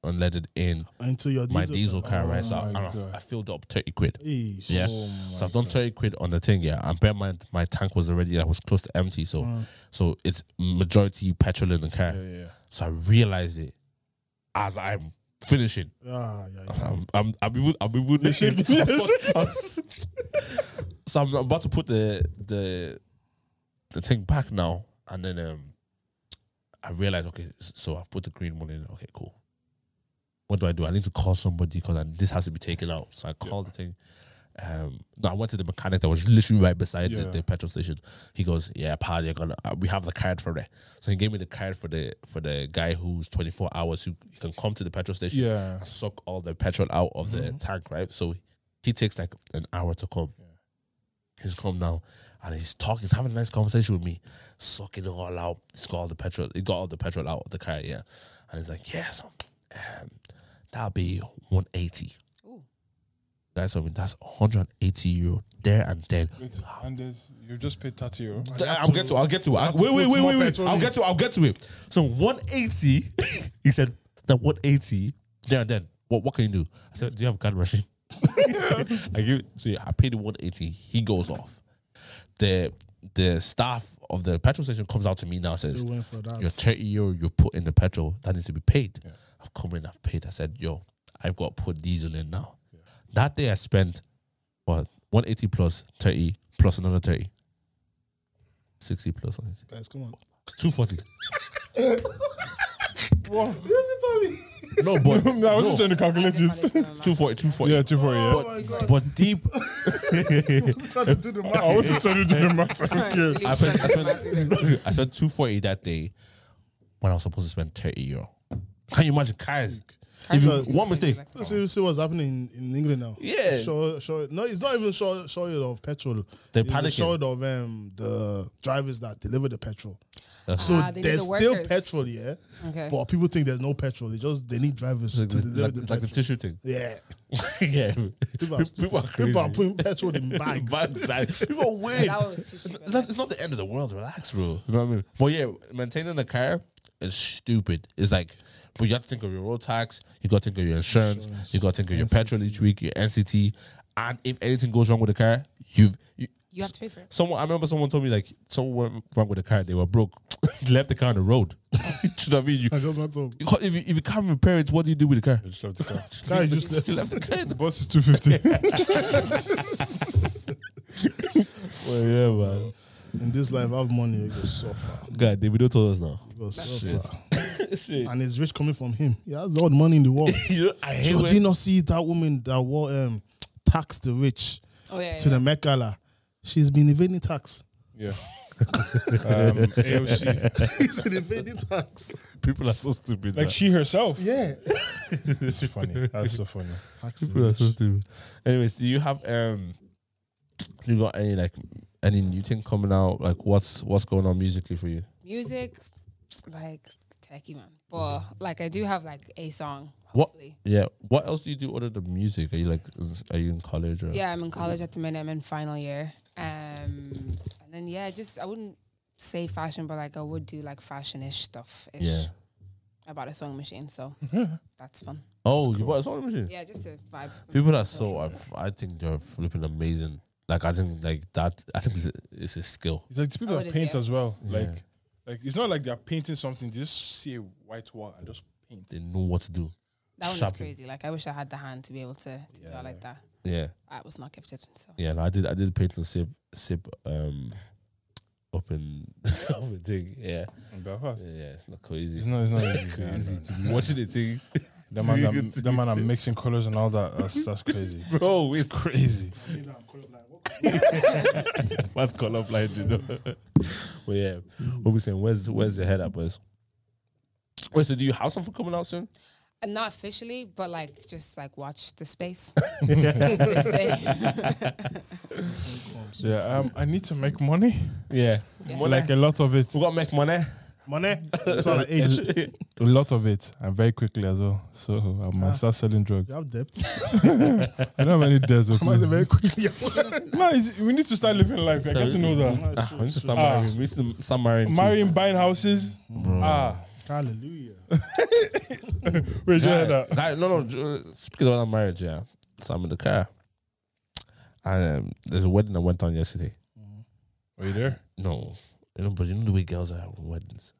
unleaded in
Until your diesel Oh
my diesel car, right? So I,
my
and I-
God.
I filled up 30 quid.
Eesh.
Yeah.
Oh
so I've done 30 quid on the thing, yeah. And bear in mind, my tank was already, I was close to empty. So
Mm.
so it's majority petrol in the car.
Yeah, yeah.
So I realized it as I'm finishing.
Yeah, Ah, yeah, yeah.
I'm, I'm, I'm even, I'm even shaking. I'm so- I'm s- so I'm about to put the, the, the thing back now. And then um, I realized, okay, s- so I've put the green one in. Okay, cool. What do I do? I need to call somebody because this has to be taken out. So I called the thing. um, no, I went to the mechanic that was literally right beside the,
Yeah.
the petrol station. He goes, "Yeah, pal, you're gonna. Uh, we have the card for it." So he gave me the card for the for the guy who's 24 hours who can come to the petrol station
Yeah.
and suck all the petrol out of the tank, right? So he takes like an hour to come. He's come now and he's talking, he's having a nice conversation with me, sucking it all out. He's got all the petrol, he got all the petrol out of the car, yeah. And he's like, Yes, um, that'll be 180.
Ooh.
That's what I mean, that's 180 euro there and then.
Wait, and there's, you just paid oh? 30 euro.
I'll get to. I'll get to. it. I,
to
wait, wait,
put
wait,
more
wait, wait.
petrol
I'll
in.
get to. I'll get to it. So 180. he said that 180. There and then. What what can you do? I said, do you have a card machine? I give. So yeah, I paid the 180. He goes off. The the staff of the petrol station comes out to me now and says,
Still went for that.
your 30 euro you put in the petrol that needs to be paid. I've come in, I've paid. I said, yo, I've got to put diesel in now. That day I spent what 180 plus 30 plus another 30. 60 plus 180.
Guys, come on.
240.
No, but I was just trying to calculate
That's
it.
the punishment, man.
240, 240.
Yeah, 240, yeah.
Oh my god.
But deep,
Trying to do the math.
I was just trying to do Oh, the math. I don't care.
Really
I spent, I,
sucks
spent,
about it.
I spent 240 that day when I was supposed to spend 30 euro. Can you imagine cars? If
Cars are
you,
too
one mistake,
expensive.
Let's see, see what's happening in, in England now.
Yeah.
Sure, sure. No, it's not even sure, sure of petrol.
They're
it's a
panicking.
Short of um, the drivers that deliver the petrol. So
Ah, they need
there's
the
still
workers.
petrol, yeah.
Okay.
But people think there's no petrol. They just they need drivers
it's
to
like,
deliver
like,
the
it's
petrol.
like the tissue thing.
yeah.
yeah, people are,
stupid.
crazy.
People are putting petrol in bags.
Bags, like, people are weird.
That was too
It's,
stupid.
it's not, it's not the end of the world. Relax, bro. You know what I mean? But yeah, maintaining a car is stupid. It's like, but you have to think of your road tax. You got to think of your insurance. You got to think of your petrol each week, your NCT, and if anything goes wrong with the car, you've. You,
You have to pay for it.
Someone, I remember someone told me like someone went wrong with the car. They were broke, left the car on the road. you know what I mean? You,
I just want to.
you can't- if, you, if you can't repair it, what do you do with the car?
I just love the car.
Guy just
You left the car. in the-
Bus is 250.
Well, yeah, man.
in this life have money. It goes so far.
God, David, don't tell us now.
It goes so far.
Shit.
And it's rich coming from him. He has all the money in the world.
You know, I hate
so
when-
do you not see that woman that will um tax the rich
Oh yeah.
to the Met Gala? She's been evading tax.
Yeah. Um, AOC.
She's been evading tax.
People are so stupid.
Like she herself.
Yeah.
It's funny. That's so funny.
Tax.
people are so stupid. Anyways, do you have um, you got any like any new thing coming out? Like what's what's going on musically for you?
Music, like techie man. But like I do have like a song.
What-
Hopefully.
Yeah. What else do you do other than music? Are you like are you in college or?
Yeah, I'm in college at the minute. I'm in final year. Um, and then yeah, just I wouldn't say fashion, but like I would do like fashion-ish stuff. -ish
Yeah.
About a sewing machine, so that's fun.
Oh, you bought a sewing machine.
Yeah, just a vibe.
People are so I, I think they're flipping amazing. Like I think like that I think it's a, it's a skill.
It's like the people
Oh, it
that
is,
paint
yeah.
as well.
Yeah.
Like, like it's not like they're painting something. They just see a white wall and just paint.
They know what to do.
That one is
Shopping.
crazy. Like I wish I had the hand to be able to, to do it like that.
Yeah.
I was not gifted, so
Yeah, no, I did. I did paint and sip, sip, um, up in, up in thing. Yeah,
In Belfast.
yeah, it's not
It's
crazy.
not. It's not easy.
Easy to be watching the
eh?
thing,
That man, that, that man, are mixing colors and all that. That's, that's crazy.
bro. It's
Crazy.
that's colorblind, you know. but yeah, what we saying? Where's Where's your head at, boys? Wait, so do you have something coming out soon?
and not officially, but like just like watch the space. As they say.
Yeah. Um, I need to make money.
Yeah,
Yeah.
More
Like
like
a lot of it.
we gotta make money.
Money. It's not like age.
A a lot of it, and very quickly as well. So I must start selling drugs.
You have debt.
I don't have any debts.
I must
okay?
say very quickly.
No, it's- we need to start living life. I get to know that.
Ah, we need to start
Ah.
marrying. We need to start marrying. too.
Marrying, buying houses. Ah,
Hallelujah.
where's your
Guy-
head at?
guy- no, no. ju- Speaking about marriage, yeah. So I'm in the car, and um, there's a wedding that went on yesterday.
Mm-hmm. Are you there?
No, you know, but you know the way girls are at weddings.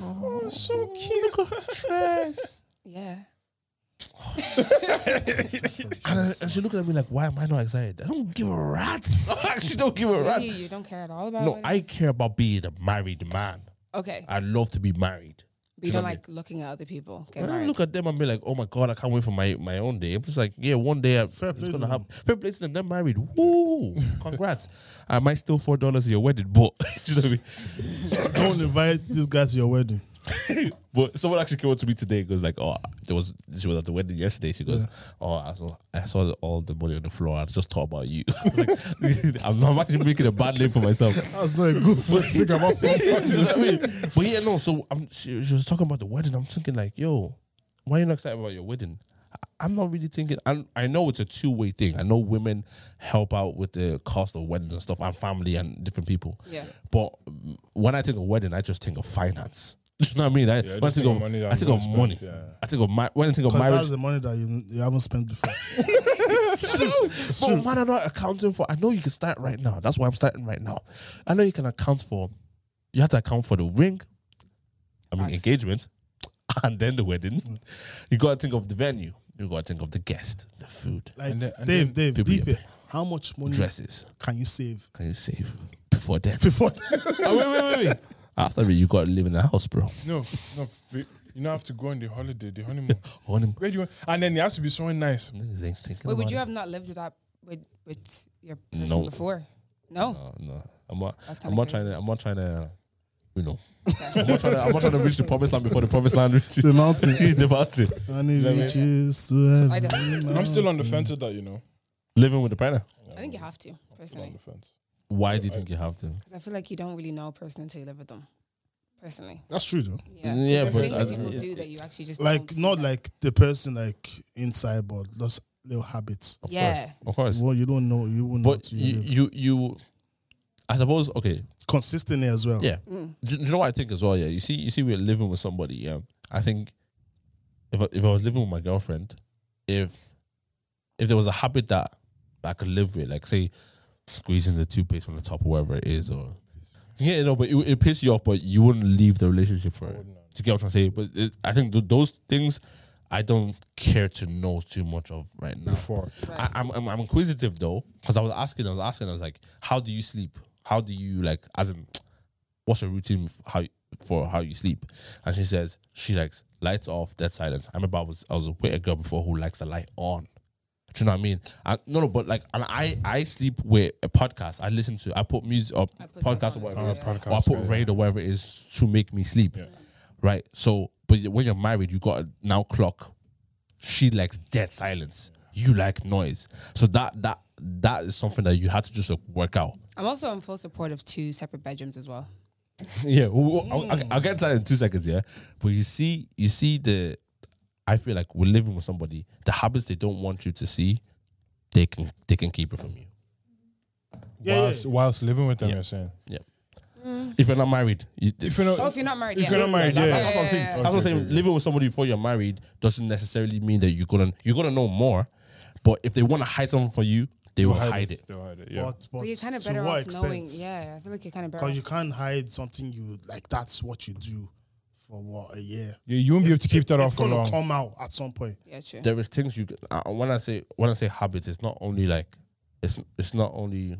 Oh, so cute dress.
yeah.
And, I- and she looked at me like, "Why am I not excited? I don't give a rat. I actually don't give a
Really,
rat.
you don't care at all about
No, I
weddings?
care about being a married man.
okay.
I love to be married.
But you don't like looking at other people. Get
And I
married.
look at them and be like, oh my god, I can't wait for my, my own day. It's like, yeah, one day I, it's gonna happen. Fair play to them, they're married. Woo! Congrats. I might still four dollars at your wedding, but do you know what I mean?
Don't invite this guy to your wedding.
But someone actually came up to me today goes like, oh, there was she was at the wedding yesterday. She goes, oh, I saw I saw all the money on the floor. I just thought about you. I was like, I'm, I'm actually making a bad name for myself.
That's not a good thing about
You know what I mean? But yeah, no. So I'm, she, she was talking about the wedding. I'm thinking like, yo, why are you not excited about your wedding? I- I'm not really thinking. I I know it's a two way thing. I know women help out with the cost of weddings and stuff, and family and different people.
Yeah.
But mm, when I think of wedding, I just think of finance. Do you know what I mean? I, when I
just
think
think of
of
money that
I think
you
of
spend,
money.
yeah.
I think of my when I think of
Because
marriage.
that's the money that you, you haven't spent before.
But man, I'm not accounting for. I know you can start right now. That's why I'm starting right now. I know you can account for. You have to account for the ring. I mean,
Nice.
engagement, and then the wedding. You got to think of the venue. You got to think of the guest, the food,
Like,
And then- and
Dave, Dave,
people
deep
get-
it. How much
Mm.
money
dresses.
can you save
Can you save before death?
before?
oh, wait, wait, wait, wait. After it, you got to live in the house, bro.
No, no. You don't have to go on the holiday, the honeymoon.
Honey-
Where do you want? And then it has to be someone nice.
niggas ain't thinking
Wait, would
about
you
it.
have not lived with that with with your person
No.
before? No.
No, Oh, no. I'm not.
That's kinda
I'm not
crazy.
trying to. I'm not trying to. You know. I'm not trying to. I'm not trying to reach the promised land before the promised land reaches
the mountain.
the mountain.
And it
Let me-
reaches to heaven.
I don't.
I'm still on the fence with that, you know.
Living with the partner.
I think you have to
Still on
personally
the fence.
Why do you think you have to?
because I feel like you don't really know a person until you live with them. Personally,
That's true, though.
yeah.
Yeah,
There's
but
things
I-
that people
it-
do that you actually just
Like,
don't see
not
that.
like the person like inside, but just little habits.
Of
Yeah.
course. Of course.
Well, you don't know. You won't know.
But
till you
you,
live.
you, you, I suppose, okay.
consistently as well.
Yeah.
Mm.
Do, do you know what I think as well? Yeah. You see, you see, we're living with somebody. Yeah. I think if I, if I was living with my girlfriend, if, if there was a habit that I could live with, like say squeezing the toothpaste from the top or whatever it is, or, yeah, no, but it, it pisses you off, but you wouldn't leave the relationship for it. Do you get what I'm trying to say? But it, I think th- those things I don't care to know too much of right now.
Before.
I, I'm, I'm I'm inquisitive though because I was asking, I was asking, I was like, how do you sleep? How do you like? As in, what's your routine f- how for how you sleep? And she says she likes lights off, dead silence. I remember I was I was with a girl before who likes the light on. Do you know what I mean? I, no, no, but like, and I I sleep with a podcast. I listen to, I put music up,
I put
podcast or
stuff on as
whatever,
well,
it is,
yeah.
or I
Podcast,
put
yeah.
raid or whatever it is to make me sleep,
Yeah.
right? So, but when you're married, you got to now clock she likes dead silence. You like noise. So that that that is something that you had to just like, work out.
I'm also in full support of two separate bedrooms as well.
yeah, well, I'll, I'll- I'll get to that in two seconds. Yeah, but you see, you see the. I feel like we're living with somebody. The habits they don't want you to see, they can they can keep it from you.
Yeah, yeah,
whilst,
yeah.
whilst living with them, you're saying.
If you're not married, you, if
you're not-
Oh, if you're not married,
If
yeah.
you're not married, yeah.
That's what I'm saying. That's what I'm
Okay,
saying.
okay.
Living with somebody before you're married doesn't necessarily mean that you're gonna you're gonna know more. But if they want to hide something for you, they will hide it.
They'll hide it. Yeah.
But, but,
But you're kind of
to
better
what
off
extent?
knowing. Yeah, I feel like you're kind of better.
Because
Off.
you can't hide something you like. That's what you do for what a year.
You, you won't be able to keep that
It's
off for
gonna
long.
come out at some point.
yeah, true.
there is things you uh, when I say when I say habits, it's not only like it's it's not only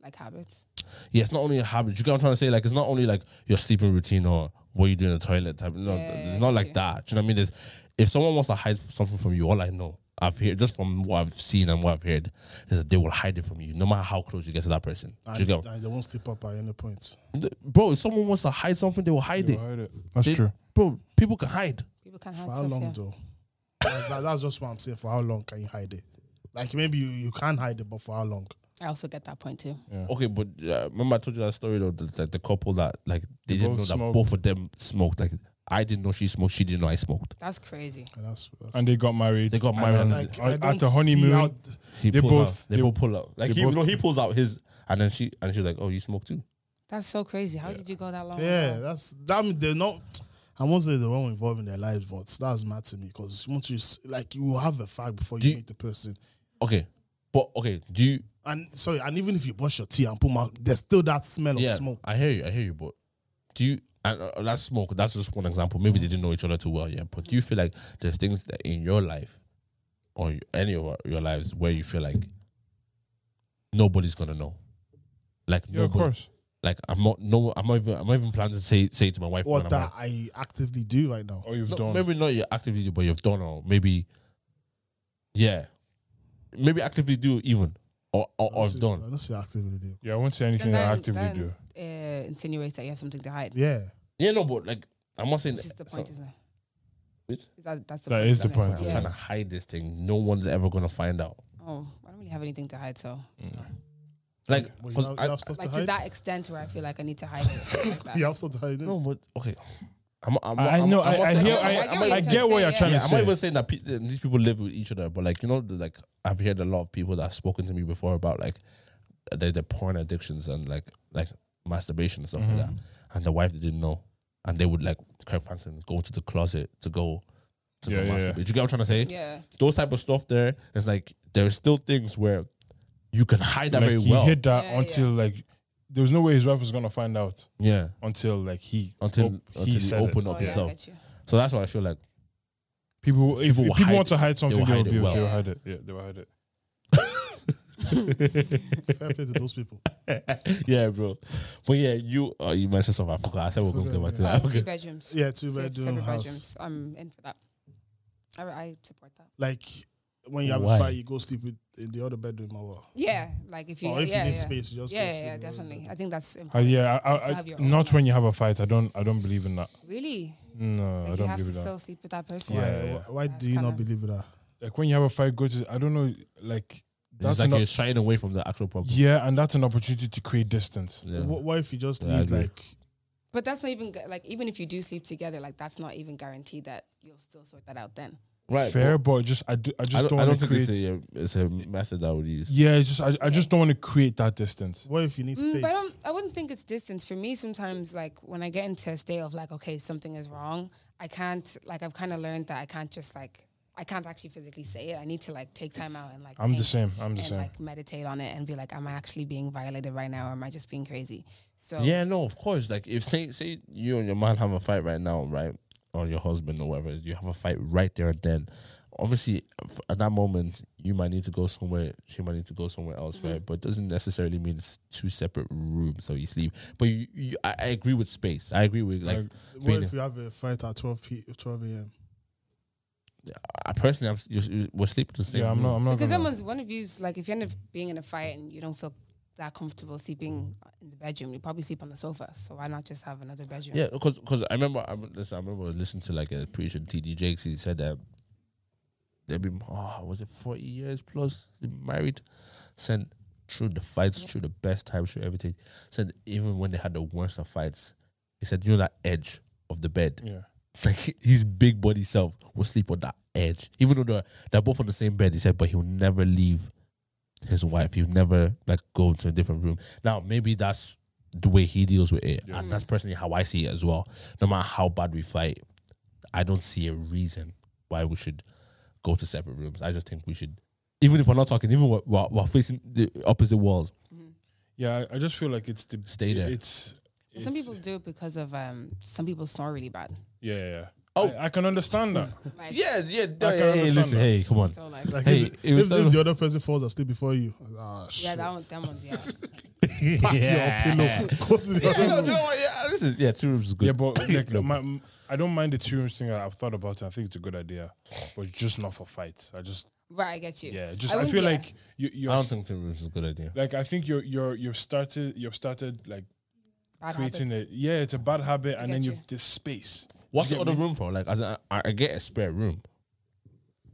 Like habits.
yeah, it's not only a habit. You get what I'm trying to say? Like it's not only like your sleeping routine or what you do in the toilet type. No,
Yeah, yeah,
it's
I
not
get
like
you.
that. Do you know what I mean? There's, if someone wants to hide something from you, all I know I've heard just from what I've seen and what I've heard is that they will hide it from you, no matter how close you get to that person. Do you
And,
get?
and they won't slip up at any point.
Bro, if someone wants to hide something, they will hide
They'll
it.
hide it. That's
They-
true.
Bro, people can hide.
People can
For
hide
how
stuff.
long
Yeah.
though? That's, that- that's just what I'm saying. For how long can you hide it? Like maybe you, you can hide it, but for how long?
I also get that point too.
Oh.
Okay, but uh, remember I told you that story though, the, the, the couple that like they, didn't know
both
that
smoked.
both of them smoked. Like I didn't know she smoked, she didn't know I smoked.
That's crazy.
And that's, that's
And they got married.
They got
And
married
then,
and-
like
at-
I don't
at the
see
honeymoon.
how-
He
They
pulls
both-
out. They,
they-
both pull out. Like
they
he,
both-
no, he pulls out his, and then she and she's like, "Oh, you smoke too."
That's so crazy. How did you go that long?
yeah, that's that. mean, They're not. I won't say they're not involved in their lives, but that's mad to me because once you s- like you will have a fact before
Do
you
you-
meet the person.
Okay, but okay, do you?
And sorry, and even if you brush your teeth and put mouth, there's still that smell
yeah,
of smoke.
I hear you. I hear you, but do you? And uh, that's smoke. That's just one example. Maybe they didn't know each other too well. Yeah, but do you feel like there's things that in your life, or y- any of your lives, where you feel like nobody's gonna know? Like
Yeah, of
nobody-
course.
Like I'm not no I'm not even I'm not even planning to say say to my wife
What
when I'm
that I actively do right now.
Or Oh, you've
like, no,
done.
maybe not you actively do, but you've done or maybe yeah. Maybe actively do even or or, or have done.
I don't say actively do.
yeah, I won't say anything that I actively do.
Uh, insinuates that you have something to hide.
Yeah.
Yeah, no, but like I'm not saying
Which is the point, isn't it?
Which?
Is that, that's the
That
point,
is the
isn't it?
point,
I'm
Yeah.
trying to hide this thing. No one's ever gonna find out.
Oh, I don't really have anything to hide, so
Like,
Well, you
'cause
have, you
I,
have stuff
like
to
to
hide.
that extent where I feel like I need to hide it. Like that.
You have stuff to hide.
no, but okay. I'm, I'm,
I
I'm-
know.
I'm
I,
not
I
saying-
hear.
I'm-
I,
I get what you're trying
I get what
to
you're
say,
trying
Yeah,
to
I'm not
say.
even saying that pe- that these people live with each other, but like you know, the- like I've heard a lot of people that have spoken to me before about like uh, their the porn addictions and like like masturbation and stuff
Mm-hmm.
like that, and the wife didn't know, and they would like quite frankly go to the closet to go to
Yeah,
go
yeah, yeah.
masturbate. Do you get what I'm trying to say?
yeah.
Those type of stuff there, it's like there's still things where you can hide that
like,
very
he
well.
hid that
Yeah, yeah.
until like there was no way his wife was gonna find out
yeah,
until like he
until
op-
until you
said it.
open
Oh,
up
yeah, I
yourself.
get you.
So that's why I feel like
People, if
People
people,
will
if people
hide it.
want to hide something, they will,
hide it
be,
well.
they will
Yeah.
hide it. Yeah, they will hide it.
Fair play to those people.
yeah, bro. But yeah, you uh, you mentioned South Africa. I said we're going to
Forgot,
go back to
yeah.
that.
Um, two
Africa.
bedrooms.
Yeah, two
Se-
bedroom
separate
house.
bedrooms. I'm in for that. I, I support that.
Like when you have
Why?
a fight, you go sleep with, in the other bedroom or what?
Yeah, like if you,
or Oh, if
yeah,
you need
yeah.
space, you just
yeah,
go
yeah,
sleep
yeah,
in the other
definitely.
bedroom.
I think that's
Uh,
important.
yeah, I,
just to
I, I,
have your own
not when you have a
house.
fight. I don't. I don't believe in that.
really.
No,
Like
I
you
don't
have to
believe in that.
still sleep with that person.
Yeah,
why,
yeah.
why- why
That's
do you not
kinda-
believe that?
Like when you have a fight, go to. I don't know. Like
It's
that's
like
an op-
you're shying away from the actual problem.
yeah, and that's an opportunity to create distance.
Yeah.
Wh- What if you just
Yeah, I
need
agree.
like
But that's not even gu- like even if you do sleep together, like that's not even guaranteed that you'll still sort that out then.
Right.
Fair, but just I, do, I just
I don't, I
want
don't
to
think
create.
it's a, it's a method I would use.
yeah, it's just I, I just don't want to create that distance.
what if you need
Mm,
space?
but I, don't, I wouldn't think it's distance. For me, sometimes like when I get into a state of like, okay, something is wrong, I can't like I've kind of learned that I can't just like I can't actually physically say it. I need to like take time out and like
I'm
think
the same. I'm the
and
same.
like meditate on it and be like, am I actually being violated right now, or am I just being crazy?
Oh.
So
Yeah, no, of course. Like if say say you and your man have a fight right now, right, or your husband or whatever, you have a fight right there and then. Obviously, f- at that moment, you might need to go somewhere. She might need to go somewhere else,
Mm-hmm.
right? But it doesn't necessarily mean it's two separate rooms so you sleep. But you, you I, I agree with space. I agree with like.
what
being-
if you have a fight at 12 p 12 a.m.?
I personally, I'm s- you- you- we're sleeping the same.
Yeah, I'm
room.
not. I'm not.
because
gonna-
someone's one of you's like, if you end up being in a fight and you don't feel that comfortable sleeping in the bedroom, you probably sleep on the sofa. So why not just have another bedroom?
Yeah, because I remember I rem- listen, I remember I was listening to like a preacher TD Jakes. He said that they've been oh, was it forty years plus they married, said through the fights, through the best times, through everything. Said even when they had the worst of fights, he said you know that edge of the bed,
Yeah.
like his big body self will sleep on that edge, even though they're, they're both on the same bed. He said, but he'll never leave his wife. He'll never like go to a different room. Now maybe that's the way he deals with it, and that's personally how I see it as well. No matter how bad we fight, I don't see a reason why we should go to separate rooms. I just think we should, even if we're not talking, even while- while while facing the opposite walls,
Yeah, I, I just feel like it's the
Stay there.
It's,
But Some
it's-
people do it because of um, some people snore really bad.
Yeah, yeah. yeah.
Oh.
I, I can understand that.
Like,
Yeah, yeah.
I can understand
listen,
that.
hey, come on.
So like,
Like
Hey,
if,
it was
if- if
so-
the other person falls asleep before you, ah,
yeah,
shit.
that one, that one's yeah.
Pack your pillow. Go to the
Yeah,
other
no,
room.
do you know what? Yeah, this is yeah. Two rooms is good.
Yeah, but like,
No,
my, m- I don't mind the two rooms thing. I- I've thought about it. I think it's a good idea, but just not for fights. I just
right, I get you.
yeah, just
I
I,
wouldn't-
feel
yeah.
like you you're
I don't
s-
think two rooms is a good idea.
like I think you're you're you've started you've started like
Bad
creating
habits.
it. Yeah, it's a bad habit, and then
get
you've this space.
What's
You
the
get
other
me?
room for? Like, as in, I, I get a spare room.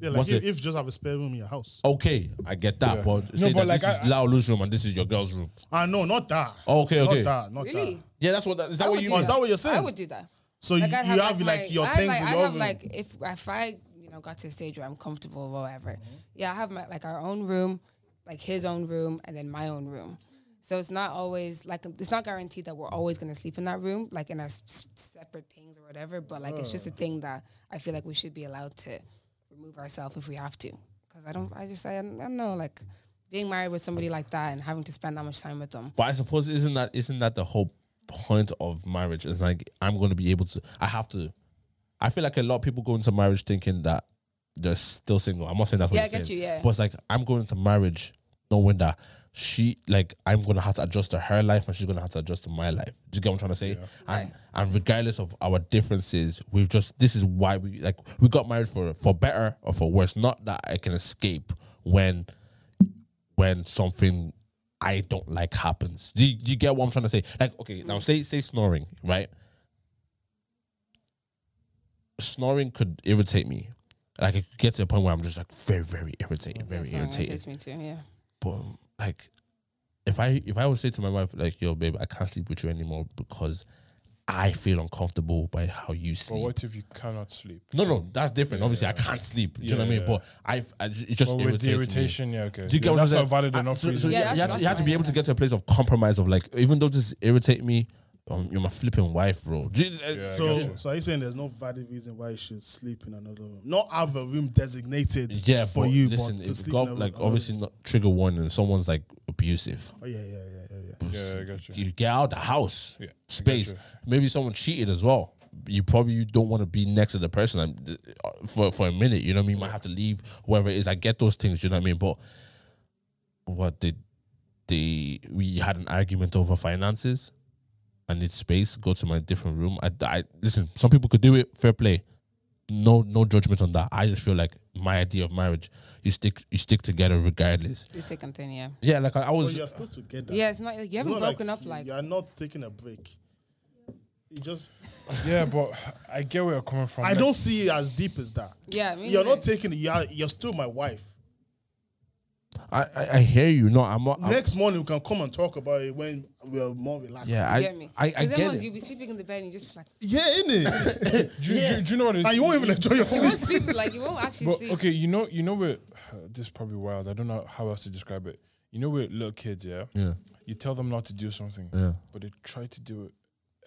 Yeah, like
What's
if,
it?
if you just have a spare room in your house.
Okay, I get that,
Yeah.
but
No,
say
but
that
like,
this is
I-
Laulu's room and this is your girl's room.
Ah, no, not that.
Oh, Okay, okay.
Not that. Not
Really?
that.
Yeah, that's what. That, is that
I
what
would
you?
do
Oh, is that what you're saying?
I would do that.
So you,
I'd
you have
my-
like your
I'd
things
like,
in
I'd
your
have
room.
like if if I you know got to a stage where I'm comfortable or whatever.
Mm-hmm.
Yeah, I have my like our own room, like his own room, and then my own room. So it's not always like it's not guaranteed that we're always gonna sleep in that room, like in our s- s- separate things or whatever. But like it's just a thing that I feel like we should be allowed to remove ourselves if we have to. Because I don't, I just I, don't- I don't know like. Being married with somebody like that and having to spend that much time with them,
But I suppose isn't that isn't that the whole point of marriage? It's like I'm going to be able to. I have to. I feel like a lot of people go into marriage thinking that they're still single. I'm not saying that's what
Yeah, I
you're
get
saying,
you, yeah.
But it's like I'm going into marriage knowing that she like I'm gonna have to adjust to her life and she's gonna have to adjust to my life. Do you get what I'm trying to say? And and regardless of our differences, we've just this is why we like we got married for for better or for worse. Not that I can escape when when something I don't like happens. Do you, do you get what I'm trying to say? Like, okay, now say say snoring, right? Snoring could irritate me. Like it could get to the point where I'm just like very, very irritated, very
Sorry, it
irritated.
takes me too. Yeah.
But like, if I if I would say to my wife like, "Yo, babe, I can't sleep with you anymore because I feel uncomfortable by how you
But
sleep."
what if you cannot sleep?
no, no, that's different. Obviously, I can't sleep. Do you know what I mean?
Yeah.
But I've, I ju- it just
But
irritates
with the
me.
irritation, yeah, okay.
Do you get
Yeah,
what I'm
that's
saying?
not valid
I-
enough
so- so
reason.
you-
Yeah,
you, have
that's-
to, you have to be
that's
able to get to a place of compromise of like, even though this irritate me, um, you're my flipping wife, bro. Do you- uh,
Yeah, I
so
get you.
So, so are you saying there's no valid reason why you should sleep in another room? Not have a room designated
yeah,
for
but
you,
listen,
but to
it's
sleep
got
in a-
like
another-
obviously not trigger warning. Someone's like abusive.
Oh, yeah, yeah, yeah, yeah, yeah.
Yeah, I got you.
You get out the house,
Yeah, I
space.
got
Maybe someone cheated as well. You probably don't want to be next to the person um, th- uh, for for a minute. You know what I mean? You might have to leave wherever it is. I get those things. You know what I mean? But what did they? We had an argument over finances. I need space. Go to my different room. I, I listen. Some people could do it. Fair play. No, no judgment on that. I just feel like my idea of marriage, you stick, you stick together regardless.
It's taken thin. Yeah.
Yeah, like I, I
But
was.
you're still together.
Yeah. It's not. Like, you
It's
haven't
not
broken
like
up
you-
like.
You're not taking a break. You just.
Yeah, but I get where you're coming from.
I
like,
don't see it as deep as that.
Yeah. Me
You're
neither.
not taking it. You're, you're still my wife.
I, I, I hear you. No, I'm not. I'm-
Next morning, we can come and talk about it when we're more relaxed.
yeah,
You
I,
get me.
I, I
Because then
get
once
it.
You'll be sleeping in the bed and you just like
Yeah, innit?
Do, you- do, you- do you know what it is?
and you won't even enjoy your
you
sleep.
won't sleep. Like you won't actually
But
sleep.
okay, you know, you know, with this is probably wild. I don't know how else to describe it. You know, with little kids, yeah,
yeah,
you tell them not to do something,
yeah,
but they try to do it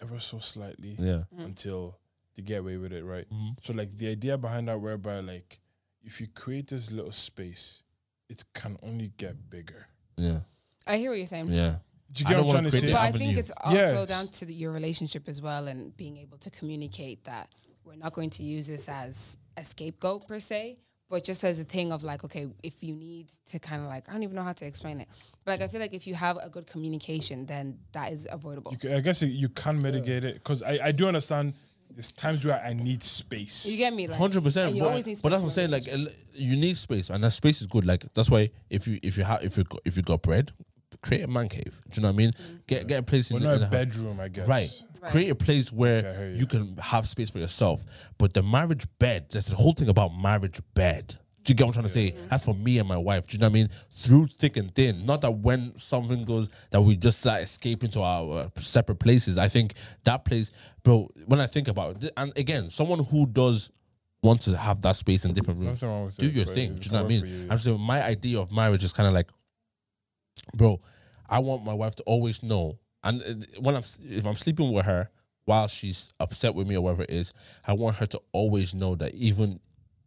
ever so slightly
yeah.
until they get away with it, right?
Mm-hmm.
So, like the idea behind that, whereby like if you create this little space, it can only get bigger.
Yeah,
I hear what you're saying.
yeah.
Do you
I don't
get what I'm
wanna
trying to
create
say?
But I
avenue.
think it's also
Yes.
down to the, your relationship as well and being able to communicate that we're not going to use this as a scapegoat per se, but just as a thing of like, okay, if you need to kind of like, I don't even know how to explain it. But like, I feel like if you have a good communication, then that is avoidable.
You ca- I guess you can mitigate it because I, I do understand. There's times where I need space.
You get me? Like,
Hundred percent.
and you always
But,
need
but that's what
space
I'm
in
saying.
a
Like, el- you need space, and that space is good. Like, that's why if you if you have if you go- if you got bread, create a man cave. Do you know what I mean?
Mm.
Get get a place
But
in, the,
not
in
a
the house.
bedroom, I guess.
Right.
Right.
Create a place where
I hear
you.
you.
can have space for yourself. But the marriage bed, that's the whole thing about marriage bed. Do you get what I'm trying to say? That's for me and my wife. Do you know what I mean? Through thick and thin. Not that when something goes that we just start escaping to our uh, separate places. I think that place, bro, when I think about it, and again, someone who does want to have that space in different rooms,
Nothing wrong with
do
it,
your
but
thing.
it
Do you know what I
can work
mean?
for you, yeah.
I'm saying my idea of marriage is kind of like bro, I want my wife to always know. And uh, when I'm s- if I'm sleeping with her while she's upset with me or whatever it is, I want her to always know that even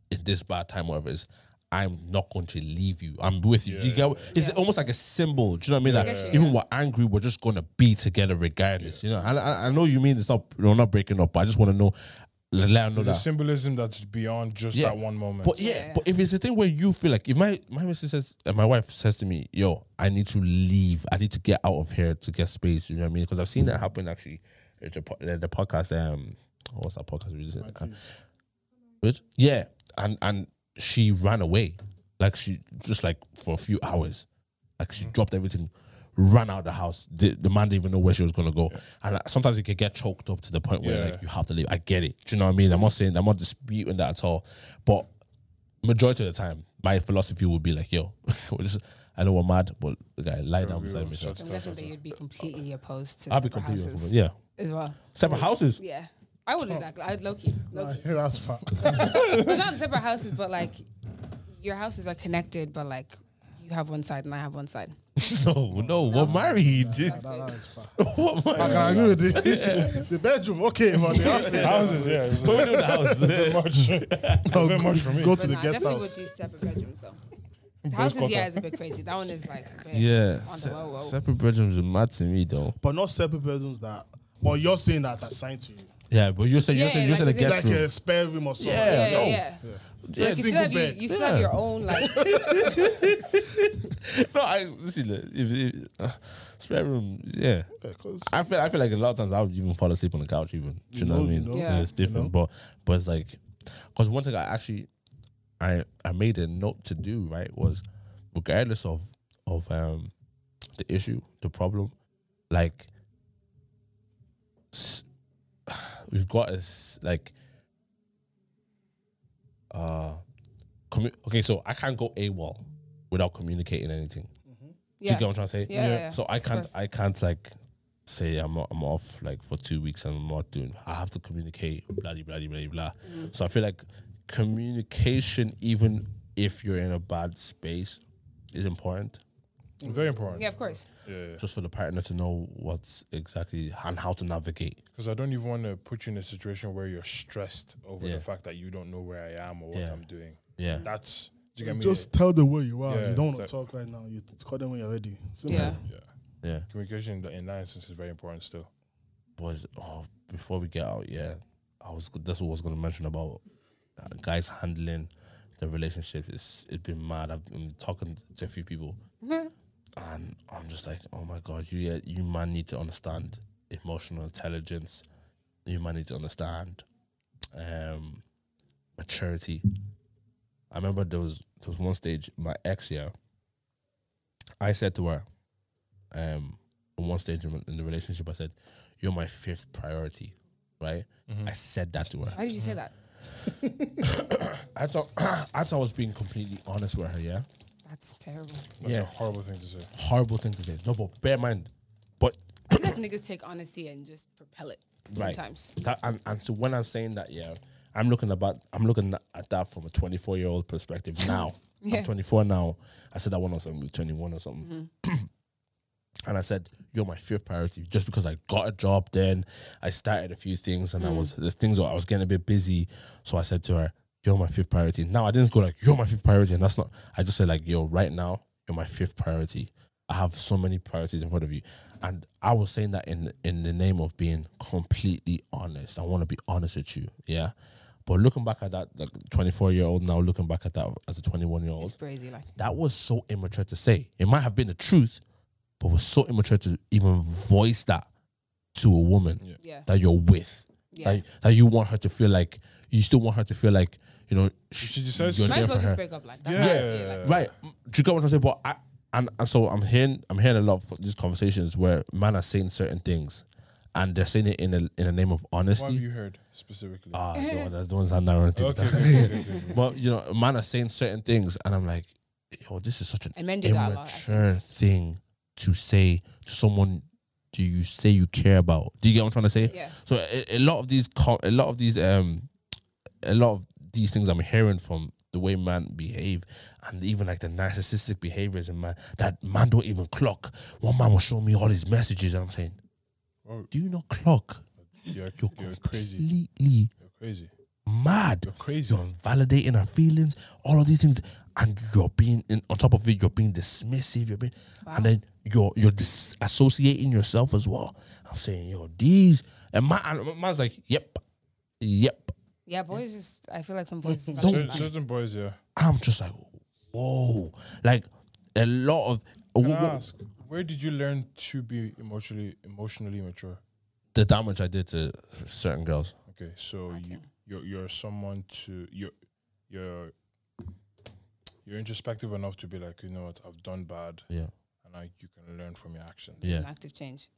in this bad time, whatever it is, I'm not going to leave you. I'm with you. you get what, it's almost like a symbol. Do you know what I mean? Like
guess you-
even we're angry, we're just gonna be together regardless. You know, and I, I know you mean it's not we're not breaking up, but I just want to know, let her know
There's
that
a symbolism that's beyond just that one moment.
but yeah, but if it's a thing where you feel like if my my missus says uh, my wife says to me, "Yo, I need to leave. I need to get out of here to get space." You know what I mean? Because I've seen that happen actually. It's a po- The, the podcast, um, what's that podcast? We just- uh, which- yeah, and and she ran away, like she just like for a few hours, like
Mm.
she dropped everything. Ran out of the house. The, the man didn't even know where she was gonna go, and uh, sometimes it could get choked up to the point where
Yeah.
like you have to leave. I get it. Do you know what I mean? I'm not saying I'm not disputing that at all, but majority of the time, my philosophy would be like, yo, we're just, I know we're mad, but okay, lie down
we
beside
will
me.
shut
So
I'll
I'm guessing that you'd be completely opposed to
be
separate
completely,
houses
yeah.
as well.
Separate houses?
Yeah. I would do that. I'd low key. Low key.
That's fine.
But not separate houses, but like your houses are connected, but like you have one side and I have one side.
No, no, we're married.
That's fine.
We're
I
married.
can agree with it. the bedroom, okay, but the house is-
houses, yeah, it's
But we know the house.
Oh,
bit much for me.
Go to the
nah,
guest
definitely
house.
would do separate bedrooms though. The houses, yeah, is a bit crazy. That one is like a bit
Yeah,
on
se-
the whoa, whoa.
separate bedrooms are mad to me though.
But not separate bedrooms that. But you're saying that assigned to you.
Yeah, but you're saying you're
Yeah,
saying you're saying
like
a
is it
guest
Like
room.
a spare room or something.
Yeah.
yeah,
no.
yeah. yeah.
Yeah,
Like you still
single
have, you,
bed.
you still have
Yeah.
your own like
no, I listen. look, If, if, uh, spare room, yeah.
Because
I feel I feel like a lot of times I would even fall asleep on the couch. Even do you know,
know,
what I
you
mean?
know.
Yeah.
It's different, but but it's like because one thing I actually I I made a note to do right was regardless of of um the issue, the problem, like s- we've got to s like uh commu- okay. So I can't go AWOL without communicating anything. Do you
Yeah.
get what I'm trying to say?
Yeah, Yeah. yeah,
So I
of
can't,
course.
I can't like say I'm o- I'm off like for two weeks and I'm not doing. I have to communicate, blah blah blah blah blah.
Mm.
So I feel like communication, even if you're in a bad space, is important
Very important.
Yeah, of course.
Yeah.
just for the partner to know what's exactly and how to navigate.
Because I don't even want to put you in a situation where you're stressed over
Yeah.
the fact that you don't know where I am or what
Yeah.
I'm doing.
Yeah.
That's do you get me?
just tell them where you are.
Yeah,
you don't want to
exactly.
talk right now. You call them when you're ready. Simple.
Yeah.
yeah.
Yeah.
Communication in that- in that instance is very important still.
was oh, before we get out, yeah, I was that's what I was gonna mention about uh, guys handling the relationships. It's it's been mad. I've been talking to a few people, and I'm just like, oh my god, you you man need to understand emotional intelligence. You man need to understand um, maturity. I remember there was there was one stage my ex yeah. I said to her, um, on one stage in in the relationship, I said, "You're my fifth priority," right? I said that to her.
Why did you say that?
I thought I thought I was being completely honest with her. Yeah,
That's terrible.
That's
Yeah.
a horrible thing to say.
horrible thing to say. No, but bear in mind, but
I feel like niggas take honesty and just propel it
Right.
sometimes.
That, and, and so when I'm saying that, yeah, I'm looking about I'm looking at that from a 24 year old perspective now.
Yeah.
I'm 24 now. I said that one or something, 21 or something. and I said, "You're my fifth priority," just because I got a job. Then I started a few things, and I was the things were- I was getting a bit busy. So I said to her, "You're my fifth priority." Now I didn't go like, "You're my fifth priority," and that's not. I just said like, "Yo, right now, you're my fifth priority." I have so many priorities in front of you, and I was saying that in in the name of being completely honest. I want to be honest with you, yeah. But looking back at that, like twenty four year old now, looking back at that as a twenty one year old,
It's crazy. Like,
that was so immature to say. It might have been the truth, but was so immature to even voice that to a woman
yeah.
that you're with.
Yeah.
That, that you want her to feel like you still want her to feel like you know sh-
She decides
you're
to-
Might
there
as well
for
just
her.
break up. Like, that's
Yeah.
how I see it. Like,
Right. Do you get what I'm saying? But I and, and so I'm hearing I'm hearing a lot of these conversations where men are saying certain things, and they're saying it in a, in the name of
What have
honesty.
you heard specifically?
Ah, no, that's the ones that I'm not gonna take
okay,
that.
okay, okay, okay, okay.
But you know, man are saying certain things, and I'm like, yo, this is such an
And men do that a lot, I think.
immature thing to say to someone. Do you say you care about? Do you get what I'm trying to say?
Yeah.
So a, a lot of these, co- a lot of these, um, a lot of these things I'm hearing from the way man behave, and even like the narcissistic behaviors in man that man don't even clock. One man will show me all his messages, and I'm saying,
Oh.
do you not clock?
You're,
You're,
you're crazy.
completely
You're crazy.
mad.
You're crazy.
You're invalidating her feelings, all of these things, and you're being in, on top of it. You're being dismissive. You're being, and then you're you're disassociating yourself as well. I'm saying, yo, these and my and man's like, yep, yep.
yeah, boys just, I feel like some boys. just
Mm-hmm. Don't-
fucking
Cer-
like-
Certain boys, yeah.
I'm just like, whoa, like a lot of
Can I ask, where did you learn to be emotionally emotionally mature?
the damage I did to certain girls.
Okay, so you you're, you're someone to you're you're you're introspective enough to be like, you know what, I've done bad,
Yeah,
and I you can learn from your actions.
yeah,
an active change.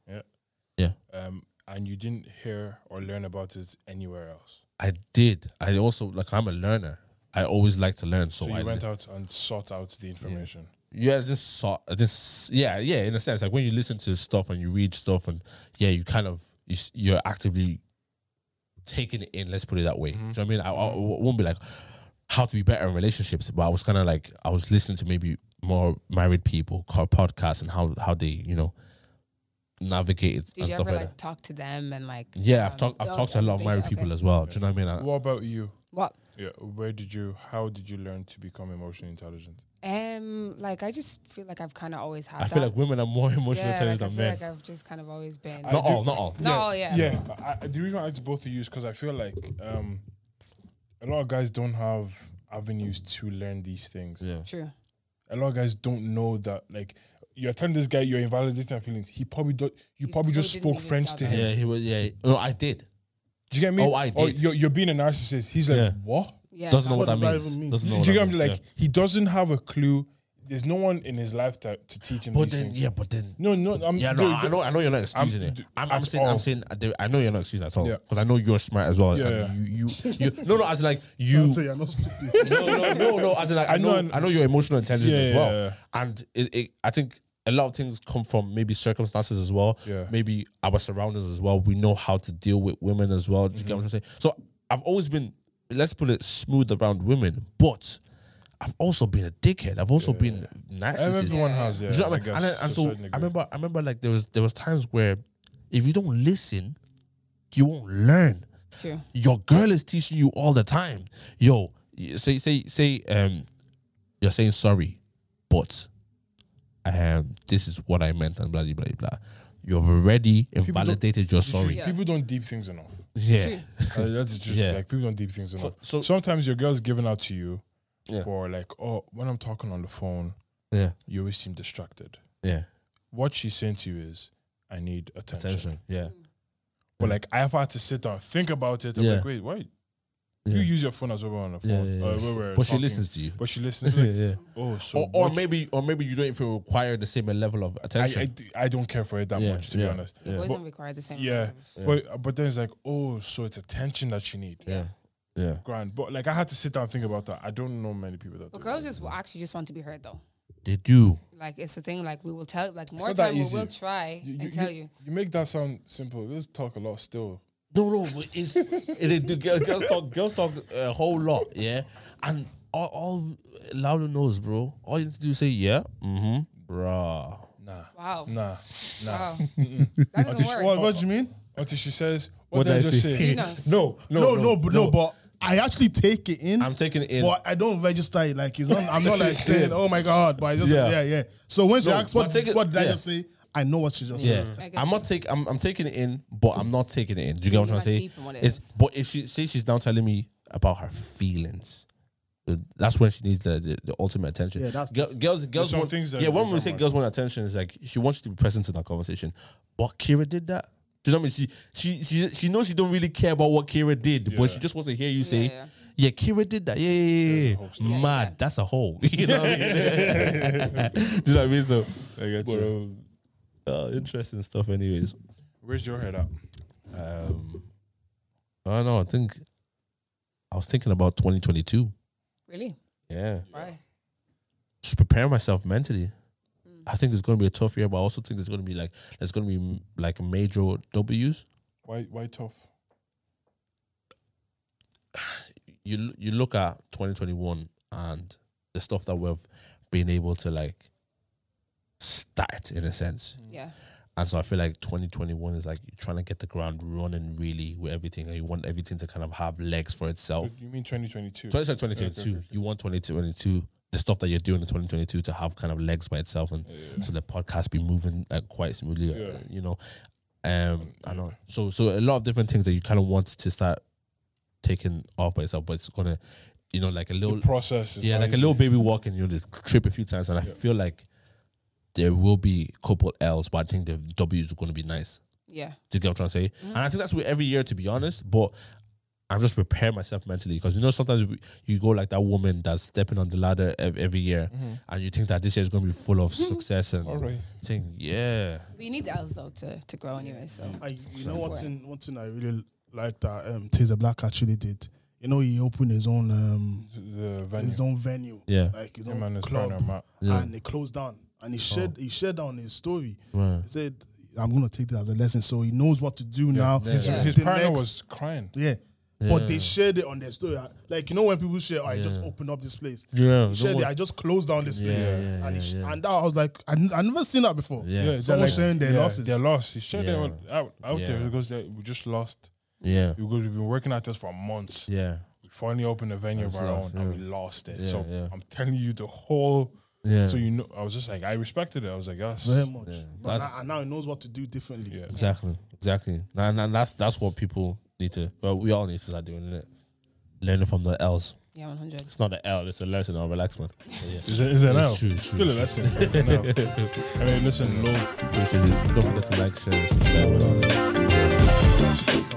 Um, and you didn't hear or learn about it anywhere else.
I did. I also like I'm a learner. I always like to learn, so,
So
I
you went out and sought out the information.
yeah, just saw this. Yeah, yeah. In a sense, like when you listen to stuff and you read stuff, and yeah, you kind of you, s- you're actively taking it in. Let's put it that way.
Mm-hmm.
Do you know what I mean? I, I won't be like how to be better in relationships, but I was kind of like I was listening to maybe more married people called podcasts and how how they you know navigate it
Did
and
you
stuff
ever
like
like
that.
talk to them and like?
Yeah, I've
um,
talked. I've
oh,
talked to a lot of
okay,
married
okay.
people as well. Do you know what I mean? I-
What about you?
What?
Yeah, where did you? How did you learn to become emotionally intelligent?
Um, like I just feel like I've kind of always had.
I feel
that.
like women are more emotional
yeah, like,
intelligent
I
than
feel
men.
like I've just kind of always been.
I
not
do-
all. Not all.
no, yeah,
yeah. I, I- the reason I asked both of you is because I feel like um, a lot of guys don't have avenues to learn these things,
Yeah.
true.
A lot of guys don't know that. Like you're telling this guy you're invalidating our feelings. He probably do, you probably just
totally
spoke French to
didn't
him.
Yeah, he was. Yeah, no, I did.
Do you get me?
Oh, I
Or
did.
you're, you're being a narcissist. He's like,
Yeah.
what?
Yeah.
Doesn't know what,
What
that
does
means.
that even mean?
Doesn't know.
Do you
what that
get me?
means,
Like
yeah.
he doesn't have a clue. There's no one in his life to, to teach him.
But
these
then,
things.
yeah, but then.
no, no, I'm,
Yeah,
no,
no, I know, I know you're not excusing
I'm-
it.
d-
I'm, I'm
at
saying,
all.
I'm saying, I do- I know you're not excusing at all
Yeah.
because I know you're smart as well.
Yeah,
and
yeah.
You, you, you, no, no, as in like you,
Say you're not stupid.
no, no, no, no. As in, like, I
I know
know,
an-
I know your emotional intelligence
Yeah,
as well,
yeah,
and it, it, I think a lot of things come from maybe circumstances as well,
Yeah.
maybe our surroundings as well. We know how to deal with women as well. Do you get what I'm
Mm-hmm.
saying? So I've always been, let's put it smooth around women, but I've also been a dickhead. I've also been narcissist.
everyone has. Yeah,
Do you know
I
what I mean?
guess,
And, then- and
to a
so
certain
I
degree.
remember, I remember like there was there was times where if you don't listen, you won't learn
True.
your girl is teaching you all the time. Yo, y- say say say um you're saying sorry, but um this is what I meant and blah blah blah blah. You've already invalidated your sorry.
Yeah.
People don't deep things enough.
Yeah.
True.
Uh, that's just
Yeah.
like people don't deep things enough.
so-
sometimes your girl's giving out to you
Yeah.
for like, oh, when I'm talking on the phone,
Yeah.
you always seem distracted.
Yeah.
What she's saying to you is, I need attention. Mm.
Attention. Yeah.
But like, I have had to sit down, think about it. I'm
Yeah.
like, wait, why?
Yeah.
You use your phone as well on the phone.
Yeah, yeah, yeah.
uh, when we're
But she
talking.
listens to you.
But she listens.
yeah,
Like,
yeah.
oh, so
Or, or
what-
maybe or maybe you don't even require the same level of
I,
attention.
I, d- I don't care for it that
Yeah,
much to
yeah,
be honest.
Yeah.
Boys
But-
don't require the same.
Yeah,
amount of-
but uh, but then it's like, oh, so it's attention that you need.
yeah. Yeah.
Grand, but like I had to sit down and think about that. I don't know many people that.
But
do
girls
that.
just will actually just want to be heard though.
They do.
Like it's the thing. Like we will tell. Like more
not that
time we
easy.
will try and tell you.
You make that sound simple. We just talk a lot still.
No, no, but it's it, it, the girl- girls talk girls talk a whole lot, yeah. And all, all Laura knows, bro. All you need to do is say, yeah, mm-hmm, bruh.
Nah,
Wow.
nah, nah.
Wow. that doesn't work.
what, what do you mean?
Until she says, "What,
What
did I
did I
just
say?
say?"
Penis.
No, no,
No, no, but no, but I actually take it in.
I'm taking it in.
But I don't register it. Like it's not, I'm not like saying, "Oh my god!" But I just
Yeah.
yeah, yeah. So when she
No,
asks,
but
"What,
take it-
what did
yeah.
I just say?" I know what she just
Yeah,
said.
I guess
I'm not take. I'm, I'm taking it in, but I'm not taking it in. Do you get what I'm
You're not
trying to
deep in what
say?
it
It's
is.
but if she say she's now telling me about her feelings, uh, that's when she needs the, the, the ultimate attention.
Yeah, that's-
Girl- girls. Girls
some
want
things that
yeah.
you
When we
don't
say
want.
girls want attention, it's like she wants you to be present in that conversation. But Kira did that. Do you know what I mean? She she she she knows she don't really care about what Kira did, but she just wants to hear you say.
yeah.
Yeah, Kira did that. Yeah, yeah, yeah. yeah. Mad. That's a hole. You know what I mean? Do you know what I mean? So,
I get
but,
you.
um, uh, interesting stuff. Anyways,
Where's your head at?
um, I don't know. I think I was thinking about 2022.
Really?
Yeah.
Why?
Just prepare myself mentally. I think it's going to be a tough year, but I also think there's going to be like, there's going to be like major W's.
Why? Why tough?
You, l- you look at 2021 and the stuff that we've been able to like start in a sense.
Mm.
Yeah.
And so I feel like 2021 is like you're trying to get the ground running really with everything and you want everything to kind of have legs for itself.
You mean 2022?
2022,
Okay, okay, okay.
you want 2022, the stuff that you're doing in 2022 to have kind of legs by itself and so the podcast be moving uh, quite smoothly, uh,
Yeah.
you know. Um, I know. So, so a lot of different things that you kind of want to start taking off by itself, but it's going to, you know, like a little,
The process. Is
yeah,
not
like a
easy.
little baby walking, you know, they trip a few times. And I feel like there will be a couple L's, but I think the W's are going to be nice.
Yeah.
Do you get what I'm trying to say? And I think that's with every year, to be honest. But I'm just preparing myself mentally because you know sometimes we, you go like that woman that's stepping on the ladder ev- every year, and you think that this year is going to be full of success and
Mm-hmm. All right.
think yeah,
We need the L's though to, to grow anyway. So
I, you know one thing, one thing I really like that um, Taser Black actually did. You know, he opened his own um,
The venue.
his own venue,
Yeah.
like his
Yeah,
own
man, it's
club,
burning him out.
Yeah.
and they closed down. And he shared he shared down his story.
Right.
He said, "I'm gonna take this as a lesson." So he knows what to do now.
His,
Yeah.
his
The
partner
next-
was crying.
Yeah. But they shared it on their story. Like, you know, when people share, oh, I just opened up this place.
Yeah,
He shared
no
it, I just closed down this place.
yeah,
and, he sh-
yeah, yeah.
and that, I was like, I, n- I never seen that before.
yeah,
Yeah,
yeah,
Someone sharing their
yeah,
losses.
Their loss. He shared
Yeah.
their out out there
Yeah.
because they, we just lost.
yeah,
Because we've been working at this for months.
yeah,
We finally opened a venue of
That's
our own
lost,
and
yeah.
we lost it.
Yeah,
so
yeah.
I'm telling you the whole.
yeah.
So you know, I was just like, I respected it. I was like, yes.
Very much. But
That's-
now, and now he knows what to do differently.
Yeah.
Exactly, exactly. And, and that's that's what people need to. Well, we all need to start doing it. Learning from the L's.
Yeah, 100.
It's not an L, it's a lesson. I'll relax, man.
Is it, is it now?
It's true, it's
Still
true,
a lesson. It's an L. I mean, listen, love.
Appreciate it. Don't forget to like, share, subscribe.
Thank you.